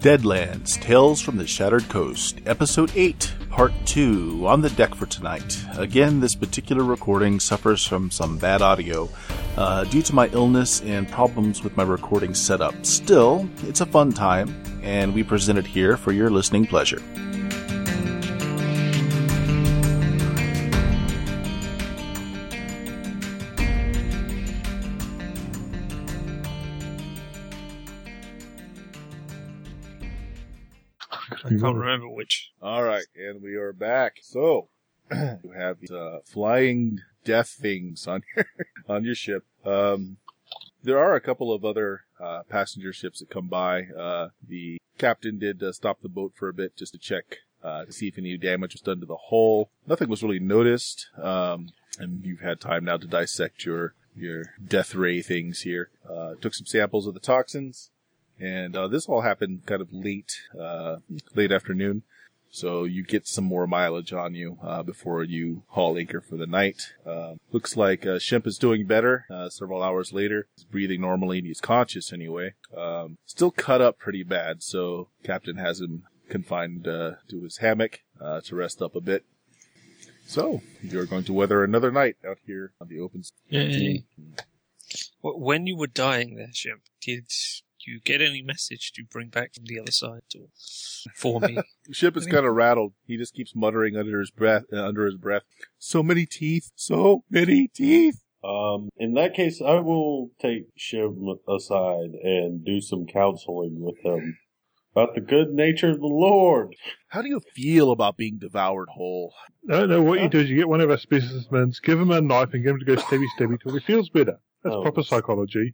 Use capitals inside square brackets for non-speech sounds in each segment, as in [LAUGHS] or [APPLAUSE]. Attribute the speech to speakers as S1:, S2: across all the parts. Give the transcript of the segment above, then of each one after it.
S1: Deadlands Tales from the Shattered Coast, Episode 8, Part 2, on the deck for tonight. Again, this particular recording suffers from some bad audio uh, due to my illness and problems with my recording setup. Still, it's a fun time, and we present it here for your listening pleasure.
S2: I can't remember which.
S1: All right, and we are back. So [CLEARS THROAT] you have these uh, flying death things on your [LAUGHS] on your ship. Um, there are a couple of other uh, passenger ships that come by. Uh, the captain did uh, stop the boat for a bit just to check uh, to see if any damage was done to the hull. Nothing was really noticed, um, and you've had time now to dissect your your death ray things here. Uh, took some samples of the toxins. And uh, this all happened kind of late, uh, late afternoon. So you get some more mileage on you uh, before you haul anchor for the night. Uh, looks like uh, Shemp is doing better uh, several hours later. He's breathing normally and he's conscious anyway. Um, still cut up pretty bad, so Captain has him confined uh, to his hammock uh, to rest up a bit. So you're going to weather another night out here on the open sea.
S2: Yay. When you were dying there, Shemp, did you get any message to bring back from the other side or for me? [LAUGHS]
S1: Ship is kind of rattled. He just keeps muttering under his breath. Uh, under his breath, so many teeth, so many teeth.
S3: Um, in that case, I will take Shim aside and do some counseling with him about the good nature of the Lord.
S1: How do you feel about being devoured whole?
S4: No, no, what you do is you get one of our specimens, give him a knife, and get him to go stabby stabby till he feels better. That's
S3: Oh.
S4: proper psychology.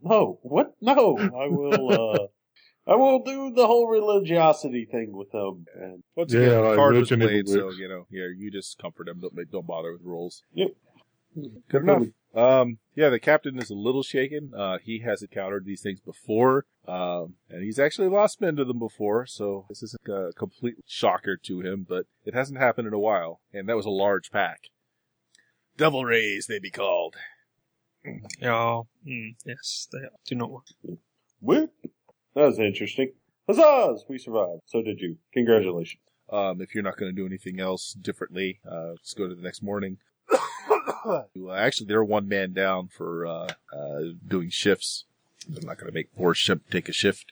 S3: No, what? No, I will. uh [LAUGHS] I will do the whole religiosity thing with him. And,
S1: Once
S4: Yeah,
S1: again, the
S4: like
S1: card was
S4: religion never
S1: played, so
S4: works.
S1: you know. Yeah, you just comfort him. Don't make- don't bother with rules.
S3: Yep.
S1: Good enough. Um, yeah, the captain is a little shaken. Uh, he has encountered these things before, um, and he's actually lost men to them before, so this isn't a complete shocker to him. But it hasn't happened in a while, and that was a large pack. Devil rays, they be called.
S2: Oh, mm, yes, they are. do not work.
S3: whoop. That was interesting. Huzzahs! We survived. So did you. Congratulations.
S1: um, if you're not going to do anything else differently, uh, just go to the next morning. [COUGHS] Well, Actually, they're one man down for uh, uh, doing shifts. They're not going to make poor ship take a shift.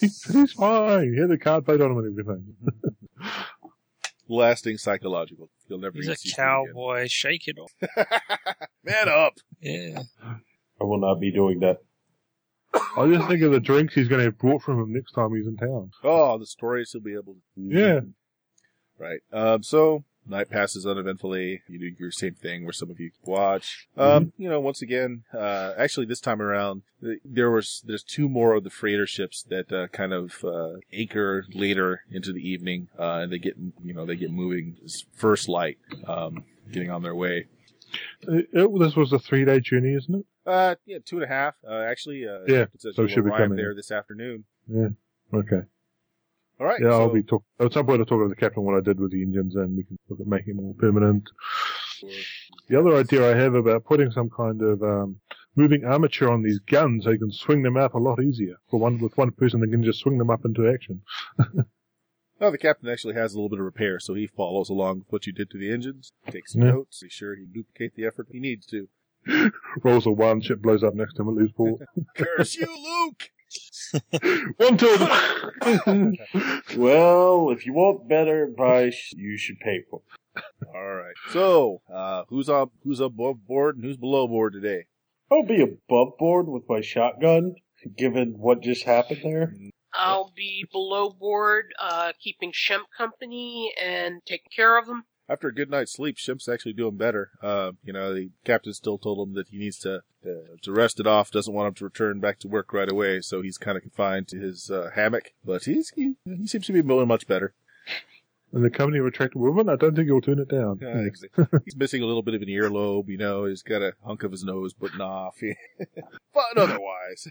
S4: He's, he's fine. He had the card played on him and everything.
S1: Lasting psychological. You'll never
S2: He's
S1: even
S2: a
S1: see him
S2: cowboy. Shake it off.
S1: again. [LAUGHS] Man up.
S2: Yeah.
S3: I will not be doing that.
S4: I just think of the drinks he's going to have brought from him next time he's in town.
S1: Oh, the stories he'll be able to.
S3: Mm.
S4: Yeah.
S1: Right. Um, so night passes uneventfully. You do your same thing where some of you watch. Um,
S4: Mm-hmm.
S1: you know, once again, uh, actually this time around, th- there was, there's two more of the freighter ships that, uh, kind of, uh, anchor later into the evening. Uh, and they get, you know, they get moving as first light, um, getting on their way.
S4: It- it- this was a three day journey, isn't it?
S1: Uh, yeah, two and a half. Uh, actually, uh,
S4: Yeah,
S1: it says
S4: so
S1: you'll
S4: should be
S1: arrive
S4: coming.
S1: there this afternoon.
S4: Okay.
S1: All right.
S4: Yeah, I'll
S1: so-
S4: be talk- at some point I'll talk to the captain what I did with the engines and we can look at making it more permanent. The other idea I have about putting some kind of um, moving armature on these guns so you can swing them up a lot easier. For one with one person they can just swing them up into action.
S1: No, the captain actually has a little bit of repair, so he follows along with what you did to the engines, takes some
S4: Yeah.
S1: notes, be sure he duplicate the effort he needs to.
S4: Rolls a one, ship blows up next to him, it leaves
S1: [LAUGHS]
S4: four.
S1: Curse you, Luke! [LAUGHS]
S4: one, two,
S3: Well, if you want better advice, you should pay for it.
S1: All right. So, uh, who's up? Who's above board and who's below board today?
S3: I'll be above board with my shotgun, given what just happened there.
S5: I'll be below board, uh, keeping Shemp company and taking care of them.
S1: After a good night's sleep, Shimp's actually doing better. Uh, you know, the captain still told him that he needs to uh, to rest it off. Doesn't want him to return back to work right away, so he's kind of confined to his uh, hammock. But he's he, he seems to be doing much better.
S4: And the company of attractive women, I don't think you'll turn it down.
S1: Yeah, ex- he's missing a little bit of an earlobe, you know. He's got a hunk of his nose bitten off. [LAUGHS] but otherwise,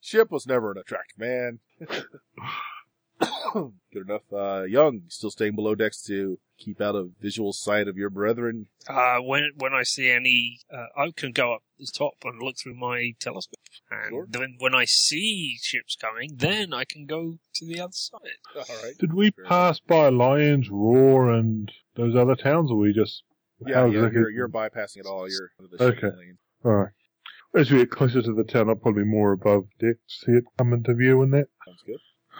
S1: Ship was never an attractive man. [COUGHS] Good enough. Uh, Young, still staying below decks to keep out of visual sight of your brethren.
S2: Uh, when when I see any, uh, I can go up the top and look through my telescope, and
S1: Sure.
S2: then when I see ships coming, then I can go to the other side.
S1: All right.
S4: Did we
S1: Fair
S4: pass by Lions Roar and those other towns, or we just
S1: Yeah,
S4: how
S1: yeah
S4: exactly-
S1: you're, you're bypassing it all. You're under the shipping
S4: Okay.
S1: lane.
S4: All right. As we get closer to the town, I'll probably be more above deck, see it come into view and that.
S1: Sounds good.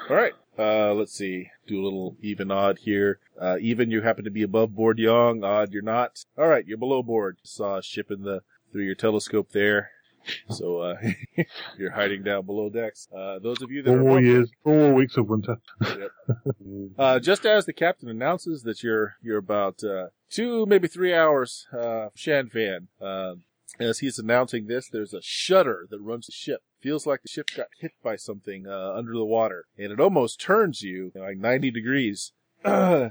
S1: All right. Uh, let's see. Do a little even odd here. Uh, even you happen to be above board, Young. Odd, you're not. All right, you're below board. Saw a ship in the through your telescope there. So uh, [LAUGHS] you're hiding down below decks. Uh, those of you that
S4: Four
S1: are
S4: more
S1: above-
S4: years, four more weeks of winter.
S1: Uh, just as the captain announces that you're you're about uh, two, maybe three hours, uh, Shan Fan. Uh, as he's announcing this, there's a shudder that runs the ship. Feels like the ship got hit by something uh, under the water, and it almost turns you, you know, like 90 degrees. [CLEARS THROAT] and uh,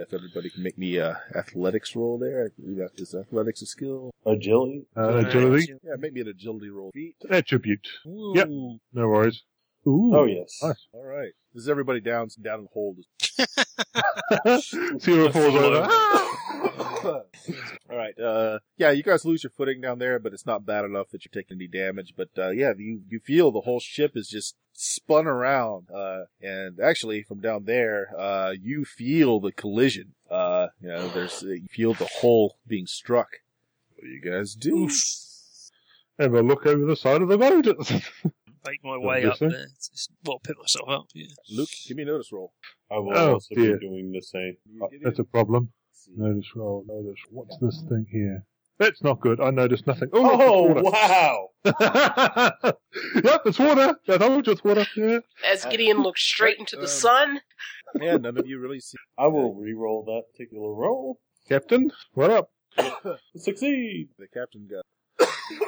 S1: if everybody can make me uh, athletics roll there, I believe that is athletics a skill.
S3: Agility?
S4: Uh, agility.
S1: Yeah, make me an agility roll. Feet.
S4: Attribute.
S2: Ooh.
S4: Yep. No worries. Ooh.
S3: Oh, yes.
S4: Nice.
S1: All right. This is everybody down down in the hold.
S4: [LAUGHS] See what falls over.
S1: [LAUGHS] All right. Uh, yeah, you guys lose your footing down there, but it's not bad enough that you're taking any damage. But uh, yeah, you you feel the whole ship is just spun around. Uh, and actually, from down there, uh, you feel the collision. Uh, you know, there's you feel the hull being struck. What do you guys do?
S4: Have a look over the side of the boat.
S2: Make my way up
S4: Obviously.
S2: there. Just- Well, pick myself up. Yeah.
S1: Luke, give me a notice roll.
S3: I will
S4: Oh,
S3: also
S4: dear.
S3: be doing the same. Uh,
S1: You get
S4: Oh, That's
S1: in.
S4: a problem.
S1: See.
S4: Notice roll. Notice. What's this thing here? That's not good. I noticed nothing. Oh, look,
S3: Oh,
S4: it's water.
S3: wow!
S4: [LAUGHS] yep, it's water. I told you it's water. Yeah.
S5: As Gideon looks straight into the
S1: Um,
S5: sun,
S1: Yeah, none of you really see.
S3: I will re-roll that particular roll.
S4: Captain, what up?
S3: Succeed!
S1: the captain got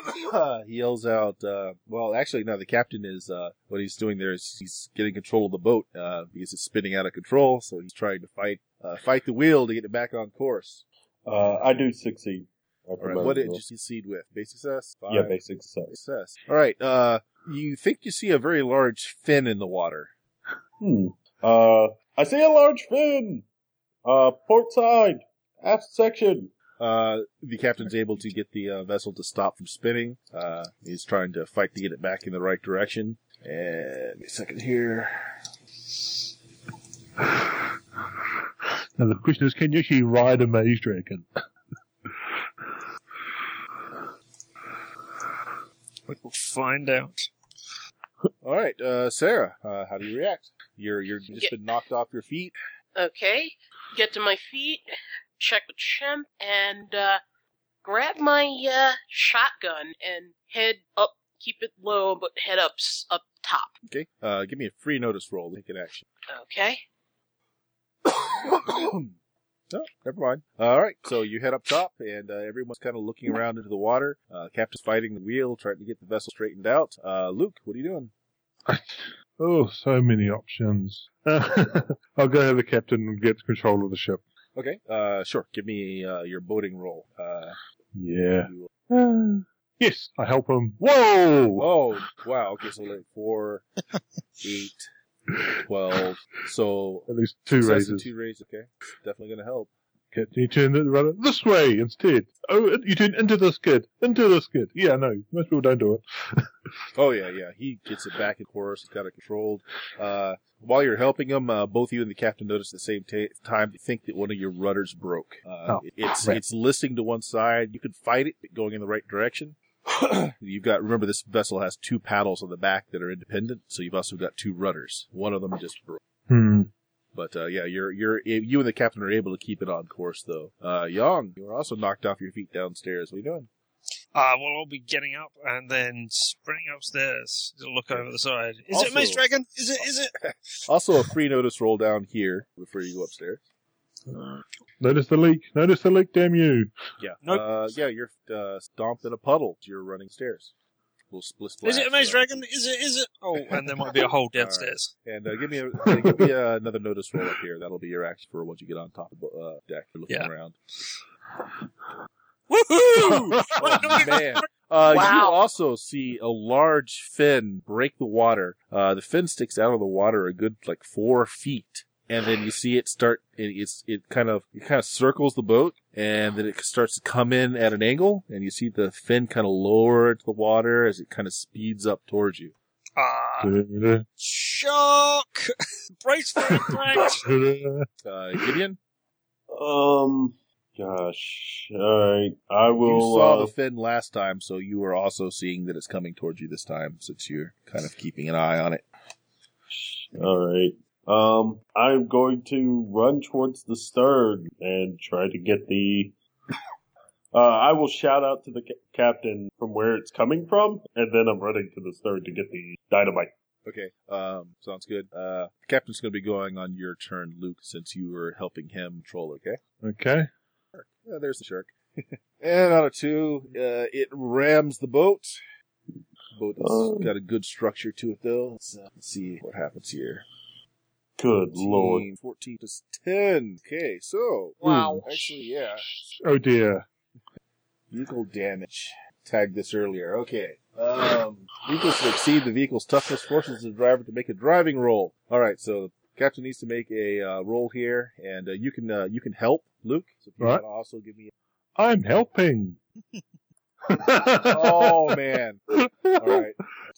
S1: [COUGHS] he yells out uh, well actually no the captain is uh, what he's doing there is he's getting control of the boat uh, because it's spinning out of control so he's trying to fight uh, fight the wheel to get it back on course
S3: Uh, I do succeed. All
S1: all right what did you succeed with basic success
S3: Yeah,
S1: Five.
S3: basic success.
S1: success all right uh, you think you see a very large fin in the water
S3: Hmm. Uh, I see a large fin! Uh, port side! Aft section!
S1: uh, the captain's able to get the uh, vessel to stop from spinning. Uh, he's trying to fight to get it back in the right direction. And give me a second here.
S4: Now the question is, can you actually ride a maze dragon?
S2: We'll find out.
S1: All right, uh, Sarah, uh, how do you react? You're you're just
S5: Yeah.
S1: been knocked off your feet.
S5: okay, get to my feet, check with Shemp, and uh, grab my uh, shotgun and head up. Keep it low, but head up s- up top.
S1: Okay, uh, give me a free notice roll. Take an action. [COUGHS]
S5: Okay.
S1: No, never mind. All right, so you head up top, and uh, everyone's kind of looking around into the water. Uh, captain's fighting the wheel, trying to get the vessel straightened out. Uh, Luke, what are you doing?
S4: Oh, so many options. [LAUGHS] I'll go to the captain and get control of the ship.
S1: Okay, uh, sure. Give me uh, your boating roll. Uh,
S4: Yeah.
S1: you-
S4: [SIGHS] yes, I help him. Whoa!
S1: Oh, wow. Okay, so like four,
S4: [LAUGHS]
S1: eight, twelve. So
S4: At least two
S1: success and
S4: raises.
S1: Two raises. Okay, definitely gonna help.
S4: Captain, you turn the rudder this way instead. Oh, you turn into this kid. Into this kid. Yeah, no, most people don't do it.
S1: Oh yeah, yeah. He gets it back in course. He's got it controlled. Uh, while you're helping him, uh, both you and the captain notice at the same ta time they think that one of your rudders broke. Uh,
S4: Oh,
S1: it's
S4: crap.
S1: it's listing to one side. You can fight it, but going in the right direction. you've got remember this vessel has two paddles on the back that are independent, so you've also got two rudders. One of them just broke.
S4: Hmm.
S1: But uh, yeah, you're you're you and the captain are able to keep it on course though. Uh, Young, you were also knocked off your feet downstairs. What are you doing?
S2: Uh, well, I'll be getting up and then sprinting upstairs to look over the side. Is it
S1: Also-
S2: a Mace Dragon? Is it? Is it?
S1: Also, a free notice roll down here before you go upstairs.
S4: Notice the leak. Notice the leak, damn you.
S1: Yeah.
S2: Nope.
S1: Uh, yeah, you're uh, stomped in a puddle. as You're running stairs. Little split
S2: Is it a
S1: splash.
S2: Maze Dragon? Is it? Is it? Oh, and there might be a hole downstairs.
S1: And uh, give me, a, give me uh, another notice roll up here. That'll be your action for once you get on top of the uh, deck. You're looking
S2: Yeah.
S1: around.
S2: Woohoo! [LAUGHS] Wait, no, wait,
S1: man. Uh, You
S5: Wow.
S1: also see a large fin break the water. Uh, the fin sticks out of the water a good like four feet, and then you see it start. It, it's it kind of it kind of circles the boat, and then it starts to come in at an angle, and you see the fin kind of lower into the water as it kind of speeds up towards you.
S2: Ah,
S4: Da-da-da,
S2: shark! [LAUGHS] Brace for impact!
S4: da-da.
S1: Uh, Gideon,
S3: Um, gosh. Alright, I
S1: you
S3: will.
S1: saw
S3: uh,
S1: the fin last time, so you are also seeing that it's coming towards you this time, since you're kind of keeping an eye on it.
S3: All right. Um, I'm going to run towards the stern and try to get the. Uh, I will shout out to the ca- captain from where it's coming from, and then I'm running to the stern to get the dynamite.
S1: Okay. Um, sounds good. Uh, Captain's going to be going on your turn, Luke, since you were helping him troll, okay?
S4: [LAUGHS] Okay.
S1: Uh, there's the shark. [LAUGHS] and out of two, uh, it rams the boat. Boat has
S3: Oh.
S1: got a good structure to it, though. Let's, uh, let's see what happens here.
S3: Good lord.
S1: 14, 14 plus 10. Okay, so.
S5: Wow.
S1: Actually, yeah.
S4: Oh dear.
S1: Vehicle damage. Tagged this earlier. Okay. Um, vehicles that exceed the vehicle's toughness forces the driver to make a driving roll. All right. So the captain needs to make a uh, roll here, and uh, you can uh, you can help Luke. So if you
S4: All
S1: want
S4: right.
S1: to also give me.
S4: I'm helping.
S1: [LAUGHS]
S4: [LAUGHS]
S1: Oh man. All right.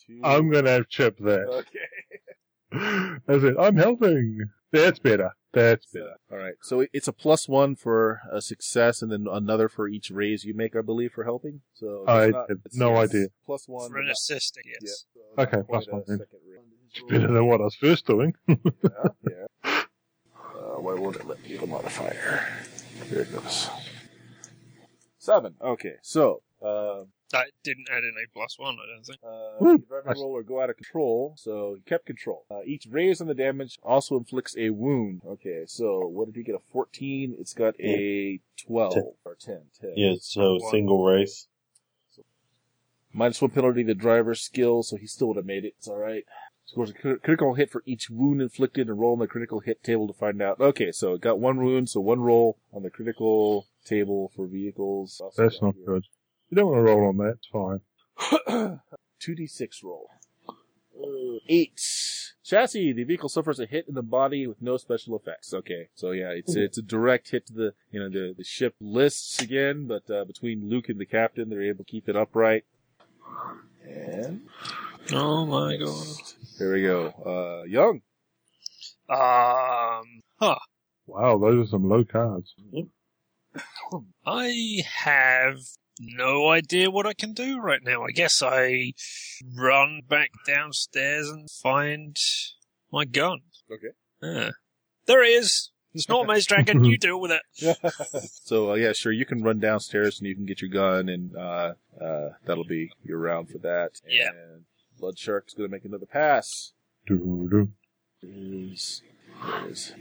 S1: Two-
S4: I'm gonna have chip that.
S1: Okay.
S4: [LAUGHS] I said, I'm helping. That's better. That's better.
S1: All right. So it- it's a plus one for a success, and then another for each raise you make, I believe, for helping. So it's
S4: I
S1: not-
S4: have
S1: it's-
S4: no
S1: it's
S4: idea.
S1: Plus one.
S2: For an
S1: but not-
S2: assisting, yes.
S1: yeah, so not
S4: Okay, plus
S1: quite a
S4: one then.
S1: second round.
S4: It's better than what I was first doing.
S1: yeah. yeah. Uh, why won't it let me the modifier? There it goes. Seven. Okay, so uh,
S2: That didn't add in a plus one, I don't think.
S1: uh,
S4: Woo.
S1: your driving roll or go out of control, so you kept control. Uh, each raise on the damage also inflicts a wound. Okay, so what did you get? A 14? It's got a 12 or 10. 10.
S3: Yeah, so
S2: One.
S3: single race.
S1: Minus one penalty to driver's skill, so he still would have made it. It's all right. Scores a crit- critical hit for each wound inflicted and roll on the critical hit table to find out. Okay, so it got one wound, so one roll on the critical table for vehicles. Also
S4: That's
S1: got
S4: not good. You don't want to roll on that. It's fine.
S1: here. [COUGHS] 2d6 roll. Uh, eight. Chassis, the vehicle suffers a hit in the body with no special effects. Okay, so yeah, it's it's a direct hit to the you know the, the ship lists again, but uh, between Luke and the captain, they're able to keep it upright. And
S2: Oh my god.
S1: Here we go. Uh, Young.
S2: Um, huh.
S4: Wow, those are some low cards.
S2: I have no idea what I can do right now. I guess I run back downstairs and find my gun.
S1: Okay.
S2: Yeah. There it is. It's not a maze
S4: [LAUGHS]
S2: dragon. you deal with it.
S1: so uh, yeah, sure. You can run downstairs and you can get your gun, and uh, uh, that'll be your round for that.
S2: Yeah.
S1: And Blood Shark's gonna make another pass.
S4: Doo-doo.
S1: Is- is-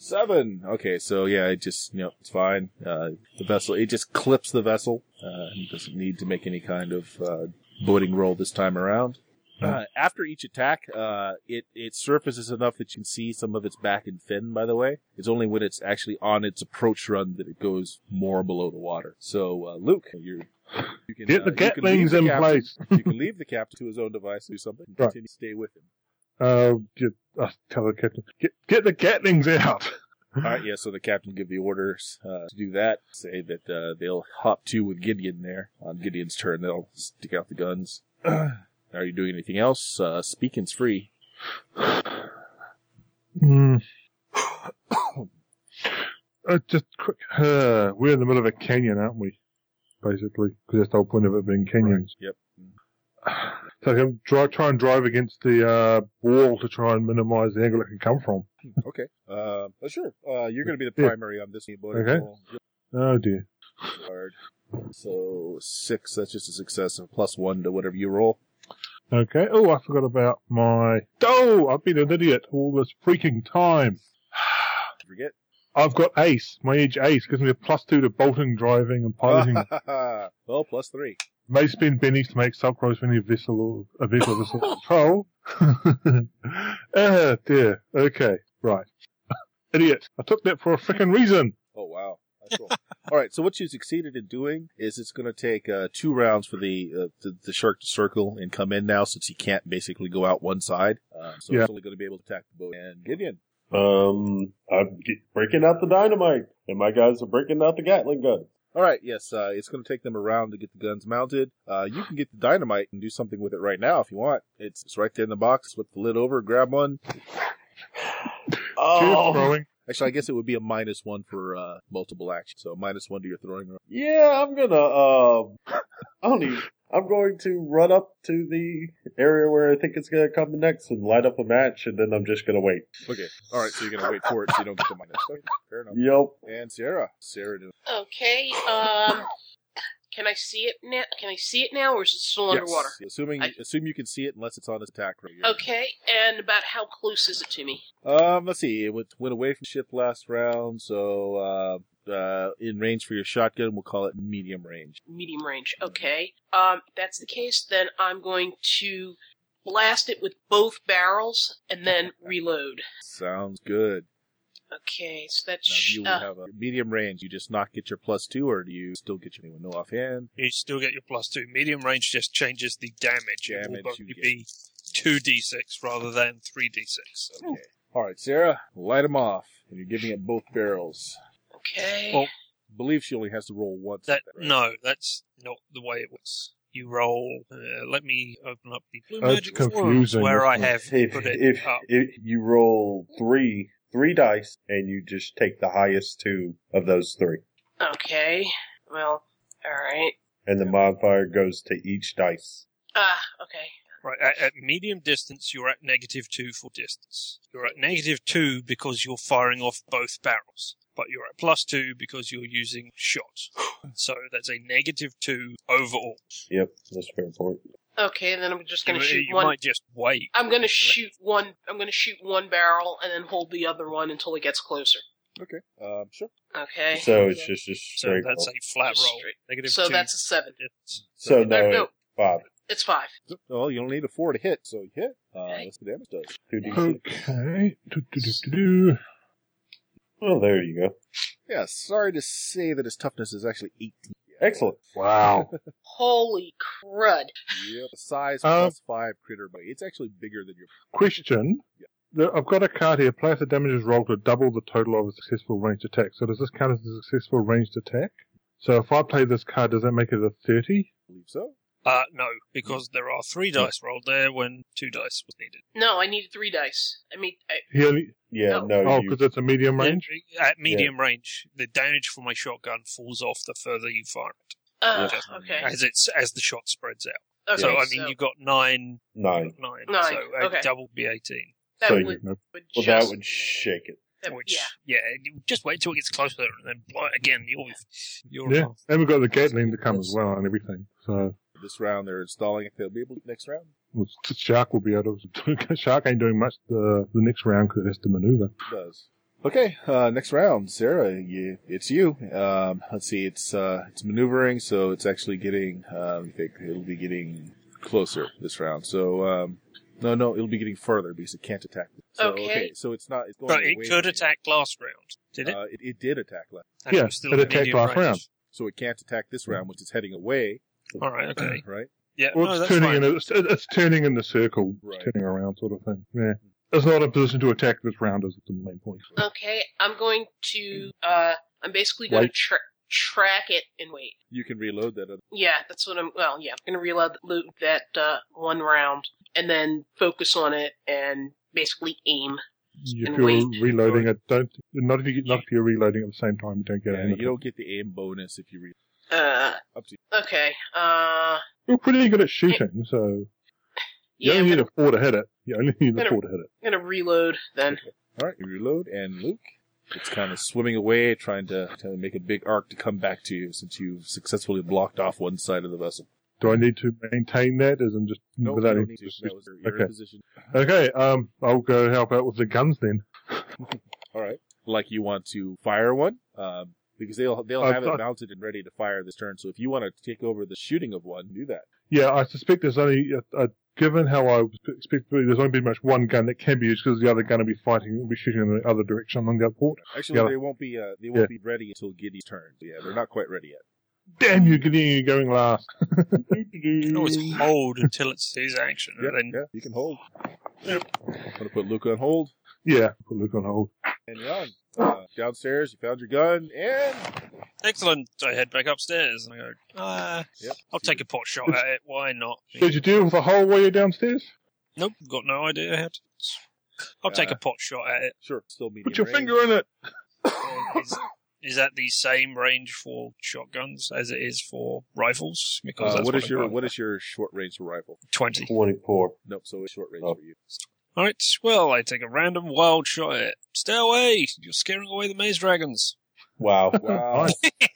S1: Seven. Okay, so yeah, it just you know it's fine. Uh, the vessel it just clips the vessel. Uh, it doesn't need to make any kind of uh, boating roll this time around.
S4: Hmm.
S1: Uh, after each attack, uh, it it surfaces enough that you can see some of its back and fin. By the way, it's only when it's actually on its approach run that it goes more below the water. So uh, Luke, you're. You can,
S4: Get the
S1: uh, you can leave
S4: Gatlings
S1: the
S4: in
S1: captain-
S4: place.
S1: You can leave the captain to his own device, do something, and
S4: Right.
S1: continue to stay with him.
S4: Uh, get, uh, tell the captain, get, get the Gatlings out.
S1: All right, yeah. So the captain give the orders uh, to do that. Say that uh, they'll hop to with Gideon there on Gideon's turn. They'll stick out the guns. [CLEARS THROAT] Are you doing anything else? Uh, speaking's free.
S4: Hmm. Uh, just quick, uh, we're in the middle of a canyon, aren't we? Basically, because that's the whole point of it being canyons.
S1: Yep.
S4: So I can dri try and drive against the uh, wall to try and minimise the angle it can come from.
S1: Okay. Uh, oh, sure. Uh, you're going to be the
S4: Yeah.
S1: primary on this new boat.
S4: Okay. Oh dear.
S1: Hard. So six. That's just a success of plus one to whatever you roll.
S4: Okay. Oh, I forgot about my. Oh, I've been an idiot all this freaking time.
S1: Forget.
S4: I've got ace. My edge ace gives me a plus two to bolting, driving,
S1: [LAUGHS]
S4: and piloting.
S1: well, plus three.
S4: may spend bennies to make subcross when a vessel a vessel of vessel control. [LAUGHS] ah, dear. [LAUGHS] Okay, right. Idiot. I took that for a freaking reason.
S1: Oh wow. That's cool. [LAUGHS] All right. So what you succeeded in doing is it's going to take uh, two rounds for the, uh, the the shark to circle and come in now, since he can't basically go out one side. Uh, so
S4: Yeah.
S1: it's only going to be able to attack the boat and Gideon.
S3: Um, I'm get, breaking out the dynamite, and my guys are breaking out the Gatling gun.
S1: All right. Yes. Uh, it's going to take them a round to get the guns mounted. Uh, you can get the dynamite and do something with it right now if you want. It's, it's right there in the box. Flip the lid over, grab one.
S4: Cheers,
S3: Oh,
S4: throwing.
S1: Actually, I guess it would be a minus one for uh, multiple action. So minus one to your throwing roll.
S3: yeah, I'm gonna. Um, I don't even. I'm going to run up to the area where I think it's gonna come next and light up a match, and then I'm just gonna wait.
S1: Okay. All right. So you're going to wait for it so you don't get the minus. Okay, fair enough.
S3: Yep.
S1: And Sarah. Sarah. doing-
S5: Okay. Um, can I see it now? Can I see it now, or is it still
S1: Yes.
S5: underwater?
S1: Assuming
S5: I-
S1: assume you can see it unless it's on its attack right
S5: Okay. And about how close is it to me?
S1: Um, let's see. It went, went away from ship last round, so uh, uh, in range for your shotgun, we'll call it medium range.
S5: Medium range. Okay. Um, if that's the case, then I'm going to blast it with both barrels and then reload.
S1: Sounds good.
S5: Okay. So
S1: Now, do
S5: that's
S1: you
S5: uh,
S1: have a medium range? You just not get your plus two, or do you still get your anyone know offhand?
S2: You still get your plus two. Medium range just changes the damage. it will
S1: Damage
S2: probably
S1: you get.
S2: be two d6 rather than three d6. So.
S1: Okay. All right, Sarah, light them off, and you're giving it both barrels.
S5: uh, okay.
S2: Well-
S1: believe she only has to roll once.
S2: That
S1: right?
S2: no, that's not the way it works. You roll. Uh, let me open up the blue
S4: That's
S2: magic forums
S4: confusing,
S2: where I
S4: isn't it?
S2: have
S3: If
S2: put it
S3: if,
S2: up.
S3: if you roll three three dice and you just take the highest two of those three,
S5: okay. Well. All right.
S3: and the modifier goes to each dice.
S5: Ah. okay.
S2: Right, at, at medium distance, you're at negative two for distance. You're at negative two because you're firing off both barrels, but you're at plus two because you're using
S4: [GASPS]
S2: shots. So that's a negative two overall.
S3: Yep, that's a fair point.
S5: Okay. Then I'm just going
S2: You,
S5: to shoot
S2: you
S5: one. Oh.
S2: might just wait.
S5: I'm gonna shoot one. I'm gonna shoot one barrel and then hold the other one until it gets closer.
S1: Okay. Um, sure.
S5: Okay.
S3: So it's just just
S2: So
S3: straight.
S2: that's
S3: roll.
S2: a flat
S5: Just
S2: roll.
S5: straight.
S2: Negative
S5: So
S2: two.
S5: that's a seven.
S2: It's-
S3: so
S5: Or
S3: no,
S5: no,
S3: five.
S5: it's five.
S1: Well, you only need a four to hit, so you hit. Uh,
S5: Okay.
S1: Let's see what damage does.
S3: Two D six.
S4: Okay. Do, do, do, do, do.
S3: Oh, there you go.
S1: Yeah, sorry to say that his toughness is actually 18.
S3: Excellent.
S4: Wow.
S5: Holy crud!
S1: Yep. Size
S4: Uh,
S1: plus five critter bite. It's actually bigger than your.
S4: Question. The- I've got a card here. Player the damage is rolled to double the total of a successful ranged attack. So does this count as a successful ranged attack? So if I play this card, does that make it a
S1: I
S4: 30?
S1: believe so.
S2: Uh, no,
S4: Mm.
S2: because there are three dice rolled there when two dice was needed.
S5: No, I needed three dice. I mean, I,
S4: He only,
S3: Yeah,
S5: No.
S3: no,
S4: oh,
S3: you,
S4: because it's a medium range?
S2: At medium range, the damage from a shotgun falls off the further you fire it,
S5: uh,
S1: Yeah.
S5: okay.
S2: as it's as the shot spreads out.
S5: okay.
S2: so I mean, you've got nine,
S3: nine.
S2: nine,
S5: Nine,
S2: so uh,
S5: okay.
S2: double be eighteen.
S5: that
S3: so
S5: would,
S3: you-
S5: would
S4: No.
S3: Well,
S5: just,
S3: that would shake it.
S5: that-
S2: Which,
S5: yeah.
S2: yeah. you just wait till it gets closer and then blow it again. You're, you're
S4: Yeah. And we've got the Gatling to come as well and everything. So
S1: This round they're installing it. They'll be able to next round.
S4: well, the Shark will be able to. [LAUGHS] Shark ain't doing much the, the next round because it has to maneuver.
S1: It does. Okay, uh, next round, Sarah. You, it's you. Um, let's see. It's uh, it's maneuvering, so it's actually getting. Um, I think it'll be getting closer this round. So um, no, no, it'll be getting further because it can't attack. So,
S5: Okay.
S1: So it's not. It's going
S2: But it
S1: away
S2: could
S1: from you.
S2: attack last round, did it?
S1: Uh, it, it did attack last,
S2: And
S4: yeah,
S2: was still
S4: it
S2: at
S4: attacked
S2: medium
S4: last round.
S1: so it can't attack this round, which is heading away.
S2: All right, okay,
S1: right.
S2: yeah.
S4: Well,
S2: no,
S4: it's
S2: that's
S4: turning in
S2: fine.
S4: a, it's, it's turning in the circle,
S1: Right.
S4: turning around sort of thing. Yeah. It's not in position to attack this round is the main point.
S5: Okay, I'm going to. Uh, I'm basically going to
S4: Wait.
S5: tra- track it and wait.
S1: You can reload that. Other-
S5: Yeah, that's what I'm. Well, yeah, I'm going to reload loot that uh, one round and then focus on it and basically aim.
S4: If
S5: And
S4: you're
S5: wait.
S4: reloading it, don't not if you not if you're reloading at the same time, you don't get
S1: yeah,
S4: anything.
S1: you don't get the aim bonus if you reload.
S5: Uh,
S1: Up to
S5: okay. Uh,
S4: You're pretty good at shooting, so you
S5: yeah, I'm
S4: only need
S5: gonna,
S4: a four to hit it. You only need a
S5: Better-
S4: four to hit it.
S5: I'm gonna reload then.
S1: All right, you reload, and Luke, it's kind of swimming away, trying to, trying to make a big arc to come back to you, since you've successfully blocked off one side of the vessel.
S4: Do I need to maintain that? As in just
S1: No, you
S4: without
S1: don't
S4: any-
S1: need to. That was your
S4: okay.
S1: position.
S4: Okay, um, I'll go help out with the guns then.
S1: All right, like you want to fire one, um, because they'll they'll
S4: I
S1: have it
S4: thought-
S1: mounted and ready to fire this turn. So if you want to take over the shooting of one, do that.
S4: Yeah, I suspect there's only a, a given how I was expecting, there's only been much one gun that can be used because the other gun will be fighting, will be shooting in the other direction along that port.
S1: Actually,
S4: Yeah.
S1: they won't be uh, they won't be ready until Giddy's turn. Yeah, they're not quite ready yet.
S4: Damn you, Gideon, you're going last.
S2: You can always hold until it's his action.
S1: Yeah,
S2: and then
S1: yeah, you can hold. I'm gonna put Luke on hold.
S4: yeah, put Luke on hold.
S1: And Jan, uh, downstairs, you found your gun, and
S2: Excellent. I head back upstairs and I go, uh,
S1: Yep.
S2: I'll take a pot shot at it. Why not?
S4: Did you deal with the hole while you're downstairs?
S2: Nope, got no idea
S4: [LAUGHS]
S2: how to. I'll take
S1: Uh,
S2: a pot shot at it.
S1: sure, still medium.
S4: Put your
S1: range.
S4: finger in it.
S2: And Is, is that the same range for shotguns as it is for rifles? Because
S1: Uh,
S2: that's
S1: what is
S2: I've
S1: your
S2: got.
S1: what is your short range rifle?
S2: 20.
S3: 24.
S1: Nope, so it's short range
S3: Oh.
S1: for you.
S2: All right, well, I take a random wild shot at it. Stay away! You're scaring away the maze dragons.
S1: [LAUGHS]
S3: Wow.
S1: Wow.
S4: Nice.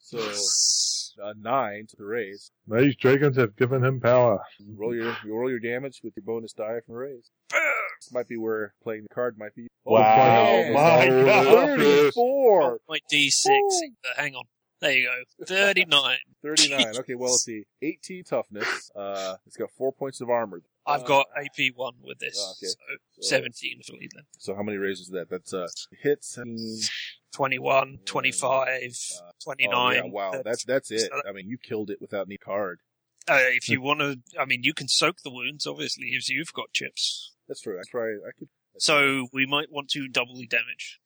S1: so a nine to the raise.
S4: These dragons have given him power.
S1: Roll your you roll your damage with your bonus die from raise. This might be where playing the card might be.
S3: Wow.
S1: Oh,
S3: My
S4: man.
S3: God.
S1: Thirty-four.
S2: My D6. Uh, Hang on. There you go. 39.
S1: [LAUGHS] 39. Okay, well, let's see. 18 toughness. Uh, it's got four points of armor. Uh,
S2: I've got AP one with this,
S1: Oh, okay.
S2: so 17 for me then.
S1: So how many raises is that? That's uh, hits. Uh,
S2: 21, 25,
S1: Uh,
S2: 29.
S1: oh, yeah, wow, that's that's it.
S2: So-
S1: I mean, you killed it without any card.
S2: uh, if you want to, I mean, you can soak the wounds, obviously, if you've got chips.
S1: That's true. I try. I could.
S2: So we might want to double the damage.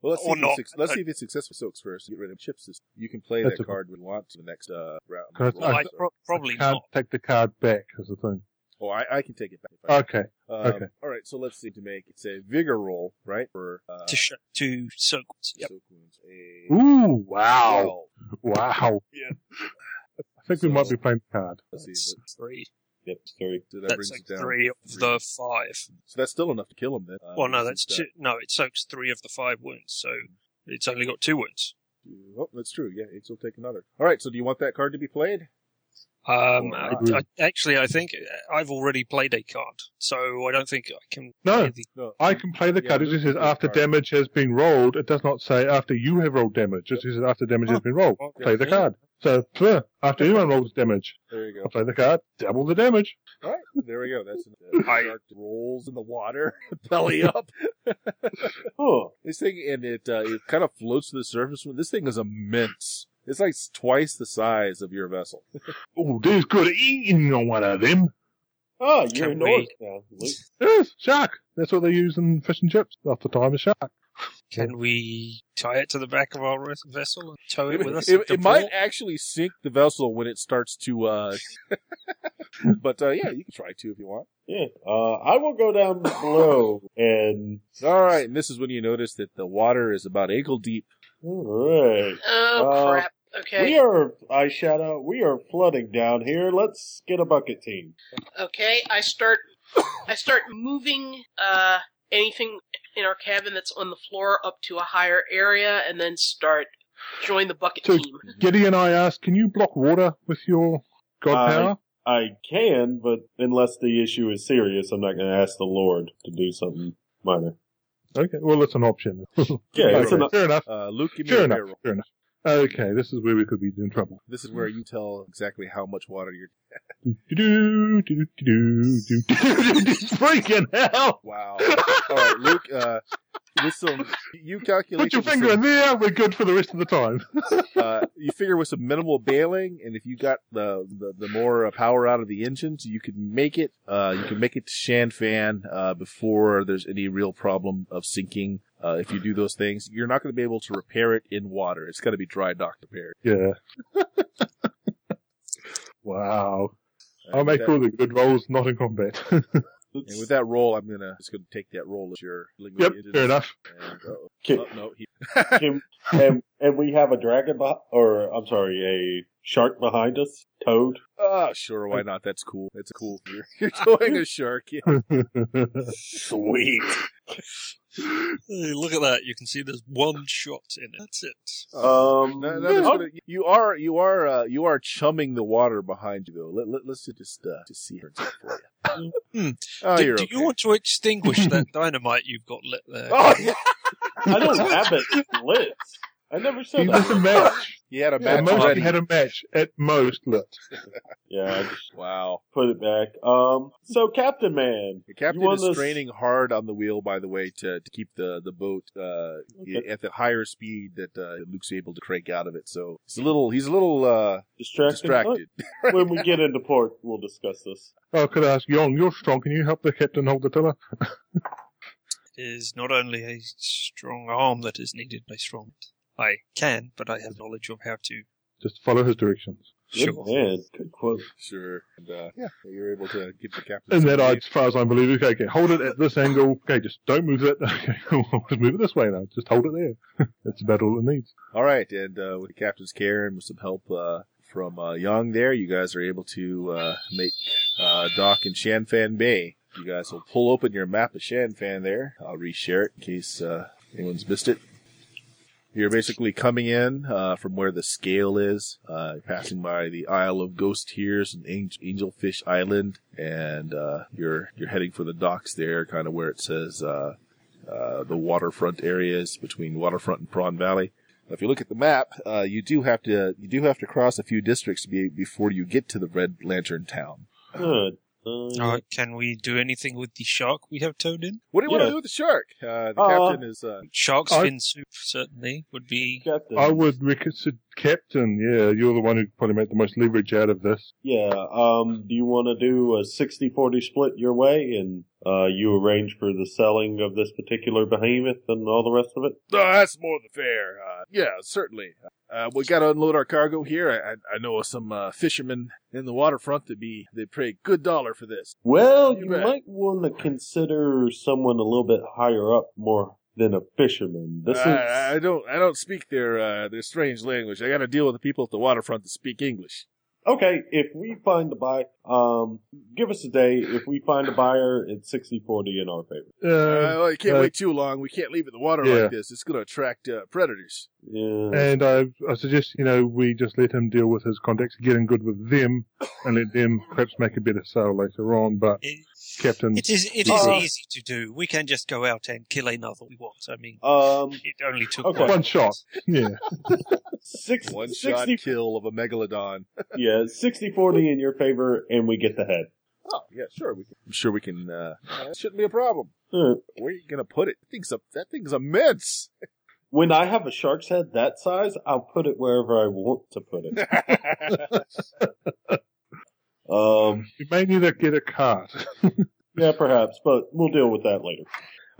S1: Well, let's see,
S2: Or
S1: if it's,
S2: not. Uh,
S1: suc- let's see if it's successful. So it's first, get rid of chips. Is, you can play
S4: That's
S1: that
S4: a-
S1: card when you want to the next uh, round.
S4: Can I-
S2: Well,
S4: I-
S2: I, pro- probably
S4: I can't
S2: not.
S4: take the card back, is the thing.
S1: oh, I, I can take it back. if I-
S4: Okay.
S1: um,
S4: Uh, okay.
S1: All right. So let's see to make it's a vigor roll, right? For uh,
S2: To, sh- to soak. Yep.
S1: soak wounds. A
S4: Ooh, wow.
S1: 12.
S4: Wow.
S1: [LAUGHS] Yeah.
S4: I think
S1: So-
S4: we might be playing the card.
S1: Let's see.
S2: That's three.
S3: Yep, sorry.
S1: So that
S2: That's
S1: brings
S2: like
S1: it down.
S2: three of the five.
S1: So that's still enough to kill him then. Uh,
S2: Well, no,
S1: since
S2: that's
S1: that-
S2: two. No, it soaks three of the five wounds, so it's only got two wounds.
S1: Oh, that's true. Yeah, it will take another. All right. So, do you want that card to be played?
S2: Um,
S1: Or
S2: I,
S1: not.
S2: I, actually, I think uh, I've already played a card, so I don't think I can.
S4: No.
S2: play the-
S1: No.
S4: I can play the
S1: Yeah,
S4: card. It
S1: this
S4: just
S1: is
S4: says
S1: the
S4: after
S1: card.
S4: damage has been rolled. It does not say after you have rolled damage. It just says after damage has been rolled.
S1: Okay.
S4: Play the card. So pff, after anyone rolls damage,
S1: There you
S4: I
S1: go.
S4: play the card. Double the damage.
S1: All right. There we go.
S2: [LAUGHS]
S1: That's uh,
S2: I-
S1: shark rolls in the water, [LAUGHS]
S2: [LAUGHS]
S1: belly up.
S3: Oh,
S1: this thing and it uh, it kind of floats to the surface. This thing is immense. It's like twice the size of your vessel.
S4: Oh, there's good eating on one of them.
S3: oh you're
S2: Can
S3: north now. Luke.
S4: Yes, shark. That's what they use in fish and chips. After time of shark.
S1: Mm-hmm.
S2: Can we tie it to the back of our res- vessel and tow it
S1: It,
S2: with us?
S1: it-
S2: to
S1: it might
S2: port?
S1: actually sink the vessel when it starts to. uh [LAUGHS] But uh yeah, you can try to if you want.
S3: Yeah. Uh, I will go down [LAUGHS] below and.
S1: All right, and this is when you notice that the water is about ankle deep.
S3: Alright.
S5: Oh,
S3: Uh,
S5: crap. Okay.
S3: We are, I shout out, we are flooding down here. Let's get a bucket team.
S5: Okay, I start I start moving uh anything in our cabin that's on the floor up to a higher area and then start join the bucket
S4: So-
S5: team.
S4: Gideon, I asked, can you block water with your god
S3: Uh,
S4: power?
S3: I can, but unless the issue is serious, I'm not going to ask the Lord to do something minor.
S4: Okay. Well, that's an option. [LAUGHS]
S3: Yeah, it's
S4: Okay,
S3: an,
S4: fair enough.
S1: Uh Luke, give me
S4: Fair
S1: a
S4: enough.
S1: hair roll.
S4: Fair enough. Okay, this is where we could be in trouble.
S1: This is where you tell exactly how much water you're.
S4: Do-do-do, do-do-do, do-do-do. Freaking hell! [LAUGHS]
S1: Wow. All right, Luke. Uh, with some you calculate
S4: Put your
S1: with
S4: finger in
S1: some,
S4: there, we're good for the rest of the time. [LAUGHS]
S1: uh, you figure with some minimal bailing, and if you got the the, the more uh, power out of the engines, you could make it. Uh, you can make it to Shanfan uh, before there's any real problem of sinking. Uh, if you do those things, you're not going to be able to repair it in water. It's got to be dry dock repaired.
S4: Yeah. [LAUGHS] wow.
S1: And
S4: I'll
S1: with
S4: make
S1: that-
S4: all the good rolls not in combat. [LAUGHS]
S1: And with that roll, I'm gonna just gonna take that roll as your.
S4: yep, fair enough.
S1: And, uh,
S3: Can-
S1: oh, no, he-
S3: can- and, and we have a dragon, beh- or I'm sorry, a shark behind us, toad.
S1: Oh, sure, why not? That's cool. That's cool. [LAUGHS] You're, you're
S4: [LAUGHS]
S1: towing a shark. Yeah.
S3: Sweet.
S2: Hey, Look at that. You can see there's one shot in it. That's it.
S3: Um,
S1: No, no, that's what it- you are you are uh, you are chumming the water behind you though. Let, let, let's just uh, just see her for you.
S2: Hmm.
S1: Oh,
S2: do,
S1: you're
S2: do you
S1: okay.
S2: want to extinguish that
S1: [LAUGHS]
S2: dynamite you've got lit there?
S1: Oh, yeah.
S3: I don't have it lit. I never
S4: He
S3: said
S1: [LAUGHS]
S3: that.
S4: doesn't match.
S1: You had a
S4: At
S1: match
S4: most,
S1: ready.
S4: you had a match. At most, lit.
S3: Yeah, I just
S1: wow.
S3: put it back. Um, so Captain Man,
S1: The captain
S3: won
S1: is
S3: this-
S1: straining hard on the wheel, by the way, to, to keep the, the boat uh,
S3: Okay.
S1: at the higher speed that uh, Luke's able to crank out of it. So he's a little he's a little uh,
S3: distracted.
S1: distracted.
S3: when we get into port, we'll discuss this.
S4: Oh, could I ask, Yon, you're strong. Can you help the captain hold the tiller?
S2: It is not only a strong arm that is needed, a strong. I can, but I have knowledge of how to.
S4: Just follow his directions.
S3: Good
S2: Sure.
S3: man, good quote.
S1: Sure. And, uh,
S4: Yeah.
S1: You're able to get the captain.
S4: And that, I,
S1: some
S4: as far as I'm believing, okay, okay, hold it at this angle. Okay, just don't move that. [LAUGHS] Okay, we'll just move it this way now. Just hold it there. [LAUGHS] That's about all it needs.
S1: All right, and uh, with the captain's care and with some help uh, from uh, Young there, you guys are able to uh, make uh, dock in Shanfan Bay. You guys will pull open your map of Shanfan there. I'll reshare it in case uh, anyone's missed it. You're basically coming in uh, from where the scale is, uh, passing by the Isle of Ghost Tears and Ang- Angelfish Island, and uh, you're you're heading for the docks there, kind of where it says uh, uh, the waterfront areas between waterfront and Prawn Valley. If you look at the map, uh, you do have to you do have to cross a few districts be, before you get to the Red Lantern Town.
S3: Good. Uh,
S2: Uh, can we do anything with the shark we have towed in?
S1: What do you want
S3: Yeah.
S1: to do with the shark? Uh, the
S3: Uh,
S1: captain is uh,
S2: Shark's
S4: I-
S2: fin soup certainly would be.
S3: Captain.
S4: I would reconsider captain. Yeah, you're the one who probably made the most leverage out of this.
S3: Yeah. Um, do you want to do a 60-40 split your way, and uh, you arrange for the selling of this particular behemoth and all the rest of it?
S1: "Oh, that's more than fair. Uh, yeah, certainly. Uh, we got to unload our cargo here. I, I, I know of some uh, fishermen in the waterfront that be they pay good dollar for this.
S3: Well,
S1: You
S3: you,
S1: bet.
S3: might want to consider someone a little bit higher up more than a fisherman. This
S1: I, I
S3: is
S1: don't I don't speak their uh, their strange language. I got to deal with the people at the waterfront that speak English.
S3: okay. If we find the buy, um, give us a day. If we find a buyer, it's 60-40 in our favor.
S4: Uh,
S1: Uh, well, you can't
S4: uh,
S1: wait too long. We can't leave it in the water
S4: Yeah.
S1: like this. It's going to attract uh, predators.
S3: Yeah.
S4: and I, I suggest, you know, we just let him deal with his contacts, get in good with them, and let them perhaps make a better sale later on. But
S2: It, [LAUGHS]
S4: captain,
S2: it is. It is
S3: Uh,
S2: easy to do. We can just go out and kill another we want. I mean,
S3: Um,
S2: it only took
S3: Okay.
S4: one shot. Yeah. [LAUGHS]
S3: six,
S1: [LAUGHS] One shot
S3: 60
S1: kill of a megalodon.
S3: [LAUGHS] yeah, 60 40 in your favor, and we get the head.
S1: Oh yeah, sure. We can, I'm sure we can. Uh, that shouldn't be a problem.
S4: Hmm.
S3: All right.
S1: Where are you gonna put it? That thing's a, that thing's immense.
S3: When I have a shark's head that size, I'll put it wherever I want to put
S1: [LAUGHS]
S3: it. Um,
S4: You may need to get a cart. [LAUGHS]
S3: yeah, perhaps, but we'll deal with that later.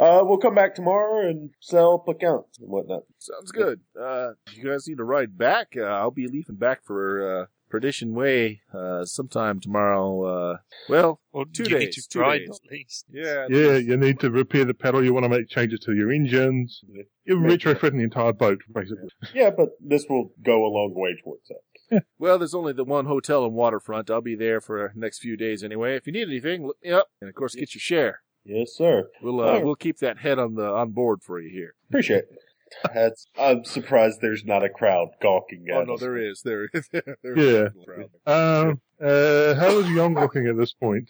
S3: Uh, we'll come back tomorrow and sell up accounts and whatnot.
S1: Sounds good. Uh, you guys need to ride back. Uh, I'll be leaving back for uh, Perdition Way uh, sometime tomorrow. Uh, well,
S2: Well,
S1: Two
S2: you need
S1: days,
S2: to
S1: two
S2: try
S1: days.
S2: at least.
S1: yeah,
S4: yeah, you need to repair the paddle. You want to make changes to your engines.
S3: Yeah.
S4: You're retrofitting the entire boat, basically.
S3: Yeah, but this will go a long way towards that.
S1: Well, there's only the one hotel in Waterfront. I'll be there for the next few days anyway. If you need anything, look me up, and of course, get your share.
S3: Yes, sir.
S1: We'll uh,
S3: Sure.
S1: we'll keep that head on the on board for you here.
S3: Appreciate it. [LAUGHS] That's, I'm surprised there's not a crowd gawking at
S1: Oh no,
S3: us.
S1: there is there. is- [LAUGHS] there
S4: Yeah.
S1: is a crowd.
S4: Um, uh, how is Young looking at this point?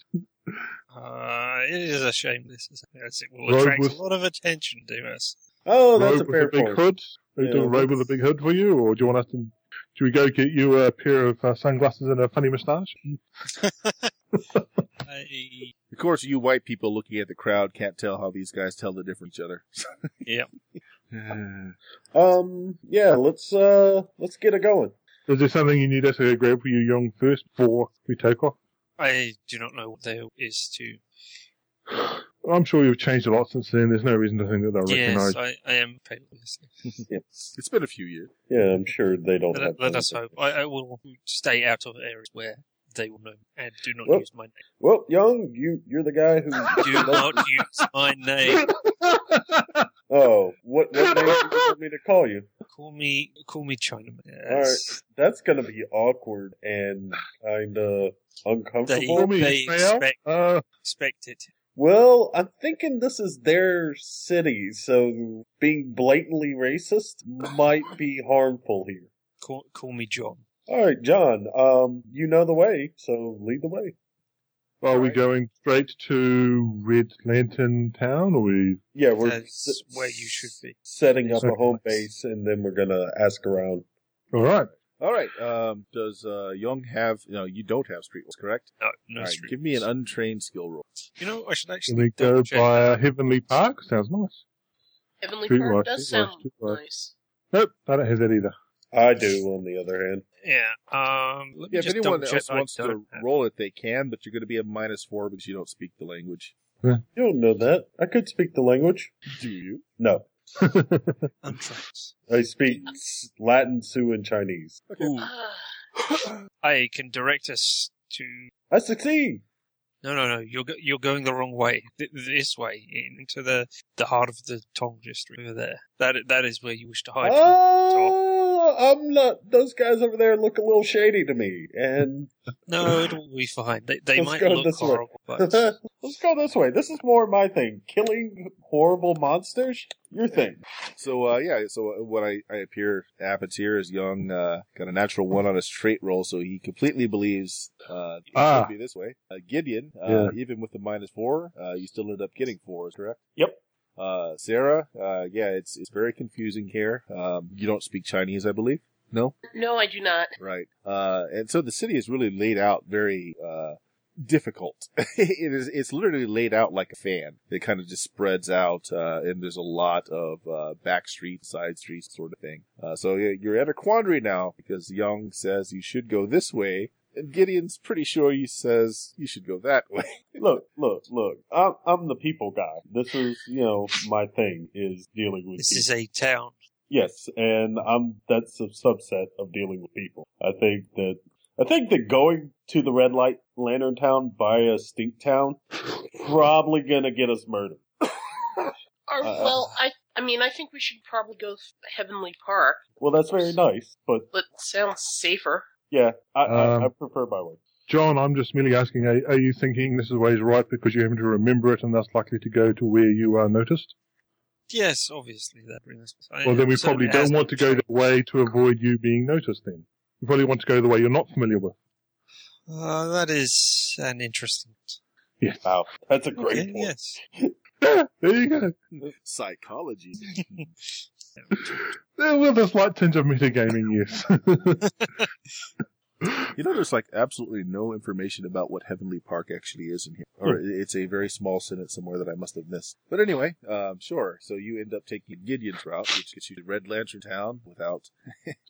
S2: Uh, it is a shame. This is as it will
S4: Rogue
S2: attract
S4: with-
S2: a lot of attention to us.
S3: [LAUGHS] Oh, that's a
S4: Rogue
S3: fair
S4: with a big
S3: point.
S4: hood. Are you
S3: Yeah,
S4: doing a robe with a
S3: that's-
S4: big hood for you, or do you want us to? Do we go get you a pair of uh, sunglasses and a funny moustache?
S2: I,
S1: Of course, you white people looking at the crowd can't tell how these guys tell the difference each other. [LAUGHS]
S2: yeah.
S3: Um, yeah, let's, uh, let's get it going.
S4: Is there something you need us to grab for you, Young, first before we take off? [SIGHS]
S2: I do not know what there is to.
S4: I'm sure you've changed a lot since then. There's no reason to think that they'll
S2: Yes,
S4: recognise.
S2: I, I am pale. yes.
S1: it's been a few years.
S3: Yeah, I'm sure they don't have
S2: Let, let us
S3: time.
S2: hope. I, I will stay out of areas where they will know and do not
S3: Well-
S2: use my name.
S3: Well, Young, you you're the
S2: [LAUGHS]
S3: guy who
S1: [LAUGHS]
S2: Do not use my name.
S3: [LAUGHS] Oh, what what name do you want me to call you?
S2: Call me, call me Chinaman.
S3: All right. That's gonna be awkward and
S2: [LAUGHS]
S3: kinda uncomfortable.
S4: Call me
S2: They
S4: Ismail.
S2: expect-
S4: Uh,
S2: Expect it.
S3: Well, I'm thinking this is their city, so being blatantly racist might be harmful here.
S2: Call, call me John.
S3: All right, John. Um, you know the way, so lead the way.
S4: are we
S1: Right.
S4: going straight to Red Lantern Town, or we
S3: Yeah, we're
S2: That's where you should be.
S3: setting up a
S4: Circle
S3: home
S2: base.
S3: base, and then we're gonna ask around.
S4: All right.
S1: All right. Um, does uh, Young have? No, you don't have street walks, correct?
S2: No, no
S1: All right,
S2: street
S1: Give me an
S2: walks.
S1: untrained skill roll.
S2: You know, I should
S4: Can
S2: actually.
S4: we go
S2: double-check.
S4: by Heavenly Park? Sounds nice.
S5: Heavenly
S4: Streetwise,
S5: Park does
S4: streetwise,
S5: sound
S4: streetwise.
S5: nice.
S4: Nope, I don't have that either.
S3: I do, on the other hand.
S2: Yeah. Um, let me
S1: Yeah, if
S2: just
S1: anyone
S2: double-check
S1: else
S2: I
S1: wants to
S2: don't have-
S1: roll it, they can, but you're going to be a minus four because you don't speak the language.
S3: You don't know that. I could speak the language.
S1: Do you?
S3: No.
S2: Untracked.
S3: I speak s- Latin, Sioux, and Chinese.
S2: Ooh,
S5: Ah,
S2: I can direct us to.
S3: I succeed!
S2: No, no, no. You're go- you're going the wrong way. Th- this way in- into the the heart of the Tong district over there. That i- that is where you wish to hide. from.
S1: Ah!
S3: Oh, I'm not. Those guys over there look a little shady to me. And
S2: No, it'll be fine. They they
S3: Let's
S2: might
S3: go
S2: look
S3: this way.
S2: horrible,
S1: [LAUGHS]
S2: but
S3: [LAUGHS] let's go this way. This is more my thing. Killing horrible monsters? Your thing.
S1: So uh, yeah, so what I, I appear happens here is Young uh, got a natural one on his trait roll, so he completely believes uh, it
S4: Ah.
S1: should be this way. Uh, Gideon, uh, even with the minus four, uh, you still ended up getting four, correct?
S3: Yep.
S1: Uh, Sarah, uh, yeah, it's it's very confusing here. Um, you don't speak Chinese, I believe. No,
S5: no, I do not.
S1: right. Uh, and so the city is really laid out very uh, difficult. [LAUGHS] it is it's literally laid out like a fan. It kind of just spreads out, uh, and there's a lot of uh, back streets, side streets, sort of thing. Uh, so yeah, you're at a quandary now because Young says you should go this way, and Gideon's pretty sure he says you should go that way.
S3: Look, look, look. I'm, I'm the people guy. This is, you know, my thing is dealing with
S2: this
S3: people.
S2: is a town.
S3: Yes, and I'm that's a subset of dealing with people. I think that I think that going to the red light lantern town via stink town probably gonna get us murdered.
S5: Or,
S3: Uh,
S5: well, I I mean, I think we should probably go f- Heavenly Park,
S3: Well, that's very nice, but
S5: but it sounds safer.
S3: yeah, I,
S4: Um,
S3: I, I prefer my way.
S4: John, I'm just merely asking, are, are you thinking this is where he's right because you happen to remember it and thus likely to go to where you are noticed?
S2: Yes, obviously that brings us. I-
S4: Well, then we
S2: it
S4: probably
S2: certainly
S4: don't
S2: has
S4: want to
S2: been
S4: go
S2: true.
S4: that way to avoid you being noticed then. You probably want to go the way you're not familiar with.
S2: Uh, that is an interesting.
S4: Yes.
S3: Wow, that's a great
S2: Okay,
S3: point.
S2: yes. [LAUGHS]
S4: Yeah, [LAUGHS] there you go.
S1: [LAUGHS] Psychology.
S4: Yeah, with a slight tinge of metagaming, yes. [LAUGHS]
S1: You know, there's like absolutely no information about what Heavenly Park actually is in here, or it's a very small sentence somewhere that I must have missed. But anyway, um, sure. So you end up taking Gideon's route, which gets you to Red Lantern Town without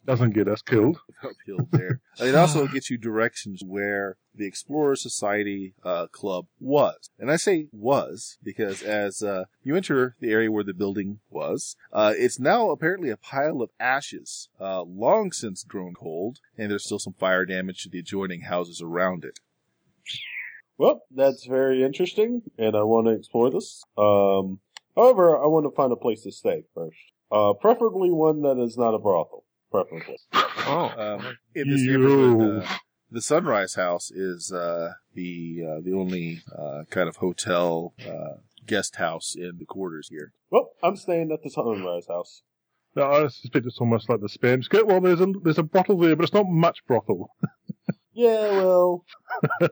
S4: Doesn't get us killed.
S1: without [LAUGHS] Hill there. And it also gets you directions where the Explorer Society uh, Club was, and I say was because as uh, you enter the area where the building was, uh, it's now apparently a pile of ashes, uh, long since grown cold, and there's still some fire damage to the adjoining houses around it.
S3: Well, that's very interesting, and I want to explore this. Um, however, I want to find a place to stay first, uh, preferably one that is not a brothel. Preferably.
S2: Oh,
S1: Um, in this
S4: Yo.
S1: neighborhood, uh, the Sunrise House is uh, the uh, the only uh, kind of hotel uh, guest house in the quarters here.
S3: Well, I'm staying at the Sunrise House.
S4: Now, I suspect it's almost like the spam skit. Well, there's a there's a brothel there, but it's not much brothel.
S3: Yeah, well,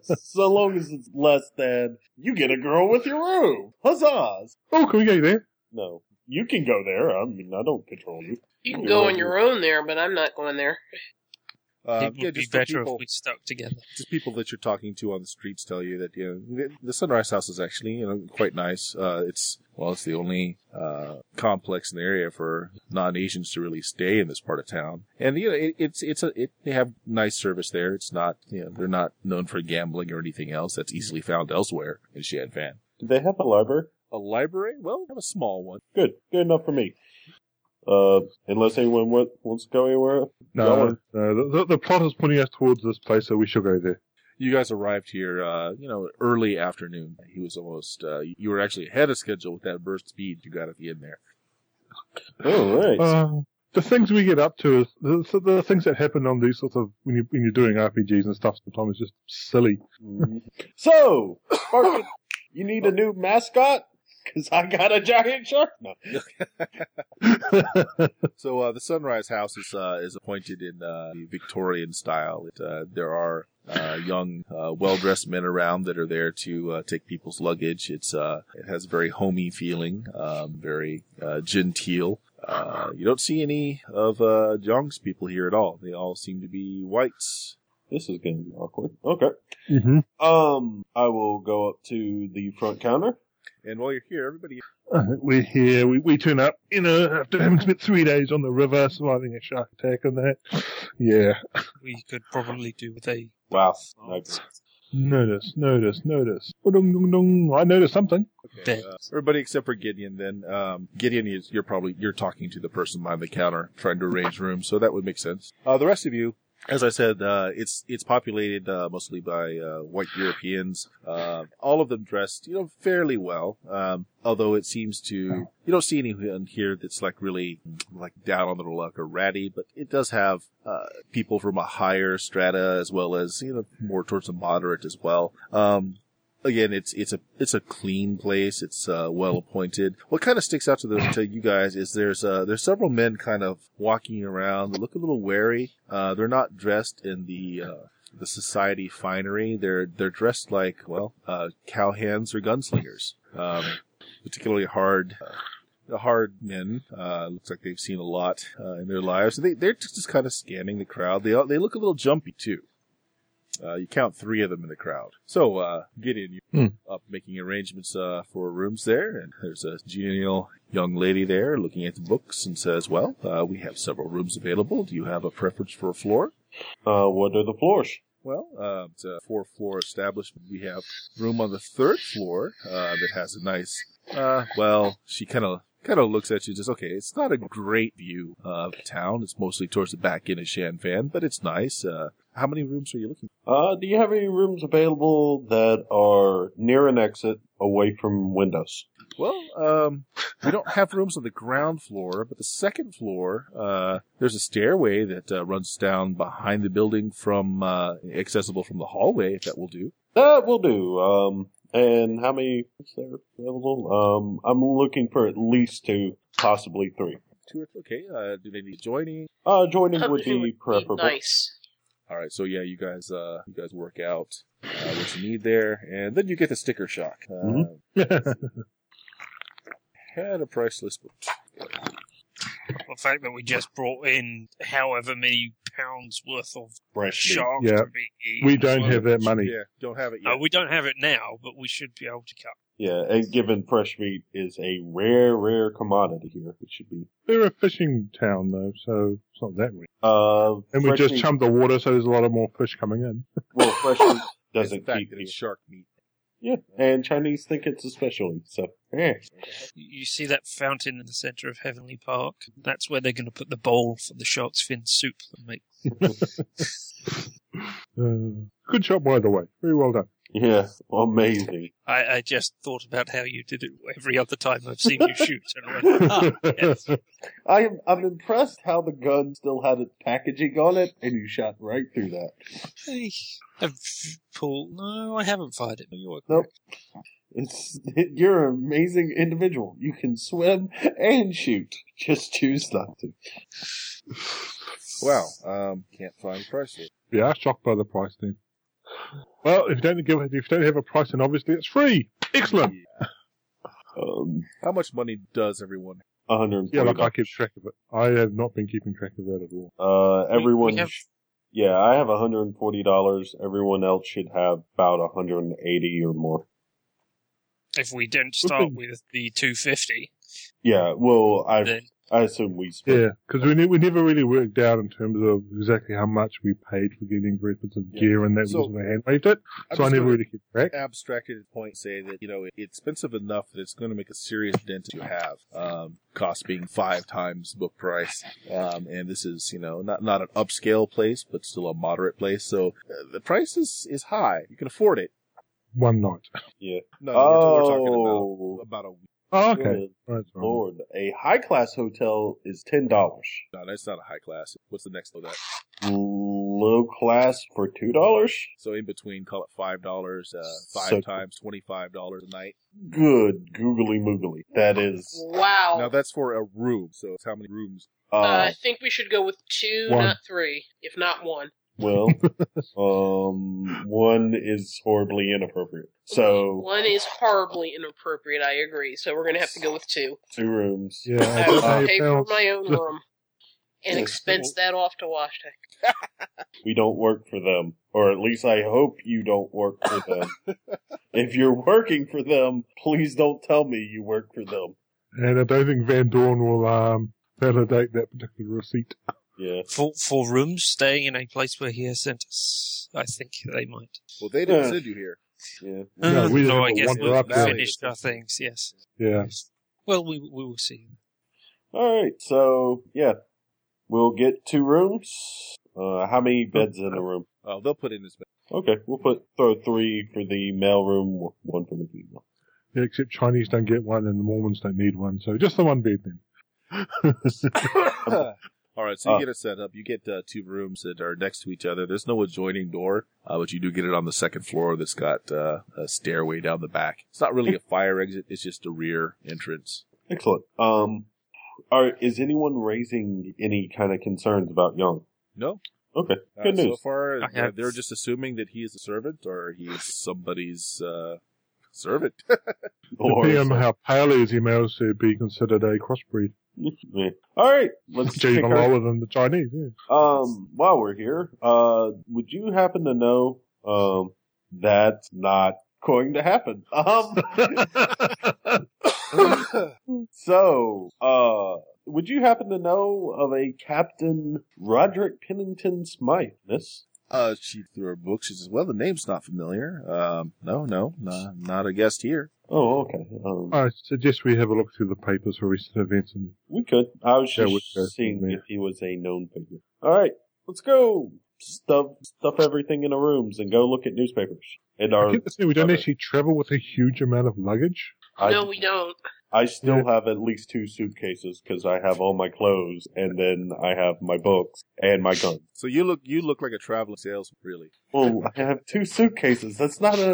S3: so long as it's less than you get a girl with your room. Huzzahs!
S4: Oh, can we go there?
S3: No, you can go there. I mean, I don't control you.
S5: You can
S3: Yeah,
S5: go
S3: well,
S5: on your own there, but I'm not going there.
S1: Uh,
S2: it would
S1: yeah,
S2: be
S1: just the
S2: better
S1: people,
S2: if we stuck together.
S1: just people that you're talking to on the streets tell you that you know, the, the Sunrise House is actually you know quite nice. Uh, it's well, it's the only uh, complex in the area for non-Asians to really stay in this part of town. And you know, it, it's it's a it, they have nice service there. It's not you know they're not known for gambling or anything else that's easily found elsewhere in Shan Fan.
S3: Do they have a library?
S1: A library? Well, have a small one.
S3: Good, good enough for me. Uh, unless anyone wa- wants to go anywhere.
S4: No, no the, the plot is pointing us towards this place, so we shall go there.
S1: You guys arrived here, uh, you know, early afternoon. He was almost, uh, you were actually ahead of schedule with that burst speed you got at the end there.
S3: All right.
S4: Uh, the things we get up to is the, the- the things that happen on these sorts of when you when you're doing RPGs and stuff. Sometimes is just silly.
S3: Mm. [LAUGHS] so, Sparky, you need a new mascot? Cause I got a giant shark. No.
S1: So, uh, the Sunrise House is, uh, is appointed in, uh, the Victorian style. It, uh, there are, uh, young, uh, well-dressed men around that are there to, uh, take people's luggage. It's, uh, it has a very homey feeling, um, very, uh, genteel. Uh, you don't see any of uh, Jong's people here at all. They all seem to be whites.
S3: This is going to be awkward. Okay.
S4: Mm-hmm.
S3: Um, I will go up to the front counter.
S1: And while you're here, everybody.
S4: Uh, we're here. We, we turn up, you know, after having spent three days on the river surviving a shark attack and that. Yeah.
S2: We could probably do with a
S3: Wow. Nice.
S4: Notice, notice, notice. Ba-dung, dung, dung. I noticed something. [LAUGHS]
S1: Okay, uh, everybody except for Gideon. Then um, Gideon is you're probably you're talking to the person behind the counter trying to arrange rooms, so that would make sense. Uh, the rest of you, as I said, uh, it's it's populated uh, mostly by uh, white Europeans. Uh, all of them dressed, you know, fairly well. Um, although it seems to you don't see anyone here that's like really like down on their luck or ratty, but it does have uh, people from a higher strata as well as you know more towards the moderate as well. Um, again, it's it's a it's a clean place. It's uh, well appointed. What kind of sticks out to the to you guys is there's uh, there's several men kind of walking around. They look a little wary. Uh, they're not dressed in the uh, the society finery. They're they're dressed like well uh, cowhands or gunslingers. Um, particularly hard. Uh, the hard men uh, looks like they've seen a lot uh, in their lives. They they're just, just kind of scanning the crowd. They all- they look a little jumpy too. Uh, you count three of them in the crowd. So, uh, Gideon, you're up making arrangements, uh, for rooms there, and there's a genial young lady there looking at the books and says, well, uh, we have several rooms available. Do you have a preference for a floor?
S3: Uh, what are the floors?
S1: Well, uh, it's a four floor establishment. We have room on the third floor, uh, that has a nice, uh, well, she kind of, kind of looks at you just, okay, it's not a great view of town. It's mostly towards the back end of Shanfan, but it's nice. Uh, how many rooms are you looking
S3: Uh, do you have any rooms available that are near an exit away from windows?
S1: Well, um, we don't have rooms on the ground floor, but the second floor, uh, there's a stairway that uh, runs down behind the building from uh, accessible from the hallway. If that will do.
S3: That will Uh, do. Um, and how many is there available? Um, I'm looking for at least two, possibly three.
S1: Two or three. Okay. Uh, do they need joining?
S3: Uh, joining would
S5: Company
S3: be preferable.
S5: nice.
S1: All right. So yeah, you guys, uh, you guys work out uh, what you need there, and then you get the sticker shock. Uh,
S3: Mhm.
S4: Mm-hmm.
S1: Had a price list.
S2: the fact that we just brought in however many pounds worth of
S3: Fresh meat.
S2: sharks
S4: Yeah.
S2: to be eaten.
S4: We don't have that money.
S1: Yeah, don't have it yet.
S2: No, we don't have it now, but we should be able to cut.
S3: Yeah, and given fresh meat is a rare, rare commodity here, it should be.
S4: They're a fishing town though, so it's not that weird.
S3: Uh,
S4: And we
S3: fresh
S4: just
S3: meat-
S4: chummed the water, so there's a lot of more fish coming in.
S3: Well, fresh meat
S1: It's the
S3: doesn't
S1: fact
S3: keep
S1: that
S3: you.
S1: it's shark meat.
S3: Yeah, and Chinese think it's a specialty, so. eh.
S2: You see that fountain in the center of Heavenly Park? That's where they're going to put the bowl for the shark's fin soup they make.
S4: Uh, good shot, by the way. Very well done.
S3: Yeah, amazing.
S2: I, I just thought about how you did it every other time I've seen you shoot.
S4: [LAUGHS]
S2: And I went, ah, yes.
S3: I am, I'm impressed how the gun still had its packaging on it, and you shot right through that.
S2: Hey, I've pulled. No, I haven't fired it. You're
S3: Nope. It's [LAUGHS] you're an amazing individual. You can swim and shoot. Just choose not to.
S1: Wow. Um, can't find a price list.
S4: Yeah, shocked by the price then. Well, if you don't give, if you don't have a price, then obviously it's free. Excellent.
S3: Um,
S1: How much money does everyone?
S3: 140.
S4: Yeah, like I keep track of it. I have not been keeping track of that at all.
S3: Uh,
S2: we
S3: everyone.
S2: have-
S3: Yeah, I have $140. Everyone else should have about 180 or more.
S2: If we don't start with the 250,
S3: Yeah, well, I
S2: then
S3: I assume we spent.
S4: Yeah, because we ne- we never really worked out in terms of exactly how much we paid for getting very expensive
S3: Yeah.
S4: gear, and that
S1: So-
S4: was when I hand waved it.
S1: I'm
S4: So I
S1: just
S4: never
S1: gonna-
S4: really kept track.
S1: abstracted point say that you know it- it's expensive enough that it's going to make a serious dent that you have um, cost being five times book price um, and this is you know not not an upscale place but still a moderate place so uh, the price is is high you can afford it
S4: One night.
S1: no we're, Uh, we're talking about
S3: Oh,
S1: about a week
S4: Oh, okay.
S3: good
S4: Right, that's right.
S3: Lord, a high class hotel is ten dollars.
S1: no that's not a high class what's the next level that
S3: Low class for two dollars.
S1: so in between call it five dollars uh, five
S3: So-
S1: times twenty five dollars a night
S3: Good googly moogly. That is.
S5: Wow.
S1: now that's for a room so it's how many rooms
S5: uh,
S3: Uh,
S5: I think we should go with two,
S4: One.
S5: not three, if not one.
S3: Well, um, one is horribly inappropriate. So
S5: One is horribly inappropriate. I agree. So we're gonna have to go with two.
S3: two rooms. [LAUGHS]
S4: Yeah,
S5: I will
S4: I
S5: pay for
S4: found-
S5: my own room and
S3: Yeah,
S5: expense that off to WashTech.
S3: We don't work for them, or at least I hope you don't work for them. if you're working for them, please don't tell me you work for them.
S4: and I don't think Van Dorn will um, validate that particular receipt.
S3: Yeah.
S2: for for rooms staying in a place where he has sent us. I think they might.
S1: Well, they didn't
S3: Yeah.
S1: send you here.
S3: Yeah.
S4: No,
S2: Uh,
S4: we didn't
S2: no, I
S4: have a
S2: guess
S4: one
S2: we've
S4: drop
S1: there.
S2: finished our things. Yes.
S4: Yeah,
S2: Well, we we will see.
S3: All right. So yeah, we'll get two rooms. Uh, how many beds in a room?
S1: Oh, they'll put in his bed.
S3: Okay, we'll put throw three for the male room, one for the female.
S4: yeah except Chinese don't get one and the Mormons don't need one, so just the one bed then.
S1: [LAUGHS] All right, so you
S3: Uh.
S1: get a setup. You get uh, two rooms that are next to each other. There's no adjoining door, uh, but you do get it on the second floor that's got uh, a stairway down the back. It's not really a fire exit, it's just a rear entrance.
S3: Excellent. Um, are is anyone raising any kind of concerns about Young?
S1: No?
S3: Okay,
S1: Uh,
S3: good
S1: So
S3: news.
S1: far,
S2: I
S1: they're,
S2: have-
S1: they're just assuming that he is a servant or he is somebody's uh, servant. [LAUGHS]
S3: Or-
S4: Depending on how pale he is, he may also be considered a crossbreed,
S3: [LAUGHS] Yeah. All right, let's
S4: which
S3: check
S4: is even
S3: our,
S4: lower than the Chinese. Yeah.
S3: Um, while we're here, uh, would you happen to know? Um, that's not going to happen. Um, so, uh, would you happen to know of a Captain Roderick Pennington Smythe, Miss?
S1: Uh, she threw her book. She says, "Well, the name's not familiar. Um, no, no, no, not a guest here."
S3: Oh, okay. Um,
S4: I suggest we have a look through the papers for recent events and
S3: We could. I was
S4: Yeah, we
S3: just
S4: could.
S3: seeing
S4: Yeah.
S3: if he was a known figure. All right, let's go stuff stuff everything in the rooms and go look at newspapers. And
S4: I [LAUGHS]
S3: our,
S4: get the thing, we don't
S3: other-
S4: actually travel with a huge amount of luggage.
S3: I,
S5: no, we don't.
S3: I still have at least two suitcases because I have all my clothes and then I have my books and my gun.
S1: So you look, you look like a traveling salesman, really.
S3: Well, I have two suitcases. That's not an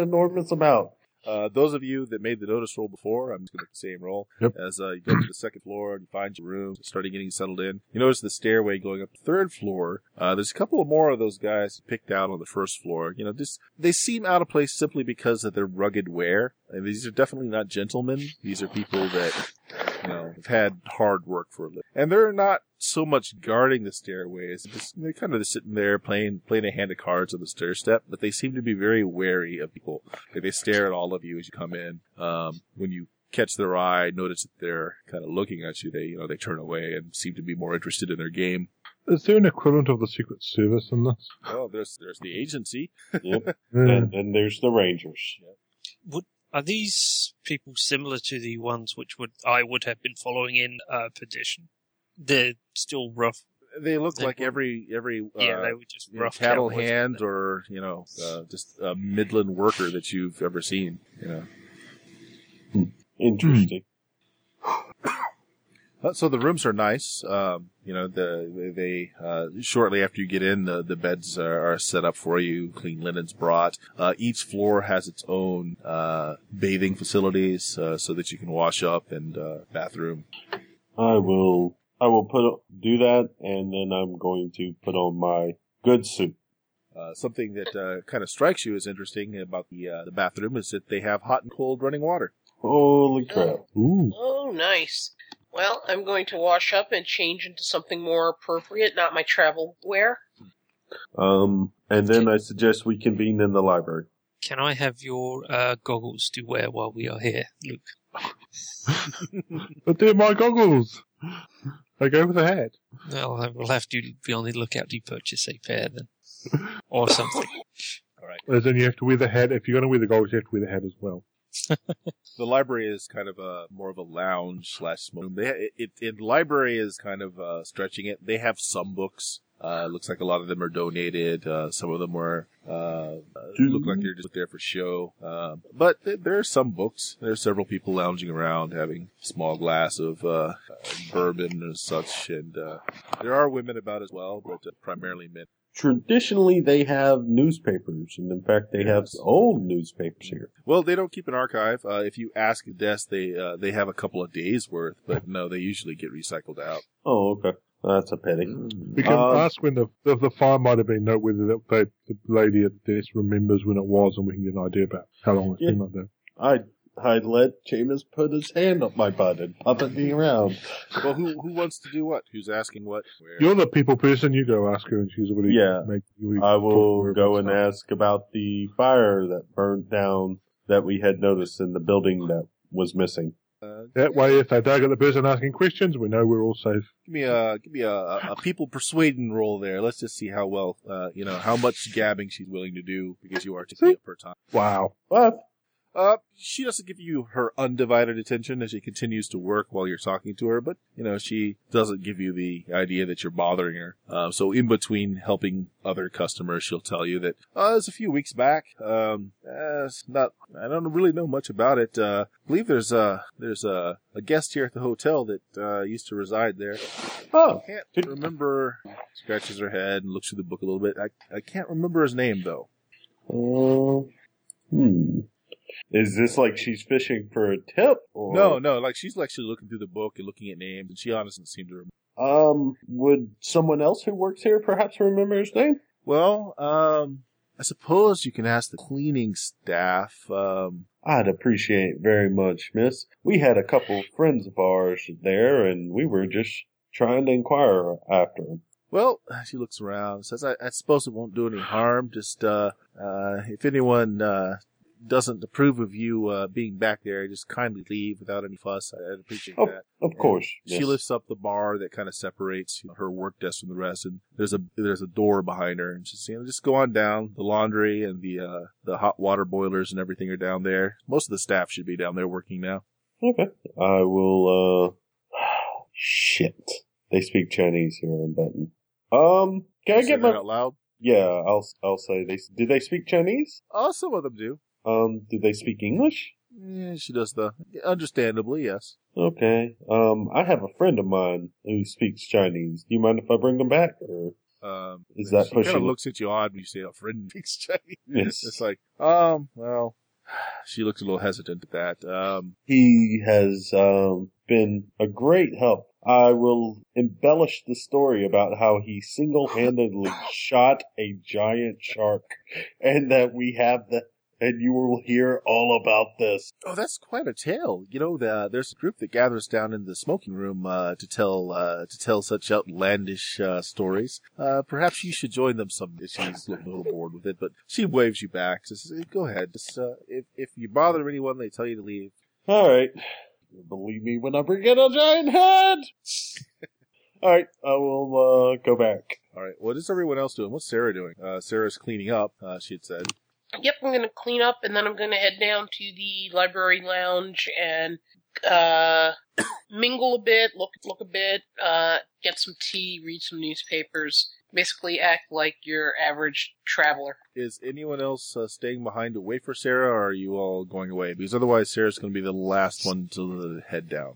S4: [LAUGHS]
S3: enormous amount.
S1: Uh, those of you that made the notice roll before, I'm just going to the same roll.
S4: Yep.
S1: As uh, you go to the second floor and you find your room, starting getting settled in, you notice the stairway going up the third floor. Uh, there's a couple of more of those guys picked out on the first floor. You know, just they seem out of place simply because of their rugged wear. And these are definitely not gentlemen. These are people that you know have had hard work for a living, and they're not so much guarding the stairways. Just, they're kind of just sitting there playing playing a hand of cards on the stair step, but they seem to be very wary of people. Like they stare at all of you as you come in. Um, when you catch their eye, notice that they're kind of looking at you. They, you know, they turn away and seem to be more interested in their game.
S4: Is there an equivalent of the Secret Service in this?
S1: Oh, there's there's the agency.
S3: Yep.
S4: Yeah.
S3: and then there's the Rangers.
S2: Are these people similar to the ones which would I would have been following in uh, Perdition? They're still rough.
S1: They look
S2: They-
S1: like every every uh,
S2: yeah, they were just
S1: you know,
S2: rough
S1: cattle
S2: cowboys.
S1: hand or you know uh, just a midland worker that you've ever seen. You know.
S3: Interesting.
S1: Uh, So the rooms are nice. Um, you know, the they uh, shortly after you get in, the the beds are, are set up for you. Clean linens brought. Uh, each floor has its own uh, bathing facilities, uh, so that you can wash up and uh, bathroom.
S3: I will. I will put do that, and then I'm going to put on my good suit.
S1: Uh, something that uh, kind of strikes you as interesting about the uh, the bathroom is that they have hot and cold running water.
S3: Holy crap!
S4: Ooh.
S5: Oh, nice. Well, I'm going to wash up and change into something more appropriate, not my travel wear.
S3: Um, and then I suggest we convene in the library.
S2: Can I have your uh, goggles to wear while we are here, Luke?
S4: But they're my goggles. They go with a hat.
S2: Well, I will have to be on the lookout to purchase a pair
S1: [LAUGHS]
S2: then, or something.
S4: As in, you have to wear the hat. If you're going to wear the goggles, you have to wear the hat as well.
S1: The library is kind of a more of a lounge slash smoke room. They, it, it, it library is kind of uh, stretching it. They have some books. Uh, looks like a lot of them are donated. Uh, some of them were uh, uh, look like they're just there for show. Um but th- there are some books. There are several people lounging around having a small glass of uh, bourbon and such. And uh, there are women about as well, but uh, primarily men.
S3: Traditionally, they have newspapers, and in fact, they have
S1: Yes.
S3: old newspapers here.
S1: Well, they don't keep an archive. Uh, if you ask a desk, they uh, they have a couple of days worth, but no, they usually get recycled out.
S3: Oh, okay. That's a pity.
S1: Hmm.
S4: We can
S3: Um,
S4: ask when the, the the fire might have been. Note whether that they, the lady at the desk remembers when it was, and we can get an idea about how long it's been like that.
S3: I I let James put his hand up my butt and puppet me around.
S1: Well, who who wants to do what? Who's asking what? Where?
S4: You're the people person. You go ask her, and she's already
S3: Yeah.
S4: Make, we
S3: I
S4: talk to
S3: will
S4: her
S3: go
S4: about
S3: and
S4: stuff.
S3: ask about the fire that burnt down that we had noticed in the building that was missing.
S1: Uh,
S4: That way, if they don't get the person asking questions, we know we're all safe.
S1: give me a give me a, a a people persuading roll there. Let's just see how well uh, you know how much gabbing she's willing to do because you are taking
S4: See?
S1: up her time.
S4: Wow.
S3: What?
S1: Uh, she doesn't give you her undivided attention as she continues to work while you're talking to her, but you know she doesn't give you the idea that you're bothering her. Uh, so in between helping other customers, she'll tell you that uh, it's a few weeks back. Um, uh, it's not I don't really know much about it. Uh, I believe there's a there's a, a guest here at the hotel that uh, used to reside there.
S3: Oh,
S1: Can't
S3: Did-
S1: remember. Scratches her head and looks through the book a little bit. I I can't remember his name though.
S3: Uh, hmm. Is this like she's fishing for a tip? Or?
S1: No, no, like she's actually looking through the book and looking at names, and she honestly doesn't seem to remember.
S3: Um, would someone else who works here perhaps remember his name?
S1: Well, um, I suppose you can ask the cleaning staff. Um,
S3: I'd appreciate it very much, miss. We had a couple of friends of ours there, and we were just trying to inquire after him.
S1: well, she looks around and says, I, I suppose it won't do any harm. Just, uh, uh, if anyone, uh, doesn't approve of you, uh, being back there, just kindly leave without any fuss. I, I'd appreciate
S3: Oh,
S1: that.
S3: Of course.
S1: She
S3: miss.
S1: lifts up the bar that kind of separates you know, her work desk from the rest, and there's a there's a door behind her, and she's you know, just go on down. The laundry and the uh, the hot water boilers and everything are down there. Most of the staff should be down there working now.
S3: Okay. I will, uh. [SIGHS] Shit. They speak Chinese here, I'm betting. Um, can I
S1: Say
S3: get
S1: that
S3: my.
S1: out loud?
S3: Yeah, I'll, I'll say they. Do they speak Chinese?
S1: Oh, some of them do.
S3: Um, do they speak English?
S1: Yeah, she does the understandably yes.
S3: Okay. Um, I have a friend of mine who speaks Chinese. Do you mind if I bring him back? Or
S1: Um,
S3: Is that
S1: she kinda
S3: pushing it?
S1: looks at you odd when you say a friend [LAUGHS] speaks Chinese.
S3: Yes.
S1: It's like um well, she looks a little hesitant at that. Um,
S3: he has um, been a great help. I will embellish the story about how he [LAUGHS] single-handedly shot a giant shark, and that we have the. And you will hear all about this.
S1: Oh, that's quite a tale. You know, the, there's a group that gathers down in the smoking room uh, to tell uh, to tell such outlandish uh, stories. Uh, perhaps you should join them some. She's looking a little bored with it, but she waves you back. Says, "Eh, "Go ahead. Just, uh, if if you bother anyone, they tell you to leave."
S3: All right. Believe me when I bring in a giant [LAUGHS] head. All right, I will uh, go back.
S1: All right. What is everyone else doing? What's Sarah doing? Uh, Sarah's cleaning up. Uh, she had said.
S5: Yep, I'm gonna clean up and then I'm gonna head down to the library lounge and uh, [COUGHS] mingle a bit, look look a bit, uh, get some tea, read some newspapers, basically act like your average traveler.
S1: Is anyone else uh, staying behind to wait for Sarah, or are you all going away? Because otherwise, Sarah's going to be the last one to head down.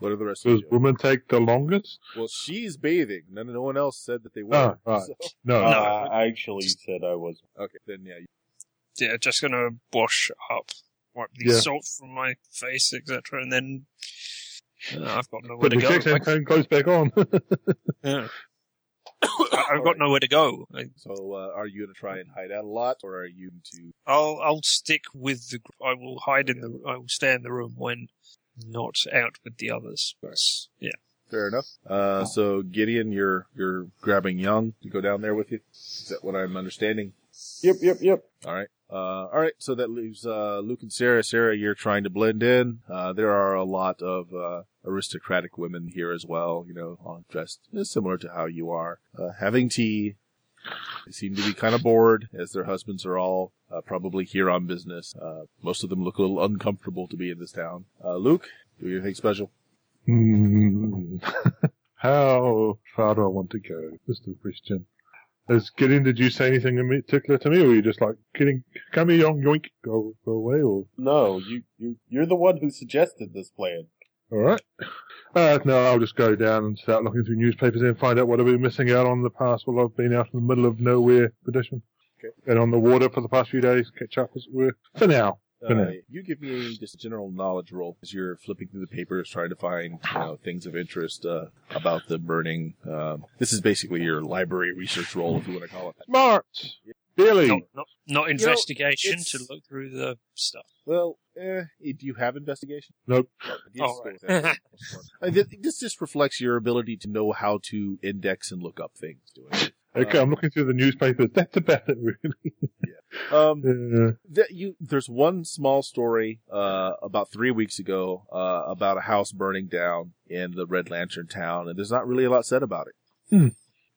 S1: What are the rest of you
S4: Does
S1: doing?
S4: women take the longest?
S1: Well, she's bathing. None, no one else said that they were.
S4: Ah, right.
S1: So-
S4: No.
S3: Uh, I actually said I was.
S1: okay, then yeah. you-
S2: Yeah, just gonna wash up, wipe the
S4: Yeah.
S2: salt from my face, etc., and then uh, I've got nowhere
S4: Put
S2: to
S4: the
S2: go.
S4: exact same
S2: I,
S4: thing goes back on. [LAUGHS]
S1: eh?
S2: yeah. I- [COUGHS] I've got nowhere to go. I,
S1: So, uh, are you going to try and hide out a lot, or are you to?
S2: I'll I'll stick with the. gr- I will hide in the. I will stay in the room when not out with the others. That's- Yeah.
S1: Fair enough. Uh, so Gideon, you're you're grabbing Young to go down there with you. Is that what I'm understanding?
S3: Yep, yep, yep.
S1: All right. Uh, all right. So that leaves uh, Luke and Sarah. Sarah, you're trying to blend in. Uh, there are a lot of uh, aristocratic women here as well. You know, all dressed similar to how you are, uh, having tea. They seem to be kind of bored, as their husbands are all uh, probably here on business. Uh, most of them look a little uncomfortable to be in this town. Uh, Luke, do you think special?
S4: Hmm. [LAUGHS] How far do I want to go? Is the question. Is Gideon, did you say anything in particular to me, or were you just like, Gideon, come here, yoink, yoink, go, go away, or,
S3: No, you, you, you're the one who suggested this plan.
S4: alright? Uh, no, I'll just go down and start looking through newspapers and find out what I've been missing out on in the past while I've been out in the middle of nowhere condition.
S1: Okay.
S4: And on the water for the past few days, catch up as it were. For now.
S1: Uh, you give me just a general knowledge roll as you're flipping through the papers, trying to find you know, things of interest uh, about the burning. Um, this is basically your library research roll, if you want to call it. that.
S4: Smart. Billy.
S2: Not, not, not investigation to
S1: it's-
S2: look through the stuff.
S1: Well, eh, do you have investigation?
S4: Nope.
S1: [LAUGHS] Yes,
S2: All right.
S1: go [LAUGHS] ahead. Uh, thi- this just reflects your ability to know how to index and look up things. Doing it.
S4: Okay, I'm looking through the newspapers. That's about it, [LAUGHS]
S1: Um,
S4: really. Uh,
S1: that you there's one small story uh, about three weeks ago uh, about a house burning down in the Red Lantern town, and there's not really a lot said about it.
S4: Hmm.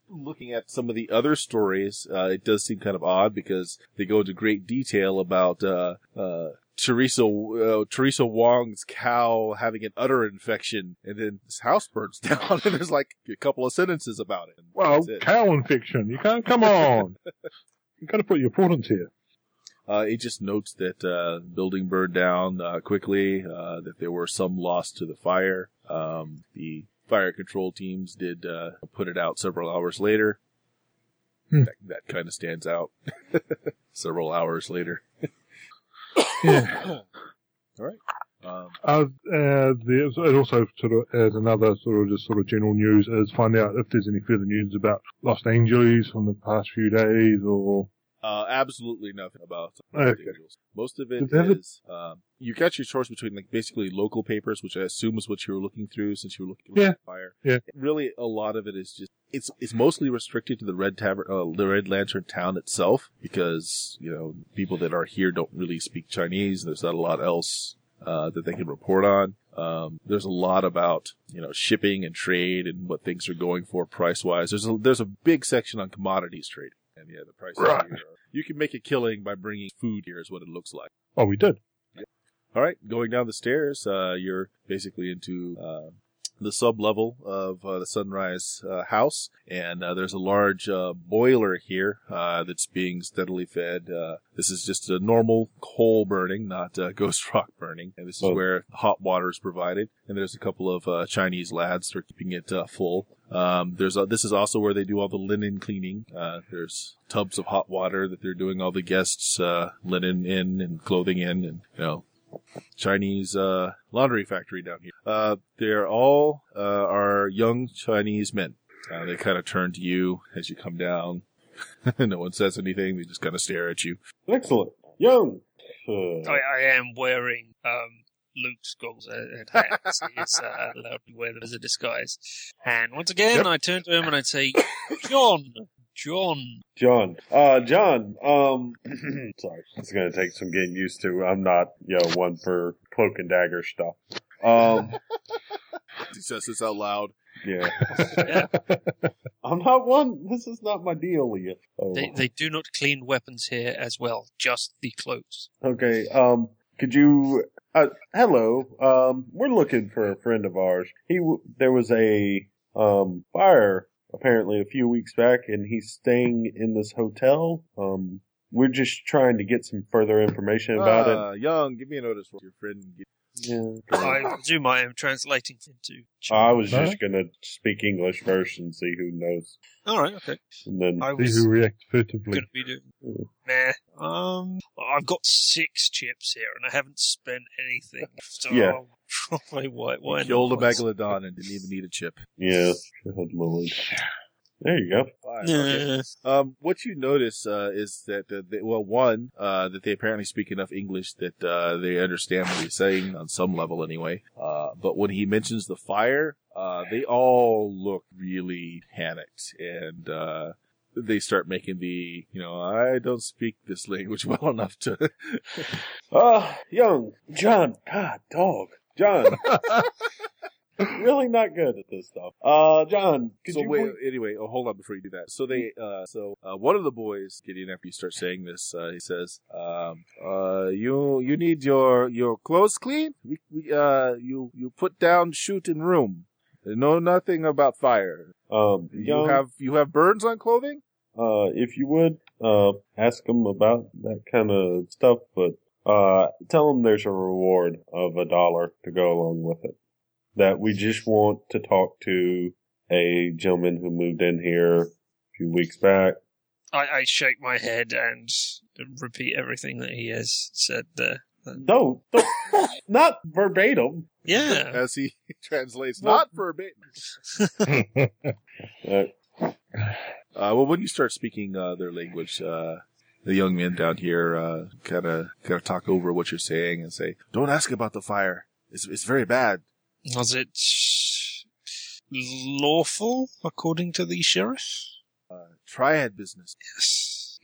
S1: Looking at some of the other stories, uh, it does seem kind of odd because they go into great detail about uh, uh, Teresa uh, Teresa Wong's cow having an udder infection, and then this house burns [LAUGHS] down, and there's like a couple of sentences about it.
S4: well,
S1: That's it.
S4: cow infection. You can't.
S1: [LAUGHS]
S4: Come on. you got to put your importance here.
S1: Uh, it just notes that uh, building burned down uh, quickly, uh, that there were some loss to the fire. Um, the fire control teams did uh, put it out several hours later.
S4: Hmm.
S1: That, that kind of stands out. [LAUGHS] several hours later.
S4: Yeah.
S1: Um,
S4: Uh, uh, there's, it also sort of as another sort of just sort of general news is find out if there's any further news about Los Angeles from the past few days or
S1: Uh, absolutely nothing about
S4: Okay.
S1: individuals. Most of it
S4: Did they have a-
S1: is um, you got your choice between like basically local papers, which I assume is what you were looking through since you were looking
S4: Yeah.
S1: at fire.
S4: Yeah.
S1: Really, a lot of it is just it's it's mostly restricted to the Red Tavern, uh, the Red Lantern town itself, because you know people that are here don't really speak Chinese. There's not a lot else uh, that they can report on. Um, there's a lot about you know shipping and trade and what things are going for price wise. There's a, there's a big section on commodities trade and yeah, the prices
S4: Right.
S1: here. Are, you can make a killing by bringing food here, is what it looks like.
S4: oh we did
S1: All right, going down the stairs, uh, you're basically into uh, the sub level of uh, the Sunrise uh, House, and uh, there's a large uh, boiler here uh, that's being steadily fed. Uh, this is just a normal coal burning, not uh, [LAUGHS] ghost rock burning, and this is
S3: Oh.
S1: where hot water is provided. And there's a couple of uh, Chinese lads that are keeping it uh, full. Um, there's a, this is also where they do all the linen cleaning. Uh, there's tubs of hot water that they're doing all the guests' uh, linen in and clothing in, and you know Chinese uh, laundry factory down here. Uh, they're all uh, are young Chinese men. Uh, they kind of turn to you as you come down. [LAUGHS] no one says anything. They just kind of stare at you.
S3: Excellent. Young. Uh,
S2: I, I am wearing um, Luke's goggles and hat. It's
S3: [LAUGHS]
S2: uh, allowed to wear them as a disguise. And once again,
S4: Yep.
S2: I turn to him and I'd say, John, John,
S3: John. Uh, John. Um, [CLEARS THROAT] sorry, it's gonna take some getting used to. I'm not, you know, one for cloak and dagger stuff.
S2: [LAUGHS]
S3: Um,
S1: He says this out loud.
S3: yeah. I'm not one. This is not my deal, Leah. Oh,
S2: they, they do not clean weapons here as well, just the clothes.
S3: okay. Um, could you? Uh, hello. Um, we're looking for a friend of ours. He w- there was a um fire apparently a few weeks back, and he's staying in this hotel. Um, we're just trying to get some further information about it.
S1: uh, Young, give me a notice. Your friend.
S3: Yeah.
S2: I presume I am translating into Chinese.
S3: I was
S4: Huh?
S3: just gonna speak English first and see who knows,
S2: All right, okay.
S3: and then
S2: I
S4: see
S2: was
S4: who react
S2: going
S4: furtively.
S2: to be doing. Nah. Um, I've got six chips here and I haven't spent anything. So
S3: Yeah.
S2: I'll probably why, why
S1: He killed a
S2: not?
S1: Megalodon and didn't even need a chip.
S3: yeah, good lord. There you go.
S1: Fine, okay.
S2: Nah.
S1: Um, what you notice uh, is that uh, they, well, one uh, that they apparently speak enough English that uh, they understand what he's saying on some level, anyway. Uh, but when he mentions the fire, uh, they all look really panicked, and uh, they start making the you know I don't speak this language [LAUGHS] well enough to.
S3: Ah, young John, God, dog, John. really not good at this stuff. Uh, John, could
S1: so
S3: you? Mm.
S1: wait, anyway, oh, hold on before you do that. So they, uh, so uh, one of the boys, Gideon, after you start saying this, uh, he says, um, uh, "You you need your your clothes clean. We, we uh, you you put down shoot in room. Know nothing about fire.
S3: um,
S1: You
S3: young,
S1: have you have burns on clothing.
S3: uh, if you would, uh, ask him about that kind of stuff, but uh, tell him there's a reward of a dollar to go along with it. That we just want to talk to a gentleman who moved in here a few weeks back.
S2: I, I shake my head and repeat everything that he has said there.
S3: No, don't, not verbatim.
S2: Yeah.
S1: as he [LAUGHS] translates,
S3: Well-
S1: not verbatim.
S4: [LAUGHS]
S3: Uh,
S1: Uh, well, when you start speaking uh, their language, uh, the young men down here kind of kind of talk over what you're saying and say, "Don't ask about the fire. It's it's very bad."
S2: Was it lawful according to the sheriff?
S1: Uh, triad business.
S2: Yes.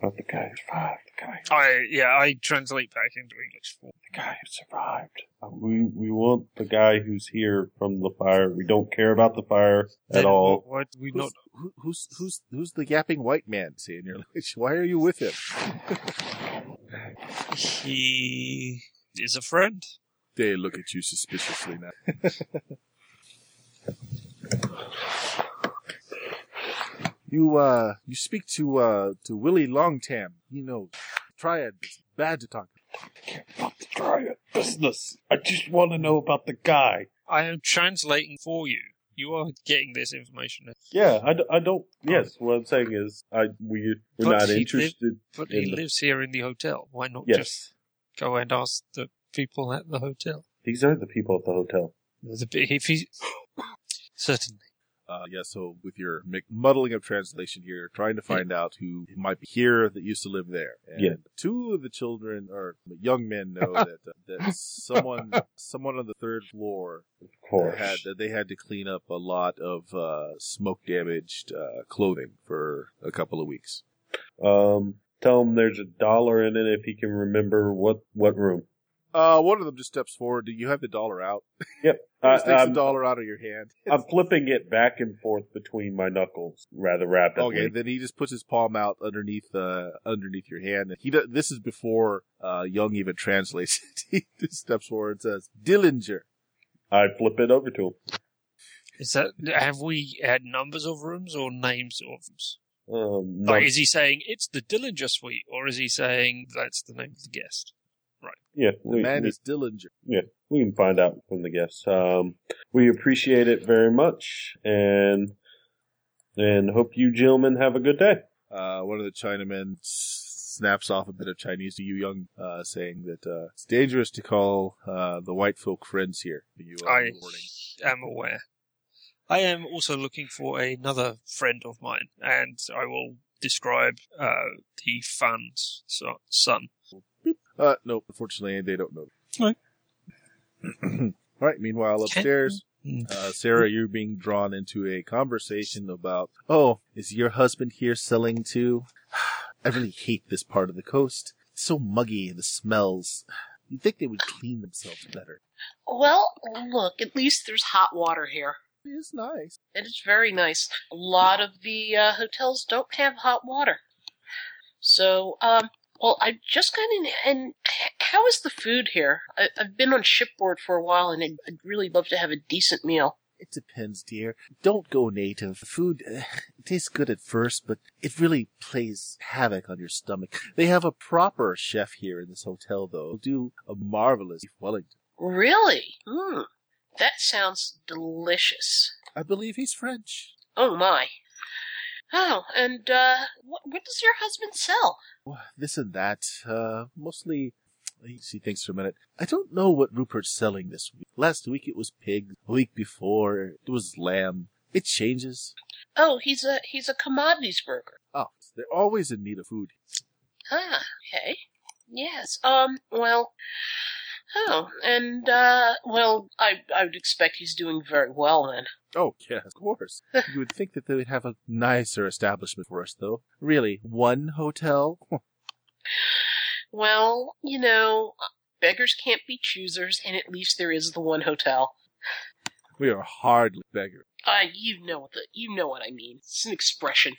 S6: But the guy who survived, the guy,
S2: I yeah, I translate back into English for
S6: the guy who survived.
S3: Uh, we we want the guy who's here from the fire. We don't care about the fire at
S2: Then
S3: all.
S2: Why do we
S1: Who's,
S2: not?
S1: who, who's who's who's the yapping white man? Say [LAUGHS] in your language. Why are you with him?
S2: He is a friend.
S1: They look at you suspiciously now. [LAUGHS] you uh you speak to uh to Willie Longtam. He knows triad business. Bad to talk.
S6: Not the triad business. I just want to know about the guy.
S2: I am translating for you. You are getting this information.
S3: Yeah, I, d- I don't. Yes, what I'm saying is, I we we're
S2: But
S3: not
S2: he did-
S3: interested.
S2: But he
S3: In the-
S2: lives here in the hotel. Why not
S3: Yes,
S2: just go and ask the people at the hotel?
S3: these are the people at the hotel.
S2: The- If he [GASPS] certainly.
S1: Uh, yeah, so with your mic- muddling of translation here, trying to find out who might be here that used to live there. And
S3: Yeah.
S1: two of the children or the young men
S3: [LAUGHS]
S1: know that uh, that someone someone on the third floor
S3: Of
S1: that
S3: course.
S1: had that they had to clean up a lot of uh, smoke damaged uh, clothing for a couple of weeks.
S3: Um, tell him there's a dollar in it if he can remember what what room.
S1: Uh, one of them just steps forward. Do you have the dollar out? He
S3: I,
S1: just takes
S3: I'm,
S1: the dollar out of your hand.
S3: Uh,
S1: [LAUGHS]
S3: um, I'm flipping it back and forth between my knuckles rather rapidly.
S1: Okay, then he just puts his palm out underneath uh, underneath your hand. And he do- this is before uh, Young even translates [LAUGHS] it. he just steps forward and says, "Dillinger."
S3: I flip it over to him.
S2: Is that have we had numbers of rooms or names of rooms?
S3: Um,
S2: Like,
S3: no-
S2: is he saying it's the Dillinger suite, or is he saying that's the name of the guest?
S3: yeah,
S1: The
S3: we,
S1: man
S3: we,
S1: is Dillinger.
S3: we can find out from the guests. Um, we appreciate it very much, and and hope you gentlemen have a good day.
S1: Uh, one of the Chinamen s- snaps off a bit of Chinese to you, Young, uh, saying that uh, it's dangerous to call uh, the white folk friends here. You are
S2: I
S1: warning.
S2: am aware. I am also looking for another friend of mine, and I will describe uh, the fan's so- son.
S1: Uh, no, unfortunately, they don't know.
S2: Alright.
S1: [CLEARS THROAT] All right. Meanwhile,
S2: Okay.
S1: upstairs,
S2: Mm.
S1: uh, Sarah, you're being drawn into a conversation about, oh, is your husband here selling too? [SIGHS] I really hate this part of the coast. It's so muggy and the smells. You'd think they would clean themselves better.
S5: Well, look, at least there's hot water here.
S1: It is nice.
S5: And it's very nice. A lot of the uh, hotels don't have hot water. So, um, well, I just got in. And h- how is the food here? I, I've been on shipboard for a while, and I'd, I'd really love to have a decent meal.
S1: It depends, dear. Don't go native. Food eh, it tastes good at first, but it really plays havoc on your stomach. They have a proper chef here in this hotel, though. They'll do a marvelous beef Wellington.
S5: Really? Hmm. That sounds delicious.
S1: I believe he's French.
S5: Oh my. Oh, and uh, what, what does your husband sell?
S1: Well, This and that. Uh, mostly, he thinks for a minute. I don't know what Rupert's selling this week. Last week it was pig. The week before it was lamb. It changes.
S5: Oh, he's a he's a commodities broker.
S1: Oh, they're always in need of food.
S5: Ah, okay. Yes. Um. Well. Oh, and uh, well, I I would expect he's doing very well then.
S1: Oh, yeah, of course. you would think that they would have a nicer establishment for us, though. Really, one hotel? [LAUGHS]
S5: Well, you know, beggars can't be choosers, and at least there is the one hotel.
S1: we are hardly beggars.
S5: Uh, you know what the you know what I mean. It's an expression.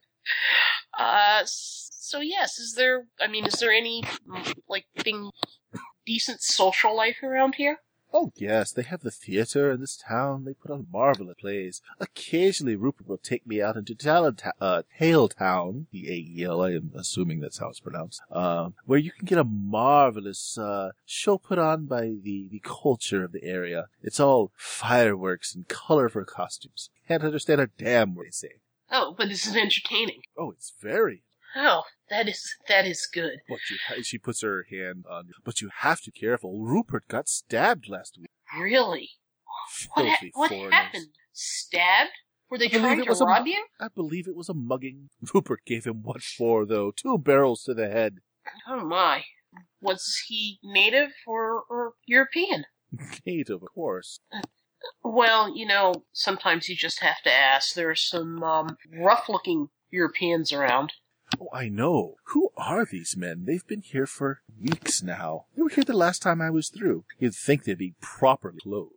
S5: [LAUGHS] uh, s- so yes, is there? I mean, is there any mm, like thing decent social life around here?
S1: Oh, yes, they have the theater in this town. They put on marvelous plays. Occasionally, Rupert will take me out into Talent, uh, Tail Town, E the A-E-L, I am assuming that's how it's pronounced, um, where you can get a marvelous uh, show put on by the, the culture of the area. It's all fireworks and colorful costumes. Can't understand a damn word they say.
S5: Oh, but this is entertaining.
S1: Oh, it's very
S5: Oh, that is that is good.
S1: But you ha- she puts her hand on. But you have to be careful. Rupert got stabbed last week.
S5: Really? [LAUGHS] What ha-
S1: Filthy
S5: what
S1: foreigners.
S5: happened? Stabbed? Were they
S1: I believe
S5: trying
S1: it
S5: to
S1: was a-
S5: rob you?
S1: I believe it was a mugging. [LAUGHS] Rupert gave him what for, though. Two barrels to the head.
S5: Oh my. Was he native or, or European?
S1: Native, of course.
S5: Well, you know, sometimes you just have to ask. There are some um, rough-looking Europeans around.
S1: Oh, I know. Who are these men? They've been here for weeks now. They were here the last time I was through. You'd think they'd be properly clothed.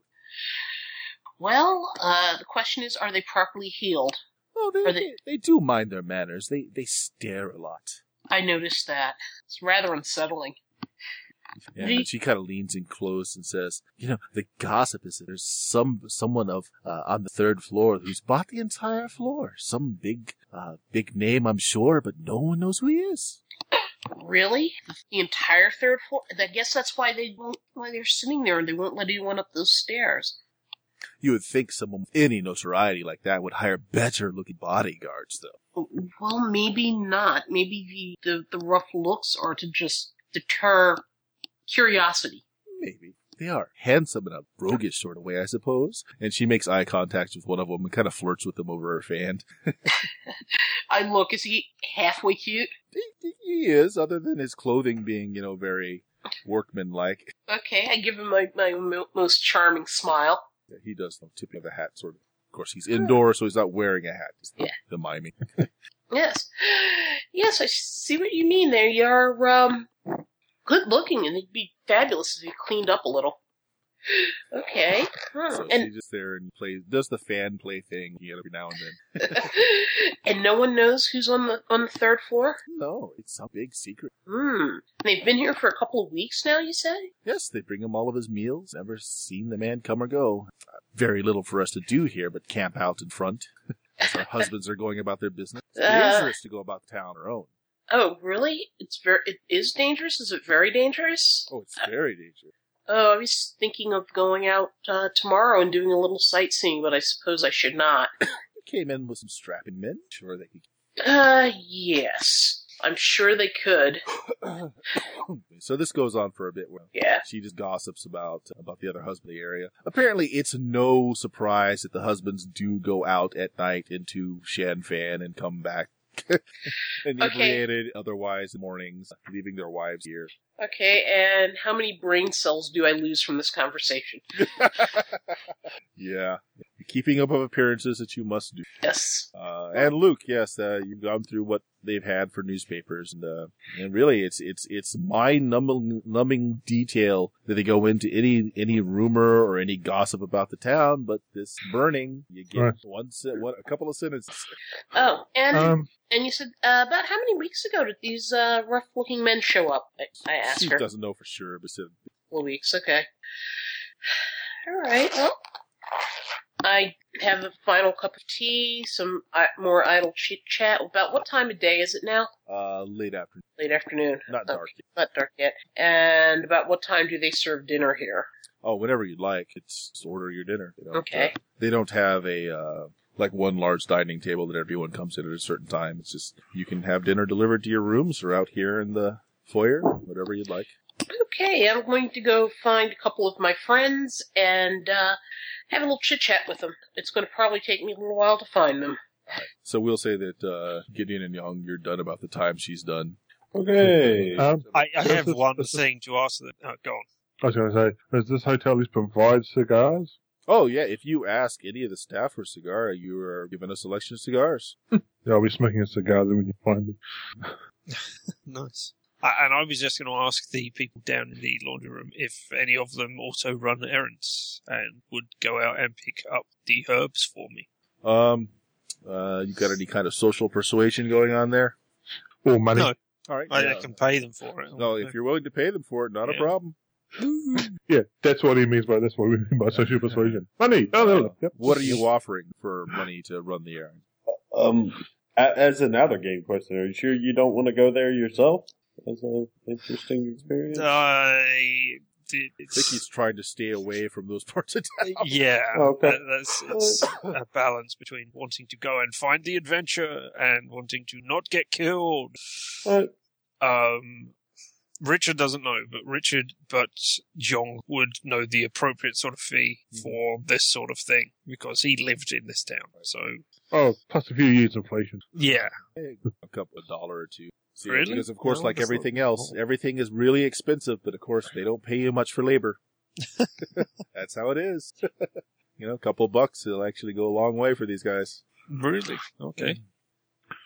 S5: Well, uh, the question is, are they properly healed?
S1: Oh, they,
S5: Are
S1: they
S5: they-
S1: they do mind their manners. They they stare a lot.
S5: I noticed that. It's rather unsettling.
S1: Yeah,
S5: They-
S1: and she kind of leans in close and says, "You know, the gossip is that there's some someone of uh, on the third floor who's bought the entire floor. Some big uh, big name, I'm sure, but no one knows who he is.
S5: Really? The entire third floor? I guess that's why they won't. Why they're sitting there and they won't let anyone up those stairs.
S1: You would think someone with any notoriety like that would hire better looking bodyguards, though.
S5: Well, maybe not. Maybe the the, the rough looks are to just deter curiosity.
S1: Maybe." They are handsome in a roguish sort of way, I suppose. And she makes eye contact with one of them and kind of flirts with them over her fan.
S5: I look. Is he halfway cute?
S1: He, he is, other than his clothing being, you know, very workmanlike.
S5: Okay, I give him my my mo- most charming smile.
S1: He does the tipping of the hat, sort of. Of course, he's indoors, so he's not wearing a hat. It's the,
S5: Hmm. Yeah.
S1: the miming.
S5: Yes, yes, I see what you mean. There, you're um, good looking, and it'd be fabulous if you cleaned up a little. Okay, Hmm.
S1: So
S5: and
S1: she's just there and plays, does the fan play thing you know, every now and then.
S5: [LAUGHS] and no one knows who's on the on the third floor.
S1: No, it's a big secret.
S5: Hmm. They've been here for a couple of weeks now. You say?
S1: Yes, they bring him all of his meals. Never seen the man come or go. Uh, Very little for us to do here but camp out in front [LAUGHS] as our husbands are going about their business. It's
S5: Uh.
S1: dangerous to go about town on our own.
S5: Oh, really? It's very. It is dangerous. Is it very dangerous?
S1: Oh, it's very dangerous.
S5: Oh, I was thinking of going out uh, tomorrow and doing a little sightseeing, but I suppose I should not.
S1: You came in with some strapping men. Sure, they could [COUGHS]
S5: Uh, yes. I'm sure they could.
S1: so this goes on for a bit. Where
S5: Yeah.
S1: she just gossips about about the other husband in the area. Apparently, it's no surprise that the husbands do go out at night into Shan Fan and come back [LAUGHS] inebriated. Otherwise, in the mornings leaving their wives here.
S5: Okay, and how many brain cells do I lose from this conversation?
S1: Yeah, keeping up of appearances that you must do.
S5: Yes.
S1: Uh, and Luke, yes, uh, you've gone through what they've had for newspapers, and uh, and really, it's it's it's mind numbing numbing detail that they go into any any rumor or any gossip about the town, but this burning, you get
S4: Right.
S1: one se- what a couple of sentences.
S5: Oh, and
S4: Um,
S5: and you said uh, about how many weeks ago did these uh, rough-looking men show up? I, I asked
S1: she
S5: her.
S1: doesn't know for sure, but said,
S5: Couple weeks. Okay. All right. Well, I have a final cup of tea, some uh, more idle chit chat. About what time of day is it now?
S1: uh, late afternoon,
S5: Late afternoon.
S1: not
S5: Okay,
S1: dark. yet.
S5: Not dark yet. And about what time do they serve dinner here?
S1: Oh, whenever you'd like, it's just order your dinner. They don't, uh,
S5: Okay.
S1: they don't have a. Uh, like one large dining table that everyone comes in at a certain time. It's just you can have dinner delivered to your rooms or out here in the foyer, whatever you'd like.
S5: Okay, I'm going to go find a couple of my friends and uh, have a little chit chat with them. It's going to probably take me a little while to find them.
S1: So we'll say that uh, Gideon and Young, you're done about the time she's done.
S3: Okay.
S4: um,
S2: I, I
S4: Does
S2: [LAUGHS] have
S4: this-
S2: one
S4: does this-
S2: thing to ask them. Oh, go on.
S4: I was going to say, does this hotel at least provide cigars?
S1: Oh yeah, if you ask any of the staff for a cigar, you are given a selection of cigars.
S4: Yeah, I'll be smoking a cigar then when you find me.
S2: Nice. I, and I was just going to ask the people down in the laundry room if any of them also run errands and would go out and pick up the herbs for me.
S1: Um, uh, you got any kind of social persuasion going on there?
S4: Or money.
S2: No.
S1: All right.
S2: I,
S1: yeah.
S2: I Oh, can pay them for it.
S1: No, if you're willing to pay them for it, not a
S2: Yeah.
S1: problem.
S4: Yeah, that's what he means by that's what we mean by social persuasion. Money. Oh, there. we go. Yep.
S1: What are you offering for money to run the errand?
S3: [LAUGHS] Um, a- as an out of game question, are you sure
S1: Uh,
S3: you don't want to go there yourself? As an interesting experience.
S2: I it,
S1: Vicky's
S2: it's
S1: trying to stay away from those parts of town.
S2: yeah,
S6: Okay.
S2: that, that's it's a balance between wanting to go and find the adventure and wanting to not get killed.
S6: Right.
S2: Um, Richard doesn't know, but Richard, but Jong would know the appropriate sort of fee for this sort of thing because he lived in this town. So
S4: Oh, plus a few years inflation.
S2: yeah,
S1: a couple of dollar or two. See,
S2: Really?
S1: Because of course,
S2: No,
S1: like
S2: that's not
S1: everything else, everything is really expensive. But of course, they don't pay you much for
S2: [LAUGHS]
S1: labor. That's how it is. [LAUGHS] you know, a couple bucks will actually go a long way for these guys.
S2: really okay.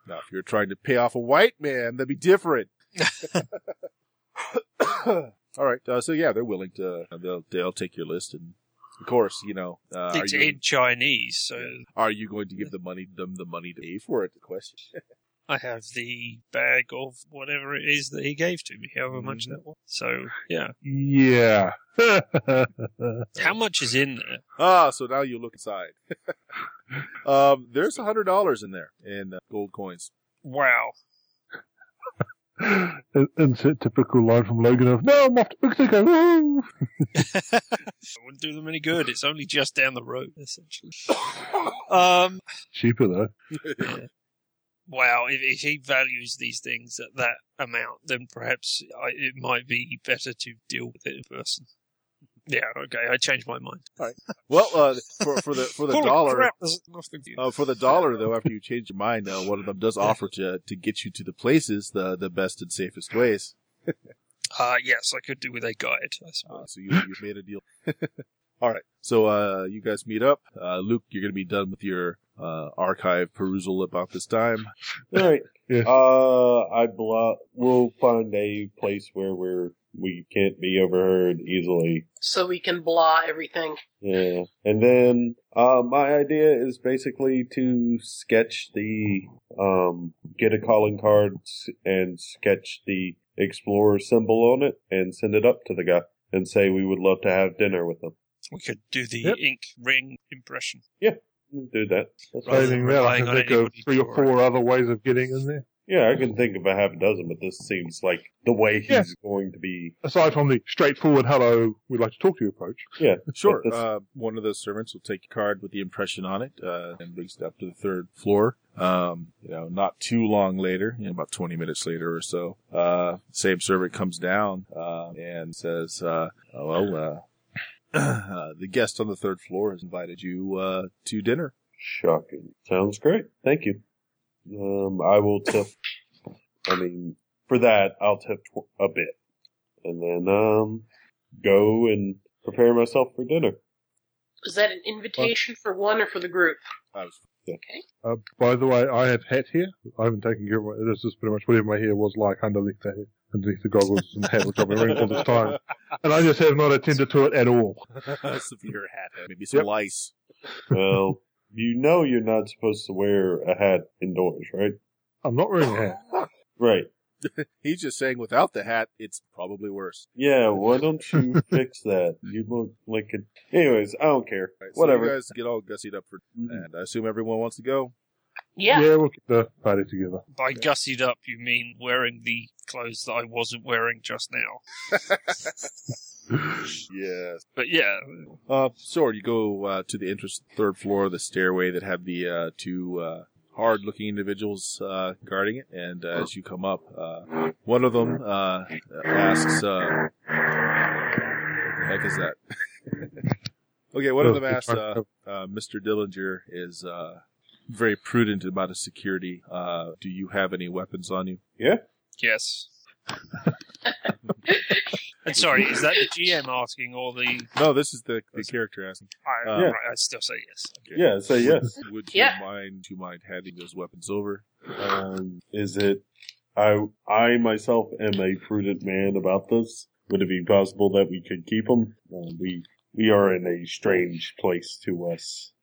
S1: Now, if you're trying to pay off a white man, that'd be
S2: [LAUGHS]
S1: different. [COUGHS] All right. Uh, so yeah, they're willing to. uh, They'll they'll take your list, and of course, you know, uh, are
S2: it's
S1: you
S2: in Chinese, so
S1: are you going to give the money them the money to pay for it? The question.
S2: I have the bag of whatever it is that he gave to me, however much
S1: Mhm.
S2: that was. So yeah,
S4: [LAUGHS] Yeah.
S2: how much is in there?
S1: Ah, so now you look inside. [LAUGHS] um, there's a hundred dollars in there in uh, gold coins.
S2: [LAUGHS] Wow.
S4: Insert typical line from Logan of, no, I'm off to Mexico. [LAUGHS] Woo!
S2: It wouldn't do them any good. It's only just down the road, [LAUGHS] essentially. Um,
S4: Cheaper though.
S2: wow. If, if he values these things at that amount, then perhaps I, it might be better to deal with it in person. Yeah, okay. I changed my mind.
S1: Well, uh, for for the for the
S2: [LAUGHS] Holy
S1: dollar.
S2: crap, there's nothing to-
S1: Uh, for the dollar, though, after you change your mind, uh, one of them does offer to to get you to the places, the the best and safest ways.
S2: Uh, yes, I could do with a guide. I suppose.
S1: Uh, so you you made a deal. [LAUGHS] All right. So uh, you guys meet up. Uh, Luke, you're gonna be done with your uh, archive perusal about this time.
S3: All right.
S4: [LAUGHS] Yeah.
S3: Uh, I blo- We'll find a place where we're we can't be overheard easily.
S5: So we can blah everything.
S3: Yeah. And then, uh, my idea is basically to sketch the, um, get a calling card s- and sketch the explorer symbol on it and send it up to the guy and say we would love to have dinner with them.
S2: We could do the
S4: Yep.
S2: ink ring impression.
S3: Do that. That's
S2: Rather than
S3: fine.
S4: Saving that, I
S2: relying
S4: can
S2: on
S4: think of
S2: anybody
S4: three
S2: to
S4: or four other ways of getting in there.
S3: Yeah, I can think of a half a dozen, but this seems like the way he's
S4: Yeah.
S3: going to be.
S4: Aside from the straightforward "Hello, we'd like to talk to you" approach.
S3: Yeah.
S1: Sure.
S3: That's-
S1: Uh, one of the servants will take your card with the impression on it uh, and brings it up to the third floor. Um, you know, not too long later, you know, about 20 minutes later or so, uh, same servant comes down uh, and says, uh, oh, well, uh, [CLEARS THROAT] uh, the guest on the third floor has invited you uh, to dinner.
S3: Shocking. Sounds great. Thank you. Um, I will tip. I mean, for that, I'll tip tw- a bit, and then um, go and prepare myself for dinner.
S5: Is that an invitation for one or for the group?
S1: I was, [LAUGHS]
S4: Uh, by the way, I have hat here. I haven't taken care of my. This is pretty much whatever my hair was like underneath the hair, underneath the goggles and hat, which I've been wearing all this time, and I just have not attended to it at all.
S1: severe hat, maybe some
S4: Yep.
S1: lice. [LAUGHS]
S3: Well, you know you're not supposed to wear a hat indoors, right?
S4: I'm not wearing a hat.
S3: Right.
S1: He's just saying without the hat, it's probably worse.
S3: Yeah. Why don't
S1: [LAUGHS]
S3: you fix that? You look like a. Anyways, I don't care.
S1: All right, so
S3: Whatever.
S1: you guys get all gussied up for,
S3: Mhm.
S1: and I assume everyone wants to go.
S5: Yeah.
S4: we'll keep the party together.
S2: By gussied up, you mean wearing the clothes that I wasn't wearing just now.
S1: Yes.
S2: But yeah,
S1: Uh, so you go uh, to the entrance, third floor, the stairway that have the uh, two uh, hard-looking individuals uh, guarding it. And uh, as you come up, uh, one of them uh, asks, uh, "What the heck is that?" [LAUGHS] okay,
S4: Oh,
S1: one of them asks, uh, uh, "Mr. Dillinger is uh, very prudent about his security. Uh, do you have any weapons on you?"
S2: yes. and sorry, is that the GM asking or the?
S1: No, this is the, the character asking.
S2: I,
S1: Uh,
S2: right, I still say yes.
S3: Yeah. Say yes.
S1: Would you
S5: Yeah.
S1: mind? Do you mind handing those weapons over?
S3: Um, is it? I I myself am a prudent man about this. Would it be possible that we could keep them? we we are in a strange place to us.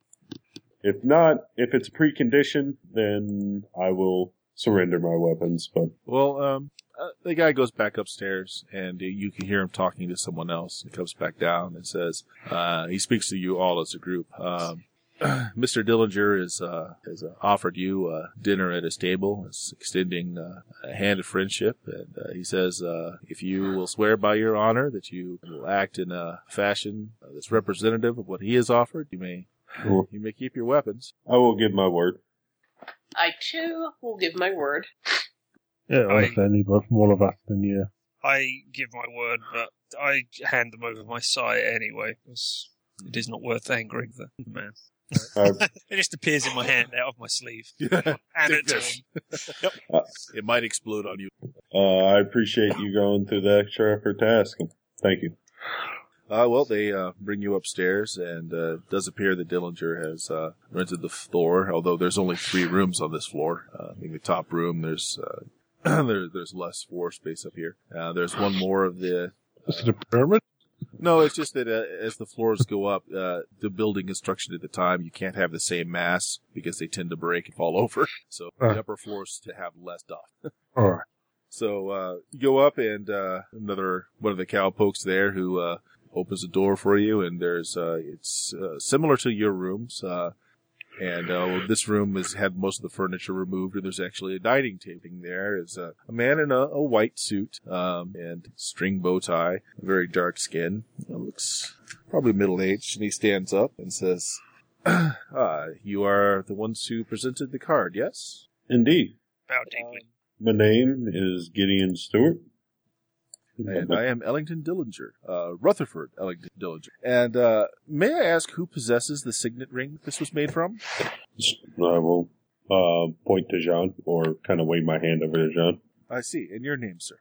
S3: If not, if it's precondition, then I will surrender my weapons. But
S1: Well, um, uh, the guy goes back upstairs, and uh, you can hear him talking to someone else. He comes back down and says, uh, he speaks to you all as a group. Um, [CLEARS THROAT] Mr. Dillinger is, uh, has uh, offered you uh, dinner at his table. Is extending uh, a hand of friendship, and uh, he says, uh, "If you will swear by your honor that you will act in a fashion uh, that's representative of what he has offered, you may
S3: Cool.
S1: you may keep your weapons." [LAUGHS]
S3: I will give my word.
S5: I too will give my word.
S4: Yeah,
S2: I-
S4: if they need one from all of us, then yeah.
S2: I give my word, but I hand them over my sigh anyway, 'cause it is not worth angering the man.
S3: I,
S2: It just appears in my hand, out of my sleeve.
S1: it
S2: And it
S1: Yes. might explode on you.
S3: uh, I appreciate you going through the extra effort to ask him. Thank you.
S1: Uh, well, they uh, bring you upstairs, and uh, it does appear that Dillinger has uh, rented the floor. Although there's only three rooms on this floor. Uh, in the top room, there's uh, [CLEARS THROAT] there, there's less floor space up here. Uh, there's one more of the.
S4: Is it a pyramid?
S1: No, it's just that uh, as the floors go up, uh, the building construction at the time, you can't have the same mass because they tend to break and fall over. [LAUGHS] So
S4: Uh.
S1: the upper floors to have less stuff.
S4: All right.
S1: So uh, you go up, and uh, another one of the cowpokes there who uh, opens the door for you, and there's uh, it's uh, similar to your rooms, uh, and uh, well, this room has had most of the furniture removed, and there's actually a dining table thing there. Is a, a man in a, a white suit um, and string bow tie, very dark skin, Uh, looks probably middle aged, and he stands up and says. [CLEARS THROAT] Ah, you are the ones who presented the card, yes?
S3: Indeed.
S2: bow deeply.
S3: My name is Gideon Stewart.
S1: and I am Ellington Dillinger, uh, Rutherford Ellington Dillinger. And uh, may I ask who possesses the signet ring this was made from?
S3: I will uh, point to Jean or kind of wave my hand over to Jean.
S1: I see, in your name, sir.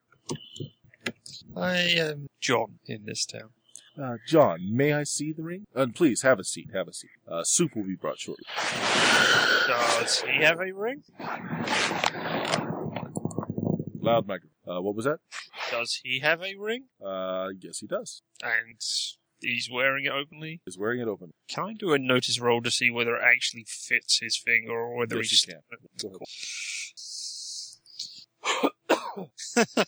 S2: I am John in this town.
S1: Uh, John, may I see the ring? And please have a seat. Have a seat. Uh, soup will be brought shortly.
S2: Does he have a ring?
S1: Loud microphone. Uh, what was that?
S2: Does he have a ring?
S1: Uh, yes, he does.
S2: And he's wearing it openly.
S1: He's wearing it open. [LAUGHS]
S2: Can I do a notice roll to see whether it actually fits his finger or whether
S1: Yes,
S2: he's
S1: you can.
S2: Cool.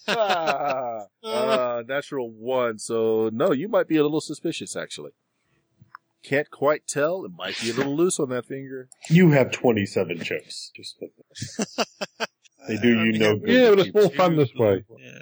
S1: Ah, uh, natural one. So no, you might be a little suspicious actually. Can't quite tell. It might be a little loose on that finger.
S3: You have 27 chips. Just put that. They do
S2: Uh,
S3: you no good.
S4: Yeah, but it's more fun this
S2: [LAUGHS]
S4: way.
S2: Yeah.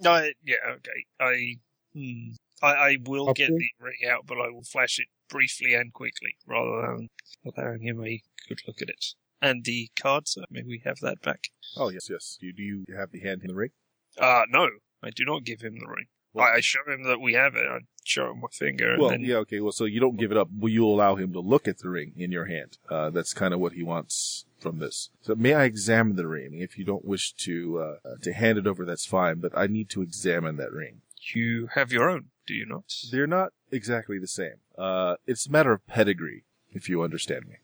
S2: No, I- yeah, okay. I, hmm, I, I will
S4: Up
S2: get
S4: to you.
S2: the ring out, but I will flash it briefly and quickly rather than allowing him a good look at it. And the card, sir? May we have that back?
S1: Oh yes, yes. You do you have the hand in the ring?
S2: Uh, no, I do not give him the ring. I, I show him that we have it. I show him my finger.
S1: Well,
S2: and then,
S1: yeah, okay. Well, so you don't give it up. Will you allow him to look at the ring in your hand? Uh, that's kind of what he wants from this. So may I examine the ring? If you don't wish to uh, uh, to hand it over, that's fine. But I need to examine that ring.
S2: You have your own, do you not?
S1: They're not exactly the same. Uh, it's a matter of pedigree, if you understand me.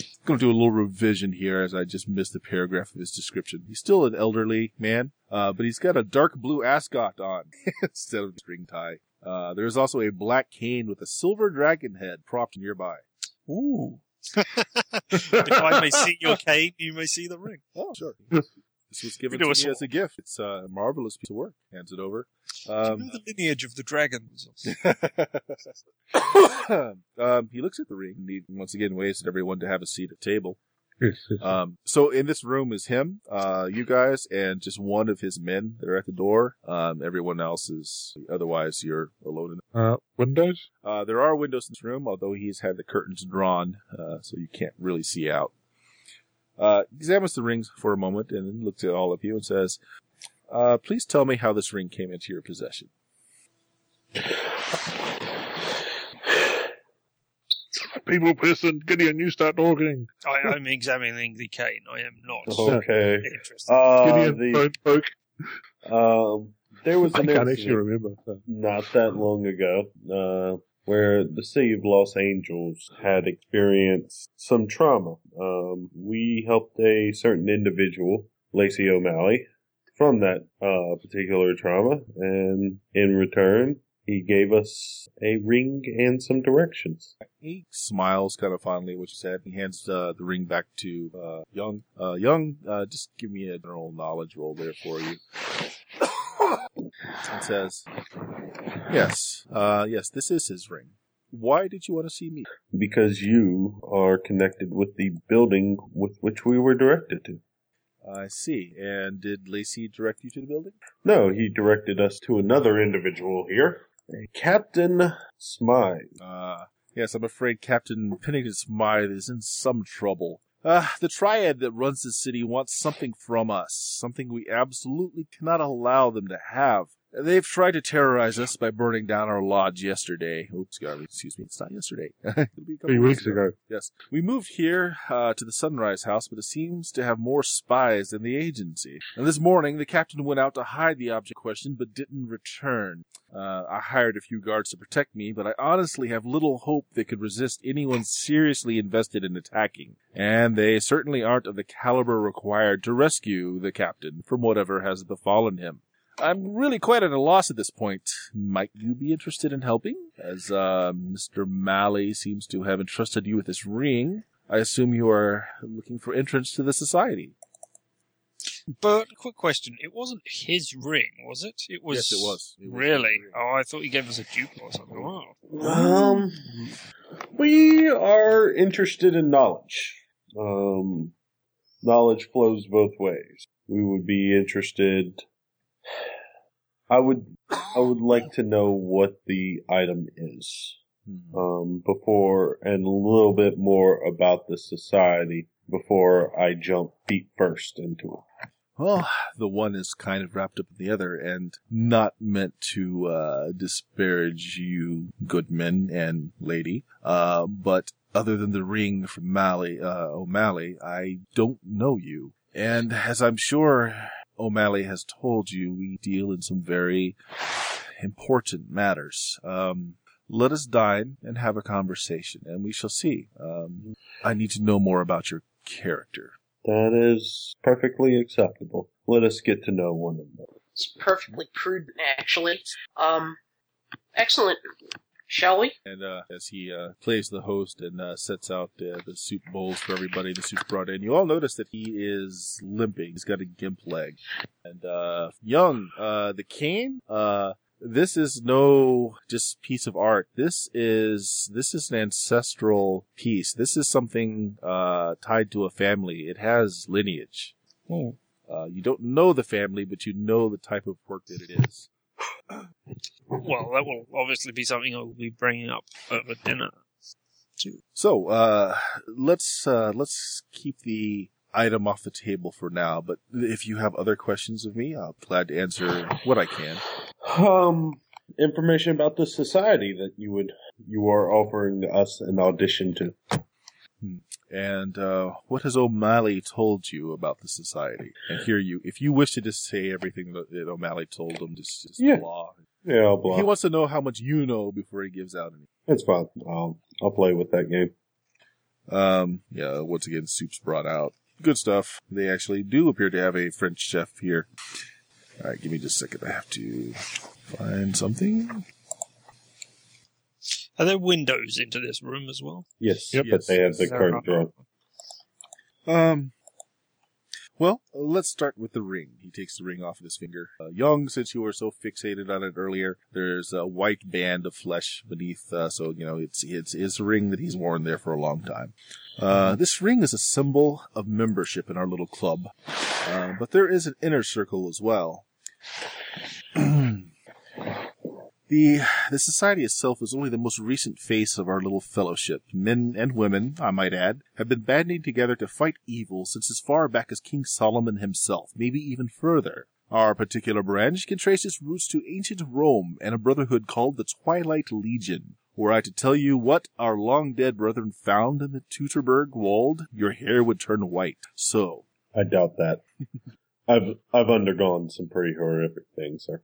S1: I'm going to do a little revision here as I just missed the paragraph of his description. He's still an elderly man, uh, but he's got a dark blue ascot on [LAUGHS] instead of a string tie. Uh, there is also a black cane with a silver dragon head propped nearby.
S2: Ooh. if
S4: [LAUGHS]
S2: I may see your cane, you may see the ring.
S1: Oh, sure.
S4: Yes.
S1: [LAUGHS] This was given
S2: do
S1: to
S2: a
S1: me
S2: swap.
S1: as a gift. It's uh, a marvelous piece of work. Hands it over.
S2: Do you
S1: Um,
S2: know the lineage of the dragons?
S1: [COUGHS] [LAUGHS] um, he looks at the ring. and He once again waves at everyone to have a seat at table.
S4: Yes, yes.
S1: Um, so in this room is him, uh, you guys, and just one of his men. They're at the door. Um, everyone else is otherwise you're alone. In
S4: Uh, windows?
S1: uh, there are windows in this room, although he's had the curtains drawn, uh, so you can't really see out. Uh, examines the rings for a moment and then looks at all of you and says, uh, please tell me how this ring came into your possession.
S4: People person, Gideon, you start talking.
S2: I, I'm examining the cane. I am not
S4: Oh,
S3: Okay.
S2: interested.
S3: Uh,
S4: Gideon,
S3: the,
S4: phone poke.
S3: um, there was
S4: I
S3: an
S4: can't actually
S3: incident
S4: remember. So.
S3: not that long ago uh, where the city of Los Angeles had experienced some trauma. Um, we helped a certain individual, Lacey O'Malley, from that uh, particular trauma, and in return, he gave us a ring and some directions.
S1: He smiles kind of fondly at what you said. He hands uh, the ring back to uh, Young. Uh, Young, uh, just give me a general knowledge roll there for you. [COUGHS] and says, yes, uh, yes, this is his ring. Why did you want to see me?
S3: Because you are connected with the building with which we were directed to.
S1: I see. And did Lacey direct you to the building?
S3: No, he directed us to another individual here. Captain Smythe.
S1: Uh, yes, I'm afraid Captain Pennington Smythe is in some trouble. Uh, the triad that runs the city wants something from us, something we absolutely cannot allow them to have. They've tried to terrorize us by burning down our lodge yesterday. Oops, Garvey, excuse me, it's not yesterday. [LAUGHS] It'll be a couple
S4: Three weeks ago.
S1: Yes. We moved here uh, to the Sunrise House, but it seems to have more spies than the agency. And this morning, the captain went out to hide the object in question, but didn't return. Uh, I hired a few guards to protect me, but I honestly have little hope they could resist anyone seriously invested in attacking. And they certainly aren't of the caliber required to rescue the captain from whatever has befallen him. I'm really quite at a loss at this point. Might you be interested in helping? As uh, Mr. Malley seems to have entrusted you with this ring, I assume you are looking for entrance to the society.
S2: But quick question: It wasn't his ring, was it? It was.
S1: Yes, it was. It was
S2: Really?
S1: his ring.
S2: Oh, I thought he gave us a dupe or something. Wow.
S3: Um, we are interested in knowledge. Um, knowledge flows both ways. We would be interested. I would. I would like to know what the item is
S1: Hmm.
S3: um, before, and a little bit more about the society before I jump feet first into it.
S1: Well, [SIGHS] the one is kind of wrapped up in the other, and not meant to uh, disparage you, good men and lady. Uh, but other than the ring from Malley, uh, O'Malley, I don't know you. And as I'm sure O'Malley has told you, we deal in some very important matters. Um, let us dine and have a conversation, and we shall see. Um, I need to know more about your character.
S3: That is perfectly acceptable. Let us get to know one another.
S5: It's perfectly prudent, actually. Um, excellent. Shall we?
S1: And uh, as he uh, plays the host and uh, sets out uh, the soup bowls for everybody, the soup's brought in. You all notice that he is limping. He's got a gimp leg. And uh, Young, uh, the cane. Uh, this is no just piece of art. This is this is an ancestral piece. This is something uh, tied to a family. It has lineage. Uh, you don't know the family, but you know the type of work that it is.
S2: Well, that will obviously be something I will be bringing up over dinner.
S1: So uh, let's uh, let's keep the item off the table for now. But if you have other questions of me, I'll be glad to answer what I can.
S3: Um, information about the society that you would you are offering us an audition to.
S1: And uh, what has O'Malley told you about the society? And here you, if you wish to just say everything that, that O'Malley told him, just, just
S3: Yeah.
S1: blah.
S3: Yeah, I'll block.
S1: He wants to know how much you know before he gives out any.
S3: it's fine. I'll I'll play with that game.
S1: Um, yeah, once again, soup's brought out. Good stuff. They actually do appear to have a French chef here. All right, give me just a second. I have to find something.
S2: Are there windows into this room as well?
S3: Yes,
S1: Yep.
S3: but they have the
S2: Fair
S3: card
S2: enough.
S3: drawn.
S1: Um. Well, let's start with the ring. He takes the ring off of his finger. Uh, Young, since you were so fixated on it earlier, there's a white band of flesh beneath, uh, so you know it's it's his ring that he's worn there for a long time. Uh, this ring is a symbol of membership in our little club, uh, but there is an inner circle as well. [CLEARS THROAT] The the society itself is only the most recent face of our little fellowship. Men and women, I might add, have been banding together to fight evil since as far back as King Solomon himself, maybe even further. Our particular branch can trace its roots to ancient Rome and a brotherhood called the Twilight Legion. Were I to tell you what our long dead brethren found in the Teutoburg Wald, your hair would turn white. So,
S3: I doubt that. I've I've undergone some pretty horrific things, sir.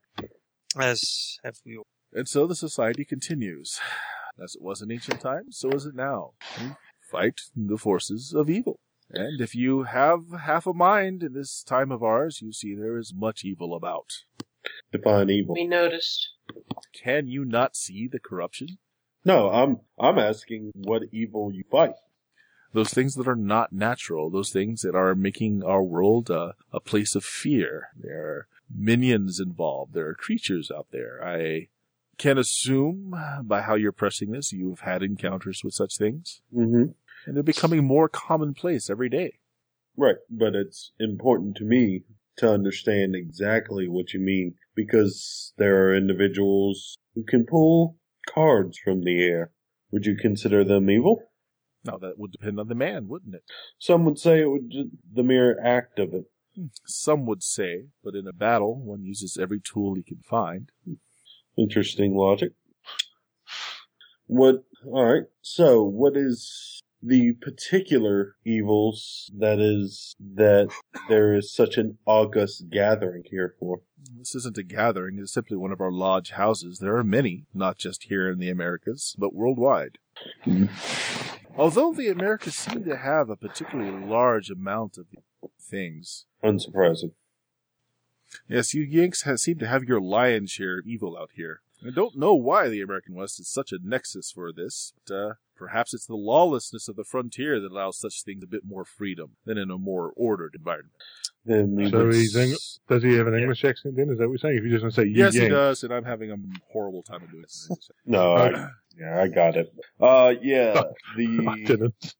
S2: As have we all.
S1: And so the society continues. [SIGHS] As it was in ancient times, so is it now. You fight the forces of evil. And if you have half a mind in this time of ours, you see there is much evil about.
S3: Define evil.
S5: We noticed.
S1: Can you not see the corruption?
S3: No, I'm I'm asking what evil you fight.
S1: Those things that are not natural, those things that are making our world a, a place of fear. There are minions involved. There are creatures out there. I can assume by how you're pressing this, you have had encounters with such things,
S3: Mm-hmm.
S1: and they're becoming more commonplace every day.
S3: Right, but it's important to me to understand exactly what you mean because there are individuals who can pull cards from the air. Would you consider them evil?
S1: Now that would depend on the man, wouldn't it?
S3: Some would say it would ju- the mere act of it.
S1: Some would say, but in a battle, one uses every tool he can find.
S3: Interesting logic. What? All right. So, what is the particular evils that is that there is such an august gathering here for?
S1: This isn't a gathering, it's simply one of our lodge houses. There are many, not just here in the Americas, but worldwide. Although the Americas seem to have a particularly large amount of things.
S3: Unsurprising.
S1: Yes, you Yanks ha seem to have your lion's share of evil out here. I don't know why the American West is such a nexus for this, but uh, perhaps it's the lawlessness of the frontier that allows such things a bit more freedom than in a more ordered environment.
S3: Then we
S4: So
S3: would
S4: he's Eng-
S3: s-
S4: Does he have an English accent then? Is that what you're saying? If you're just going to say
S1: Yes,
S4: Yi
S1: he
S4: Yang.
S1: does, and I'm having a horrible time of doing it.
S3: No, I, yeah, I got it. Uh, yeah,
S4: Uh, [LAUGHS] I
S3: the
S4: didn't.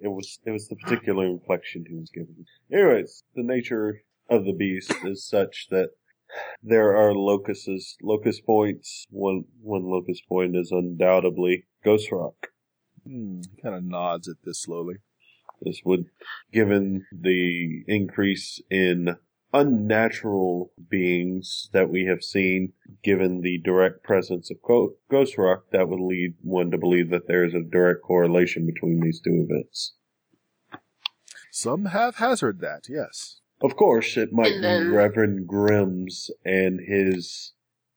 S3: it was it was the particular inflection he was giving. Anyways, the nature of the beast is such that there are locuses, locus points. One one locus point is undoubtedly Ghost Rock.
S1: Hmm, he kind of nods at this slowly.
S3: This would, given the increase in unnatural beings that we have seen, given the direct presence of Go- Ghost Rock, that would lead one to believe that there is a direct correlation between these two events.
S1: Some have hazard that, yes.
S3: Of course, it might be
S5: Hello.
S3: Reverend Grimm's and his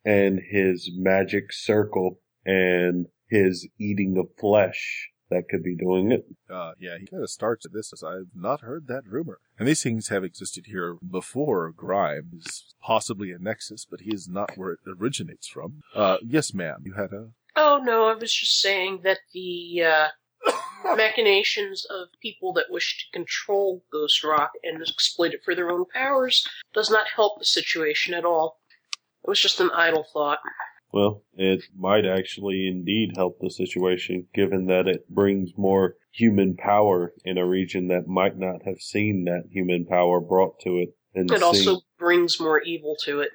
S3: and his magic circle and his eating of flesh that could be doing it.
S1: Uh, yeah, he kind of starts at this as I've not heard that rumor. And these things have existed here before Grime is possibly a nexus, but he is not where it originates from. Uh, yes, ma'am, you had a.
S5: Oh no, I was just saying that
S1: [LAUGHS]
S5: the uh, machinations of people that wish to control Ghost Rock and exploit it for their own powers does not help the situation at all. It was just an idle thought.
S3: Well, it might actually indeed help the situation, given that it brings more human power in a region that might not have seen that human power brought to it. And
S5: It also
S3: seen-
S5: brings more evil to it.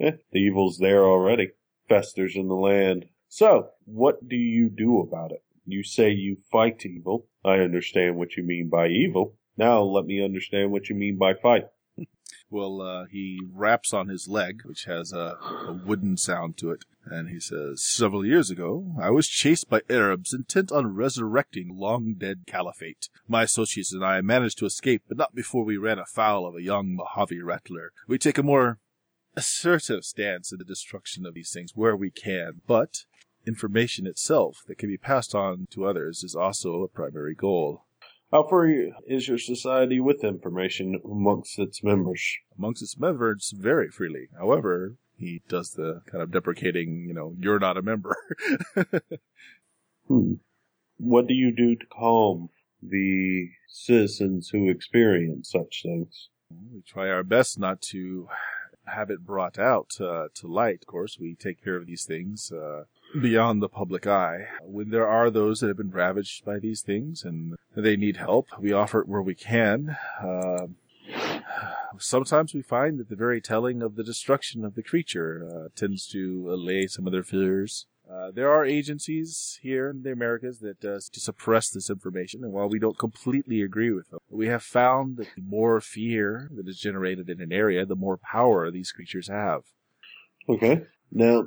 S3: Eh, the evil's there already, festers in the land. So, what do you do about it? You say you fight evil. I understand what you mean by evil. Now let me understand what you mean by fight.
S1: Well, uh, he raps on his leg, which has a, a wooden sound to it, and he says, Several years ago, I was chased by Arabs intent on resurrecting long dead caliphate. My associates and I managed to escape, but not before we ran afoul of a young Mojave rattler. We take a more assertive stance in the destruction of these things where we can, but information itself that can be passed on to others is also a primary goal.
S3: How free is your society with information amongst its members?
S1: amongst its members very freely. However, he does the kind of deprecating, you know, you're not a member. [LAUGHS]
S3: Hmm. What do you do to calm the citizens who experience such things?
S1: we try our best not to have it brought out uh, to light. Of course, we take care of these things uh, beyond the public eye. When there are those that have been ravaged by these things and they need help, we offer it where we can. Uh, sometimes we find that the very telling of the destruction of the creature uh, tends to allay some of their fears. Uh, there are agencies here in the Americas that uh, to suppress this information, and while we don't completely agree with them, we have found that the more fear that is generated in an area, the more power these creatures have.
S3: Okay. Now,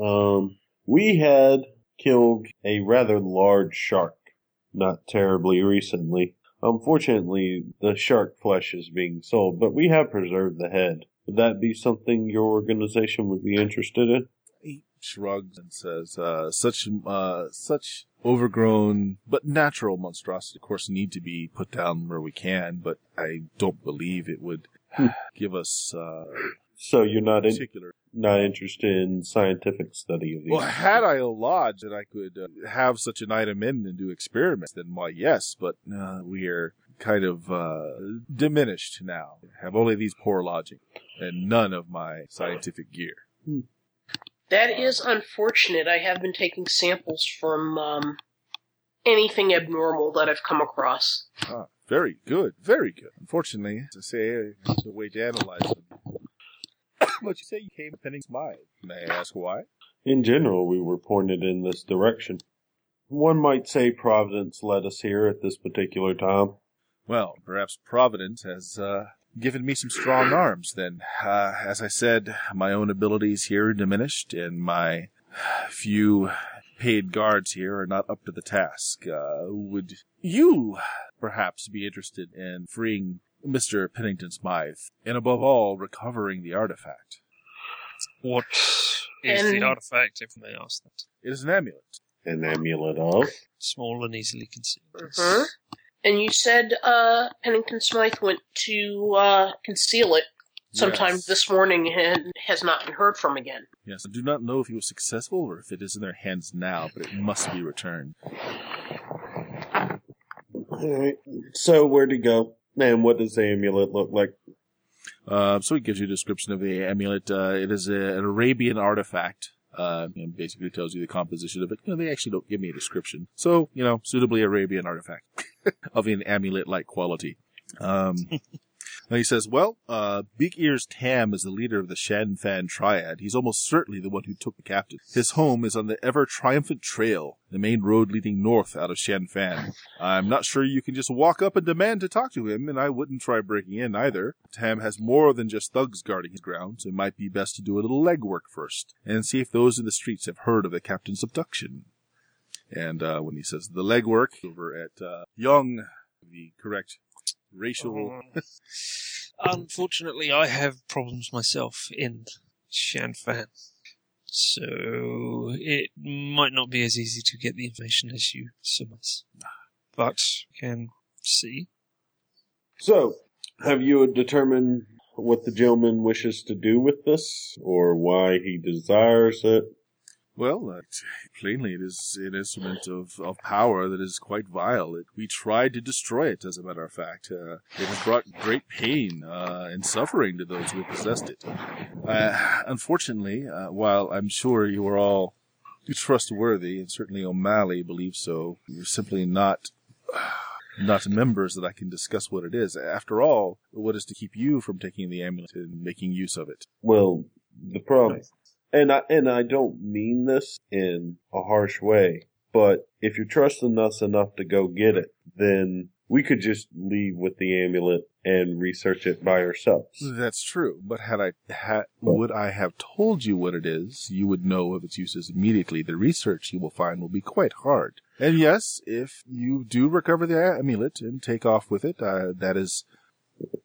S3: um, we had killed a rather large shark not terribly recently. Unfortunately, the shark flesh is being sold, but we have preserved the head. Would that be something your organization would be interested in?
S1: He shrugs and says, uh, "Such, uh, such overgrown but natural monstrosity, of course, need to be put down where we can. But I don't believe it would
S3: Hmm.
S1: give us uh,
S3: So you're not in,
S1: particular
S3: not interested in scientific study of these?
S1: Well, had I a lodge that I could uh, have such an item in and do experiments, then why, yes, but uh, we are kind of uh, diminished now. have only these poor lodging and none of my scientific gear.
S5: That is unfortunate. I have been taking samples from um, anything abnormal that I've come across.
S1: Ah, very good, very good. Unfortunately, to say the way to analyze them. [COUGHS] but you say you came pending smile. May I ask why?
S3: In general, we were pointed in this direction. One might say Providence led us here at this particular time.
S1: Well, perhaps Providence has uh, given me some strong arms then. Uh, as I said, my own abilities here are diminished, and my few paid guards here are not up to the task. Uh, would you perhaps be interested in freeing Mr. Pennington Smythe, and above all, recovering the artifact?
S2: What is the
S5: And-
S2: artifact, if I may ask that?
S1: It is an amulet.
S3: An amulet of?
S2: Small and easily concealed.
S5: Mhm. And you said uh, Pennington Smythe went to uh, conceal it sometime
S1: Yes.
S5: this morning and has not been heard from again.
S1: Yes, I do not know if he was successful or if it is in their hands now, but it must be returned.
S3: Alright. So, where'd he go? And what does the amulet look like?
S1: Uh, so it gives you a description of the amulet. Uh, it is a, an Arabian artifact. Uh, you know, basically tells you the composition of it. You know, they actually don't give me a description. So, you know, suitably Arabian artifact [LAUGHS] of an amulet-like quality. Um, and he says, well, uh, Big Ears Tam is the leader of the Shan Fan Triad. He's almost certainly the one who took the captain. His home is on the ever triumphant trail, the main road leading north out of Shan Fan. I'm not sure you can just walk up and demand to talk to him, and I wouldn't try breaking in either. Tam has more than just thugs guarding his grounds. It might be best to do a little legwork first and see if those in the streets have heard of the captain's abduction. And uh, when he says the legwork over at uh, Young, the correct racial.
S2: Uh, [LAUGHS] Unfortunately, I have problems myself in Shanfan. So it might not be as easy to get the information as you surmise. But can see.
S3: So, have you determined what the gentleman wishes to do with this, or why he desires it?
S1: Well, uh, it's- plainly, it is an instrument of, of power that is quite vile. It, we tried to destroy it, as a matter of fact. Uh, it has brought great pain uh, and suffering to those who possessed it. Uh, unfortunately, uh, while I'm sure you are all trustworthy, and certainly O'Malley believes so, you're simply not [SIGHS] not members that I can discuss what it is. After all, what is to keep you from taking the amulet and making use of it?
S3: Well, the problem, and I and I don't mean this in a harsh way, but if you're trusting us enough to go get it, then we could just leave with the amulet and research it by ourselves.
S1: That's true, but had I ha- would I have told you what it is, you would know of its uses immediately. The research you will find will be quite hard. And yes, if you do recover the amulet and take off with it, uh, that is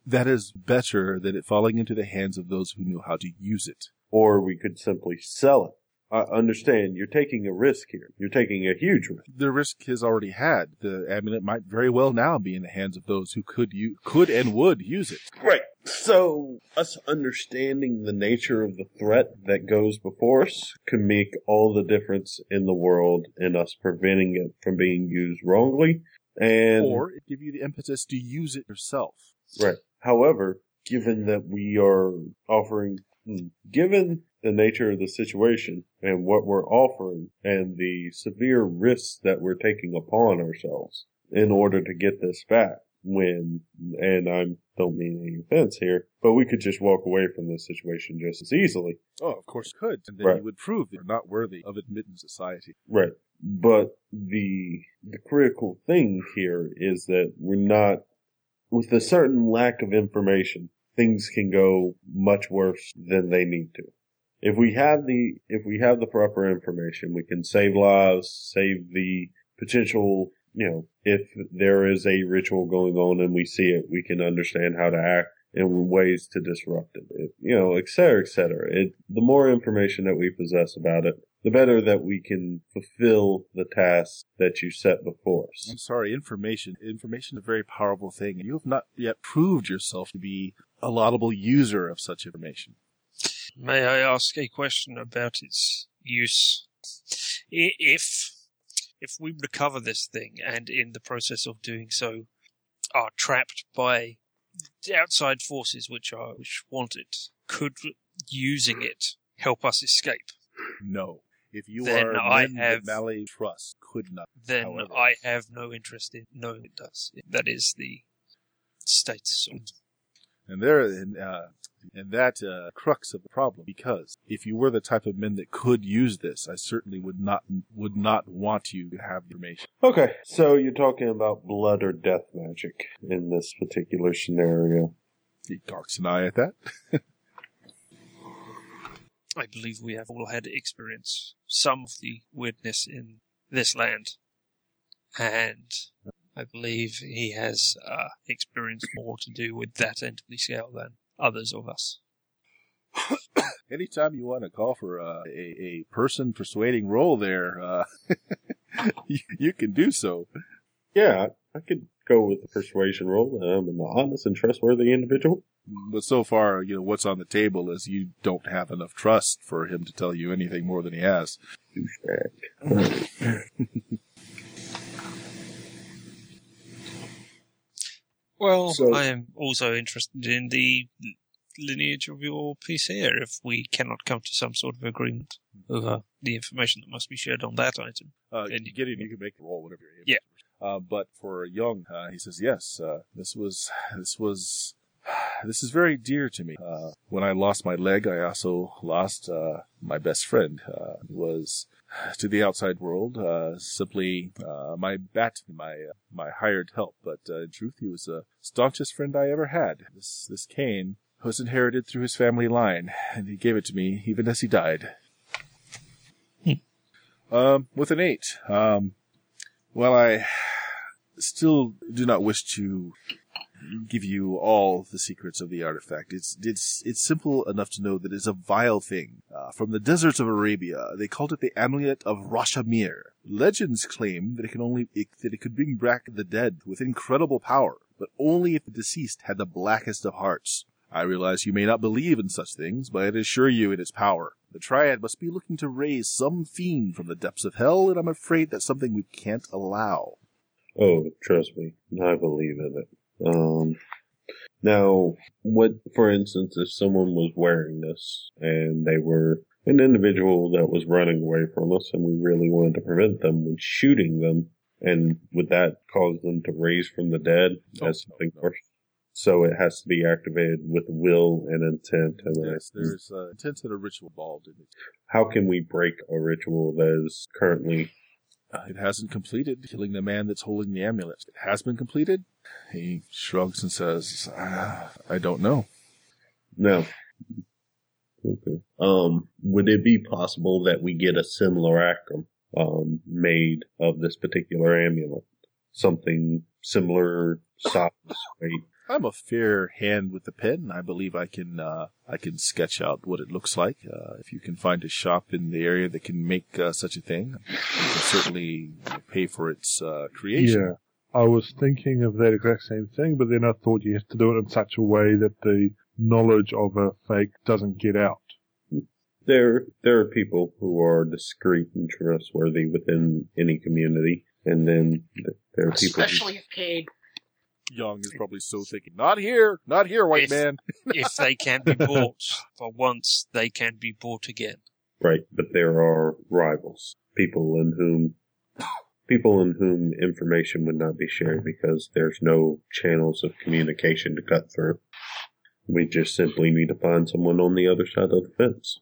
S1: that is better than it falling into the hands of those who knew how to use it.
S3: Or we could simply sell it. I understand you're taking a risk here. You're taking a huge risk.
S1: The risk is already had. The amulet might very well now be in the hands of those who could you could and would use it.
S3: Right. So, us understanding the nature of the threat that goes before us can make all the difference in the world in us preventing it from being used wrongly. And,
S1: or it give you the impetus to use it yourself.
S3: right. However, given that we are offering, hmm, given the nature of the situation and what we're offering and the severe risks that we're taking upon ourselves in order to get this back, when and I don't mean any offense here, but we could just walk away from this situation just as easily.
S1: Oh, of course you could. And then
S3: Right.
S1: you would prove that you're not worthy of admittance to society.
S3: Right. But the the critical thing here is that we're not with a certain lack of information, things can go much worse than they need to. If we have the if we have the proper information, we can save lives, save the potential you know, if there is a ritual going on and we see it, we can understand how to act and ways to disrupt it, it you know, et cetera, et cetera. It, the more information that we possess about it, the better that we can fulfill the task that you set before us.
S1: I'm sorry, information. Information is a very powerful thing. and You have not yet proved yourself to be a laudable user of such information.
S2: May I ask a question about its use? I- If if we recover this thing and in the process of doing so are trapped by the outside forces which are which want it, could using it help us escape?
S1: No. If you
S2: Then
S1: are
S2: I
S1: men
S2: have-
S1: the Malay Trust, could not.
S2: then
S1: However.
S2: I have no interest in knowing it does. That is the status. of-
S1: And there, and, uh, and that uh, crux of the problem, because if you were the type of men that could use this, I certainly would not would not want you to have information.
S3: Okay, so you're talking about blood or death magic in this particular scenario.
S1: He darks an eye at that.
S2: I believe we have all had experience some of the weirdness in this land, and I believe he has uh, experienced more to do with that end of the scale than others of us.
S1: Anytime you want to call for uh, a a person persuading role, there, uh, [LAUGHS] you, you can do so.
S3: Yeah, I could go with the persuasion roll. I'm an honest and trustworthy individual.
S1: But so far, you know what's on the table is you don't have enough trust for him to tell you anything more than he has.
S3: Douchebag.
S2: Well,
S3: So-
S2: I am also interested in the lineage of your piece here. If we cannot come to some sort of agreement over the information that must be shared on that item,
S1: Uh,
S2: And-
S1: you get in, you can make the roll, whatever you're able
S2: Yeah.
S1: to. Uh, but for Young, uh, he says, yes, uh, this was, this was, [SIGHS] this is very dear to me. Uh, when I lost my leg, I also lost, uh, my best friend, uh, who was to the outside world, uh, simply, uh, my bat, my, uh, my hired help. But, uh, in truth, he was the staunchest friend I ever had. This, this cane was inherited through his family line, and he gave it to me even as he died. Um, with an eight. Um, well, I still do not wish to give you all the secrets of the artifact. It's it's it's simple enough to know that it's a vile thing uh, from the deserts of Arabia. They called it the amulet of Rashamir. Legends claim that it can only it, that it could bring back the dead with incredible power, but only if the deceased had the blackest of hearts. I realize you may not believe in such things, but I assure you in its power. The Triad must be looking to raise some fiend from the depths of hell, and I'm afraid that's something we can't allow.
S3: Oh, trust me, I believe in it. Um, now, what, for instance, if someone was wearing this and they were an individual that was running away from us and we really wanted to prevent them with shooting them, and would that cause them to raise from the dead as something worse? So it has to be activated with will and intent. And I-
S1: Yes, there's uh, intent and a ritual involved in it.
S3: how can we break a ritual that is currently
S1: Uh, It hasn't completed killing the man that's holding the amulet. It has been completed. He shrugs and says, "Ah, "I don't know."
S3: No. Okay. Um, would it be possible that we get a simulacrum um, made of this particular amulet? Something similar size, weight.
S1: I'm a fair hand with the pen. I believe I can uh, I can sketch out what it looks like. Uh, if you can find a shop in the area that can make uh, such a thing, you can certainly pay for its uh, creation.
S4: Yeah. I was thinking of that exact same thing, but then I thought you have to do it in such a way that the knowledge of a fake doesn't get out.
S3: There, there are people who are discreet and trustworthy within any community, and then th- there are people. who-
S5: Especially if paid.
S1: Young is probably so thinking. Not here, not here, white
S2: Yes.
S1: man.
S2: if they can be bought for once, they can be bought again.
S3: right, but there are rivals, people in whom. People in whom information would not be shared because there's no channels of communication to cut through. We just simply need to find someone on the other side of the fence.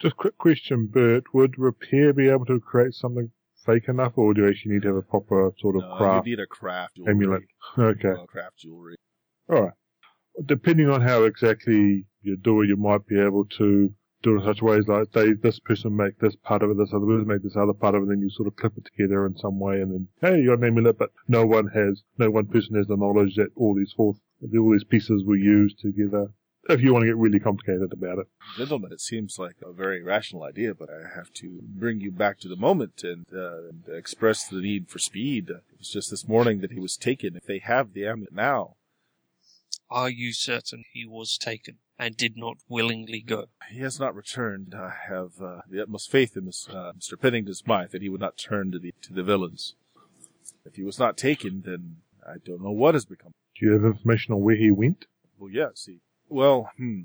S4: Just quick question, Bert. Would repair be able to create something fake enough, or do you actually need to have a proper sort of
S1: No,
S4: craft?
S1: Uh, you need a craft jewelry.
S4: amulet? Okay.
S1: Uh, craft jewelry.
S4: All right. Depending on how exactly you do it, you might be able to do it in such ways like they this person make this part of it, this other person make this other part of it, and then you sort of clip it together in some way, and then hey, you got an amulet, but no one has, no one person has the knowledge that all these four, that all these pieces were used together. If you want to get really complicated about it,
S1: Gentlemen, it seems like a very rational idea, but I have to bring you back to the moment and, uh, and express the need for speed. It was just this morning that he was taken. If they have the amulet now,
S2: Are you certain he was taken and did not willingly go?
S1: he has not returned. I have uh, the utmost faith in Miss, uh, Mr. Pennington's mind that he would not turn to the to the villains. If he was not taken, then I don't know what has become.
S4: do you have information on where he went?
S1: Well, yes, he. Well, hmm.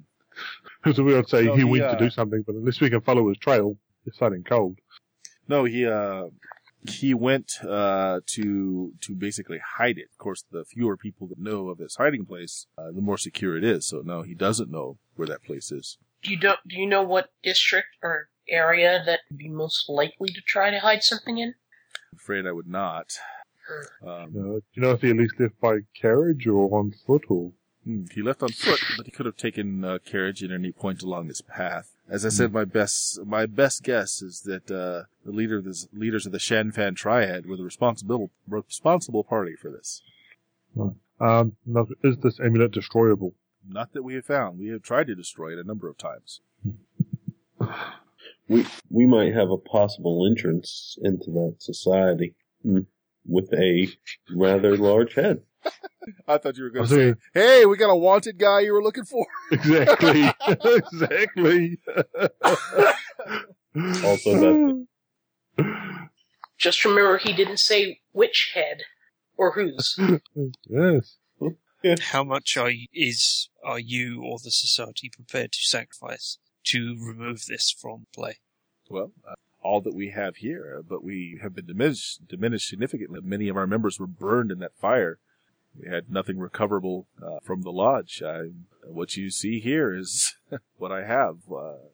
S4: Because we would say
S1: No,
S4: he
S1: he,
S4: went
S1: uh,
S4: to do something, but unless we can follow his trail, You're starting cold.
S1: No, he uh, he went uh, to to basically hide it. Of course, the fewer people that know of this hiding place, uh, the more secure it is. So no, he doesn't know where that place is.
S5: Do you don't do you know what district or area that would be most likely to try to hide something in?
S1: I'm afraid I would not.
S5: Or-
S1: Um,
S4: Uh, do you know if he at least left by carriage or on foot or?
S1: hmm, He left on foot, but he could have taken a carriage at any point along this path. As I said, my best my best guess is that uh, the leader of this, leaders of the Shan Fan Triad were the responsible responsible party for this.
S4: Um, now, is this amulet destroyable?
S1: Not that we have found. We have tried to destroy it a number of times.
S3: We we might have a possible entrance into that society mm, with a rather large head.
S1: I thought you were going
S4: I'm
S1: to say,
S4: sorry.
S1: "Hey, we got a wanted guy you were looking for."
S4: [LAUGHS] Exactly.
S1: [LAUGHS]
S4: exactly.
S3: Also nothing.
S5: Just remember, he didn't say which head or whose.
S4: yes.
S2: How much are y- is are you or the society prepared to sacrifice to remove this from play?
S1: Well, uh, all that we have here, uh, but we have been diminished, diminished significantly. Many of our members were burned in that fire. We had nothing recoverable uh, from the lodge. I, what you see here is [LAUGHS] what I have. Uh,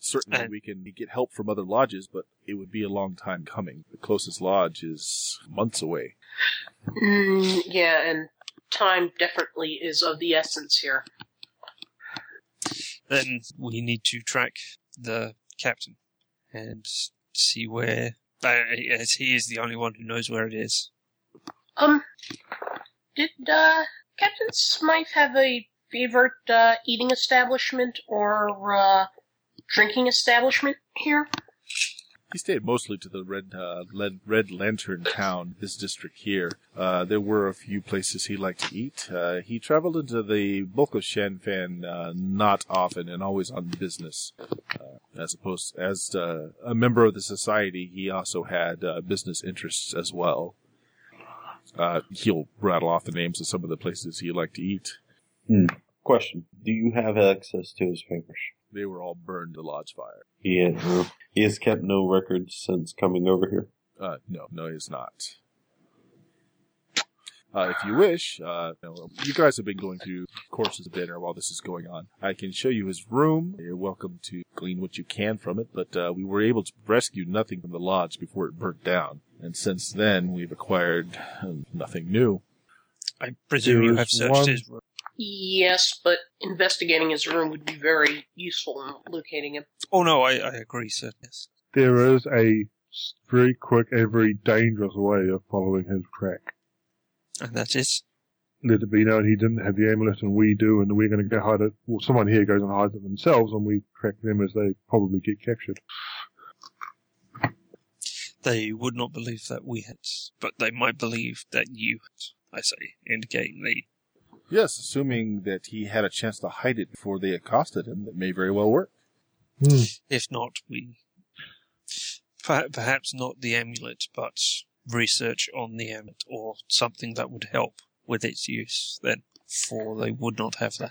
S1: certainly,
S2: And-
S1: we can get help from other lodges, but it would be a long time coming. The closest lodge is months away.
S5: Mm, yeah, and time definitely is of the essence here.
S2: Then we need to track the captain and see where, uh, as he is the only one who knows where it is.
S5: Um, did uh, Captain Smythe have a favorite uh, eating establishment or uh, drinking establishment here?
S1: He stayed mostly to the red uh, lead, red lantern town, his district here. Uh, there were a few places he liked to eat. Uh, he traveled into the bulk of Shanfan uh, not often and always on business. Uh, as opposed, as uh, a member of the society, he also had uh, business interests as well. Uh, he'll rattle off the names of some of the places he liked to eat.
S3: Question: Do you have access to his papers?
S1: They were all burned to lodge fire.
S3: He has, he has kept no records since coming over here.
S1: Uh, no, no, he's not. Uh, if you wish, uh, you, know, you guys have been going through courses of dinner while this is going on. I can show you his room. You're welcome to glean what you can from it, but uh, we were able to rescue nothing from the lodge before it burnt down. And since then, we've acquired um, nothing new.
S2: I presume you
S4: There
S2: have
S4: is
S2: searched
S4: one-
S2: his room.
S5: Yes, but investigating his room would be very useful in locating him.
S2: Oh no, I, I agree, sir. Yes.
S4: There is a s- very quick and very dangerous way of following his track.
S2: And that is
S4: Let it be known he didn't have the amulet and we do, and we're going to go hide it. Well, someone here goes and hides it themselves, and we track them as they probably get captured.
S2: They would not believe that we had, but they might believe that you had. I say, indicating the.
S1: Yes, assuming that he had a chance to hide it before they accosted him, that may very well work.
S2: If not, we. per- Perhaps not the amulet, but research on the amulet or something that would help with its use. Then, for they would not have that.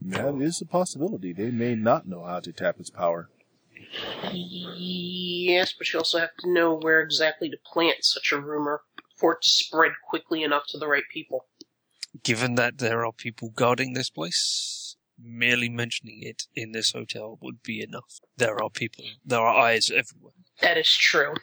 S1: That is a possibility. They may not know how to tap its power.
S5: Yes, but you also have to know where exactly to plant such a rumor for it to spread quickly enough to the right people.
S2: Given that there are people guarding this place, merely mentioning it in this hotel would be enough. There are people. There are eyes everywhere.
S5: That is true.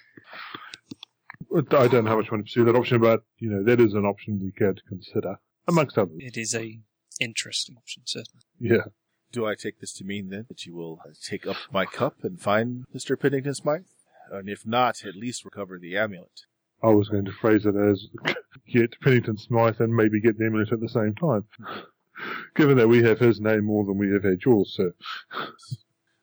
S4: I don't know how much I want to pursue that option, but, you know, that is an option we could consider, amongst others.
S2: It is a interesting option, certainly.
S4: Yeah.
S1: Do I take this to mean then that you will uh, take up my cup and find Mr. Pennington Smythe? And if not, at least recover the amulet.
S4: I was going to phrase it as [LAUGHS] get Pennington Smythe and maybe get the amulet at the same time. [LAUGHS] Given that we have his name more than we have had yours, sir.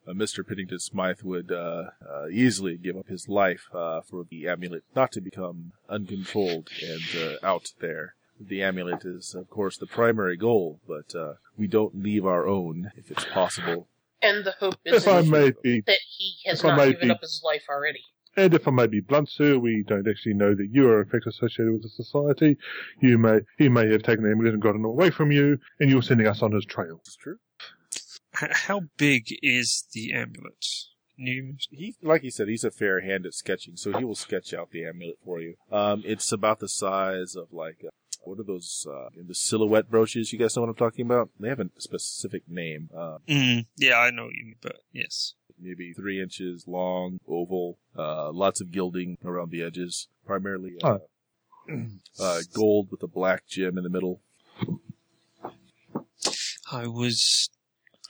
S1: Uh, Mr. Pennington Smythe would uh, uh, easily give up his life uh, for the amulet not to become uncontrolled and uh, out there. The amulet is, of course, the primary goal, but uh, we don't leave our own if it's possible.
S5: And the hope is
S4: If I
S5: that
S4: may be
S5: he has
S4: if I
S5: not
S4: may
S5: given
S4: be-
S5: up his life already.
S4: And if I may be blunt, sir, we don't actually know that you are in fact associated with the society. You may he may have taken the amulet and gotten it away from you, and you're sending us on his trail.
S1: It's true.
S2: h- how big is the amulet? New.
S1: he like he said he's a fair hand at sketching so he will sketch out the amulet for you um it's about the size of like uh, what are those uh the silhouette brooches you guys know what i'm talking about they have a specific name uh
S2: Mm, yeah, I know what you mean, but yes.
S1: maybe three inches long oval uh lots of gilding around the edges primarily uh, [CLEARS THROAT] uh gold with a black gem in the middle
S2: I was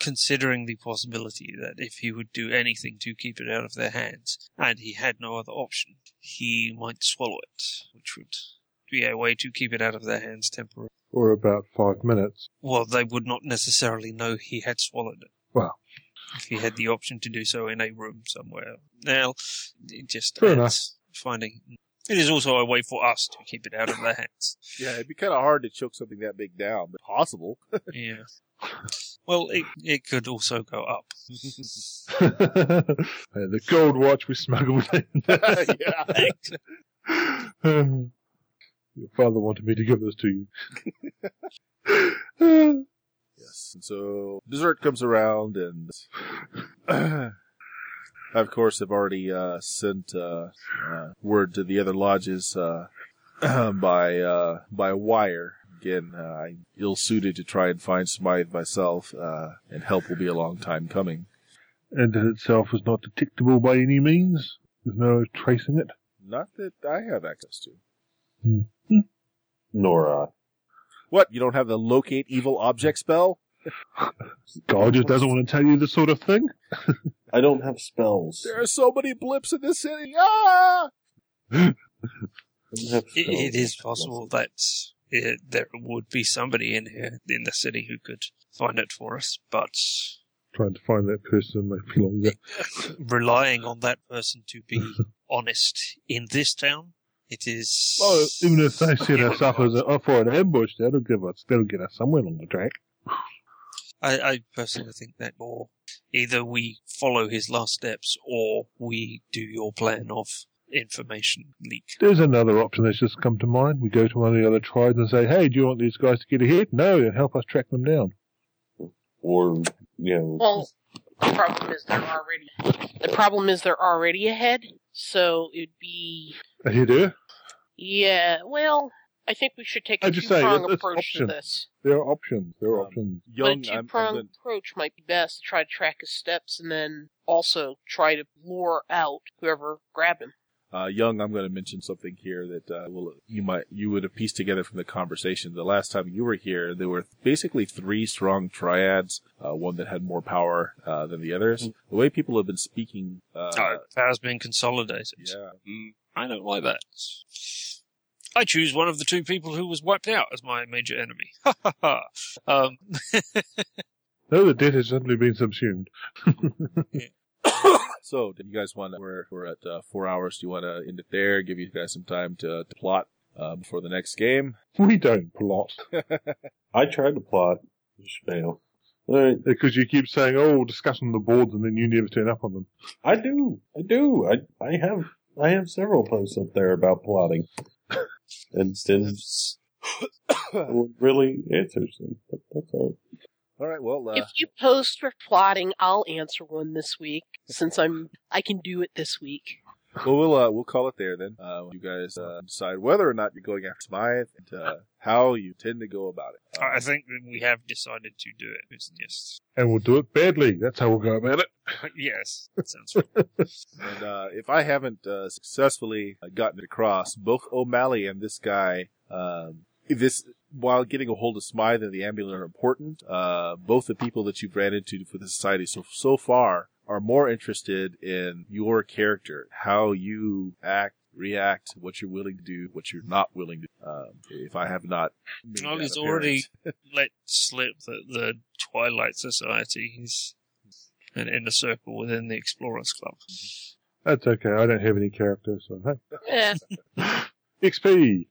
S2: considering the possibility that if he would do anything to keep it out of their hands, and he had no other option, he might swallow it, which would be a way to keep it out of their hands temporarily.
S4: for about five minutes. [LAUGHS]
S2: Well, they would not necessarily know he had swallowed it.
S4: Well.
S2: if he had the option to do so in a room somewhere. Now, it just
S4: Fair
S2: adds finding. It is also a way for us to keep it out of their hands.
S1: yeah it'd be kind of hard to choke something that big down but possible [LAUGHS]
S2: Yeah. Well, it, it could also go up. [LAUGHS]
S4: And the gold watch we smuggled
S1: [LAUGHS]
S4: in.
S1: yeah
S4: [LAUGHS] Um, Your father wanted me to give this to you. [LAUGHS]
S1: Yes. And so dessert comes around, and I, of course, have already uh, sent uh, uh, word to the other lodges uh, [CLEARS THROAT] by uh, by wire. Again, uh, I'm ill suited to try and find Smythe myself, uh, and help will be a long time coming.
S4: and in itself was not detectable by any means. There's no tracing it.
S1: Not that I have access to.
S3: Nora.
S1: What? You don't have the locate evil object spell?
S4: God just doesn't want to tell you this sort of thing.
S3: I don't have spells.
S1: There are so many blips in this city. Ah!
S3: I don't have spells.
S2: It, it is possible that uh there would be somebody in here in the city who could find it for us, but
S4: Trying to find that person may be longer.
S2: relying on that person to be honest in this town, it is.
S4: Well, even if they set us up as a, up for an ambush, that'll give us that'll get us somewhere along the track.
S2: I, I personally think that more either we follow his last steps or we do your plan of information leak.
S4: There's another option that's just come to mind. We go to one of the other tribes and say, "Hey, do you want these guys to get ahead?" No, and help us track them down.
S3: Or, you know,
S5: Well, the problem is they're already. The problem is they're already ahead, so it'd be
S4: Ahead, eh?
S5: yeah. Well, I think we should take a
S4: I just
S5: two
S4: say,
S5: prong
S4: it's- it's
S5: approach to
S4: option.
S5: this.
S4: There are options. There are
S1: Um,
S4: options.
S5: But a
S1: Young,
S5: two
S1: I'm, I'm
S5: pronged approach might be best. Try to track his steps and then also try to lure out whoever grabbed him.
S1: Uh, Young, I'm going to mention something here that uh, will you might you would have pieced together from the conversation. The last time you were here, there were basically three strong triads, uh, one that had more power uh, than the others. The way people have been speaking, uh,
S2: Mm-hmm. Oh, that has been consolidated.
S1: yeah,
S2: Mm, I don't like that. I choose one of the two people who was wiped out as my major enemy. [LAUGHS] Ha ha ha. Um,
S4: No, the debt has simply been subsumed.
S1: so do you guys want to, we're, we're at uh, four hours. Do you want to end it there? Give you guys some time to, to plot uh, before the next game.
S4: We don't plot
S3: I tried to plot. Just fail. Alright.
S4: because you keep saying, "Oh, we'll discuss on the boards," and then you never turn up on them.
S3: I do. I do. I I have I have several posts up there about plotting.
S2: [COUGHS]
S3: and didn't really answers them, but that's all right.
S1: All right, well, uh,
S5: if you post for plotting, I'll answer one this week since I'm I can do it
S1: [LAUGHS]
S5: this week.
S1: well, we'll uh, we'll call it there then. Uh, you guys uh, decide whether or not you're going after Smythe and uh, how you tend to go about it.
S2: I I think that we have decided to do it. It's just,
S4: And we'll do it badly. That's how we'll go about it.
S2: [LAUGHS] yes, that sounds fun.
S1: And uh, if I haven't uh, successfully uh, gotten it across, both O'Malley and this guy, um, this while getting a hold of Smythe and the ambulance are important. Uh, both the people that you've ran into for the society so so far are more interested in your character, how you act. React, what you're willing to do, what you're not willing to. do. Um, if I have not, made
S2: Well,
S1: that
S2: he's
S1: apparent.
S2: already- Let slip that the Twilight Society is an inner circle within the Explorers Club.
S4: That's okay. I don't have any character, so hey.
S5: Eh,
S4: XP.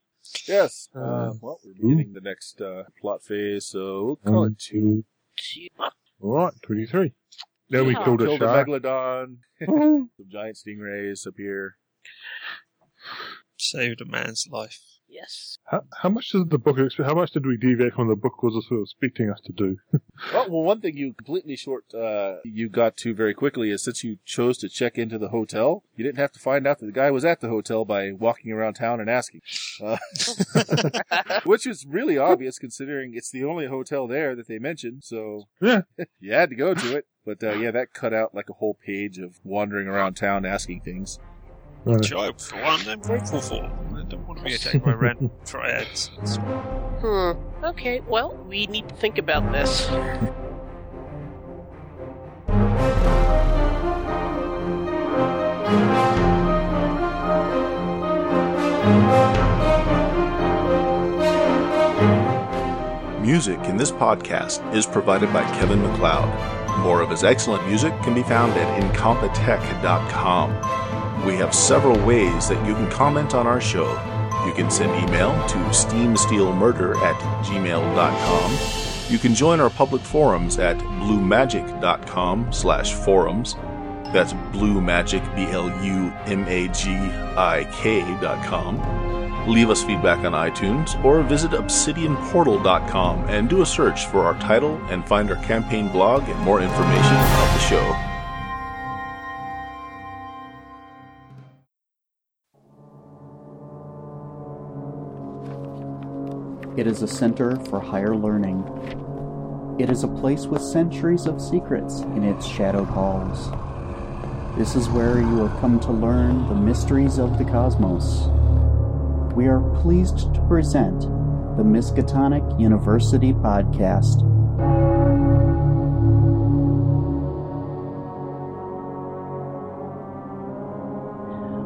S1: Yes. Uh,
S4: Um,
S1: well, we're beginning the next uh, plot phase, so we'll call it two.
S5: gee,
S4: All right, twenty-three. Now we
S5: Yeah.
S4: killed a
S1: Killed the
S4: shark.
S1: megalodon.
S4: Mhm.
S1: Some giant stingrays appear.
S2: Saved a man's life.
S5: Yes.
S4: [LAUGHS] How, how much did the book? exp- How much did we deviate from the book was sort of expecting us to do?
S7: Oh, well, one thing you completely short uh, you got to very quickly is since you chose to check into the hotel, you didn't have to find out that the guy was at the hotel by walking around town and asking, uh, [LAUGHS] which is really obvious considering it's the only hotel there that they mentioned. So
S4: Yeah.
S7: [LAUGHS] you had to go to it. But uh, yeah, that cut out like a whole page of wandering around town asking things.
S4: Uh,
S2: Which I, for one, am grateful for. I don't want to be attacked by random triads.
S5: Hmm. Okay, well, we need to think about this.
S1: Music in this podcast is provided by Kevin McLeod. More of his excellent music can be found at incompetech.com. We have several ways that you can comment on our show. You can send email to steamsteelmurder at gmail.com. You can join our public forums at bluemagic.com slash forums. That's bluemagic, B-L-U-M-A-G-I-K dot com leave us feedback on iTunes, or visit obsidianportal.com and do a search for our title and find our campaign blog and more information about the show.
S8: It is a center for higher learning. It is a place with centuries of secrets in its shadowed halls. This is where you have come to learn the mysteries of the cosmos. We are pleased to present the Miskatonic University Podcast.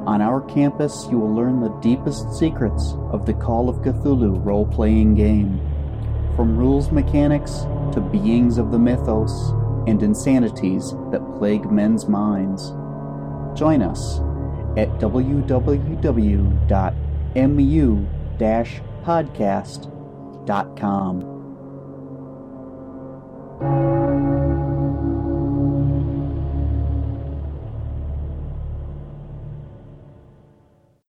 S8: On our campus, you will learn the deepest secrets of the Call of Cthulhu role playing game. From rules mechanics to beings of the mythos and insanities that plague men's minds. Join us at www.mu-podcast.com.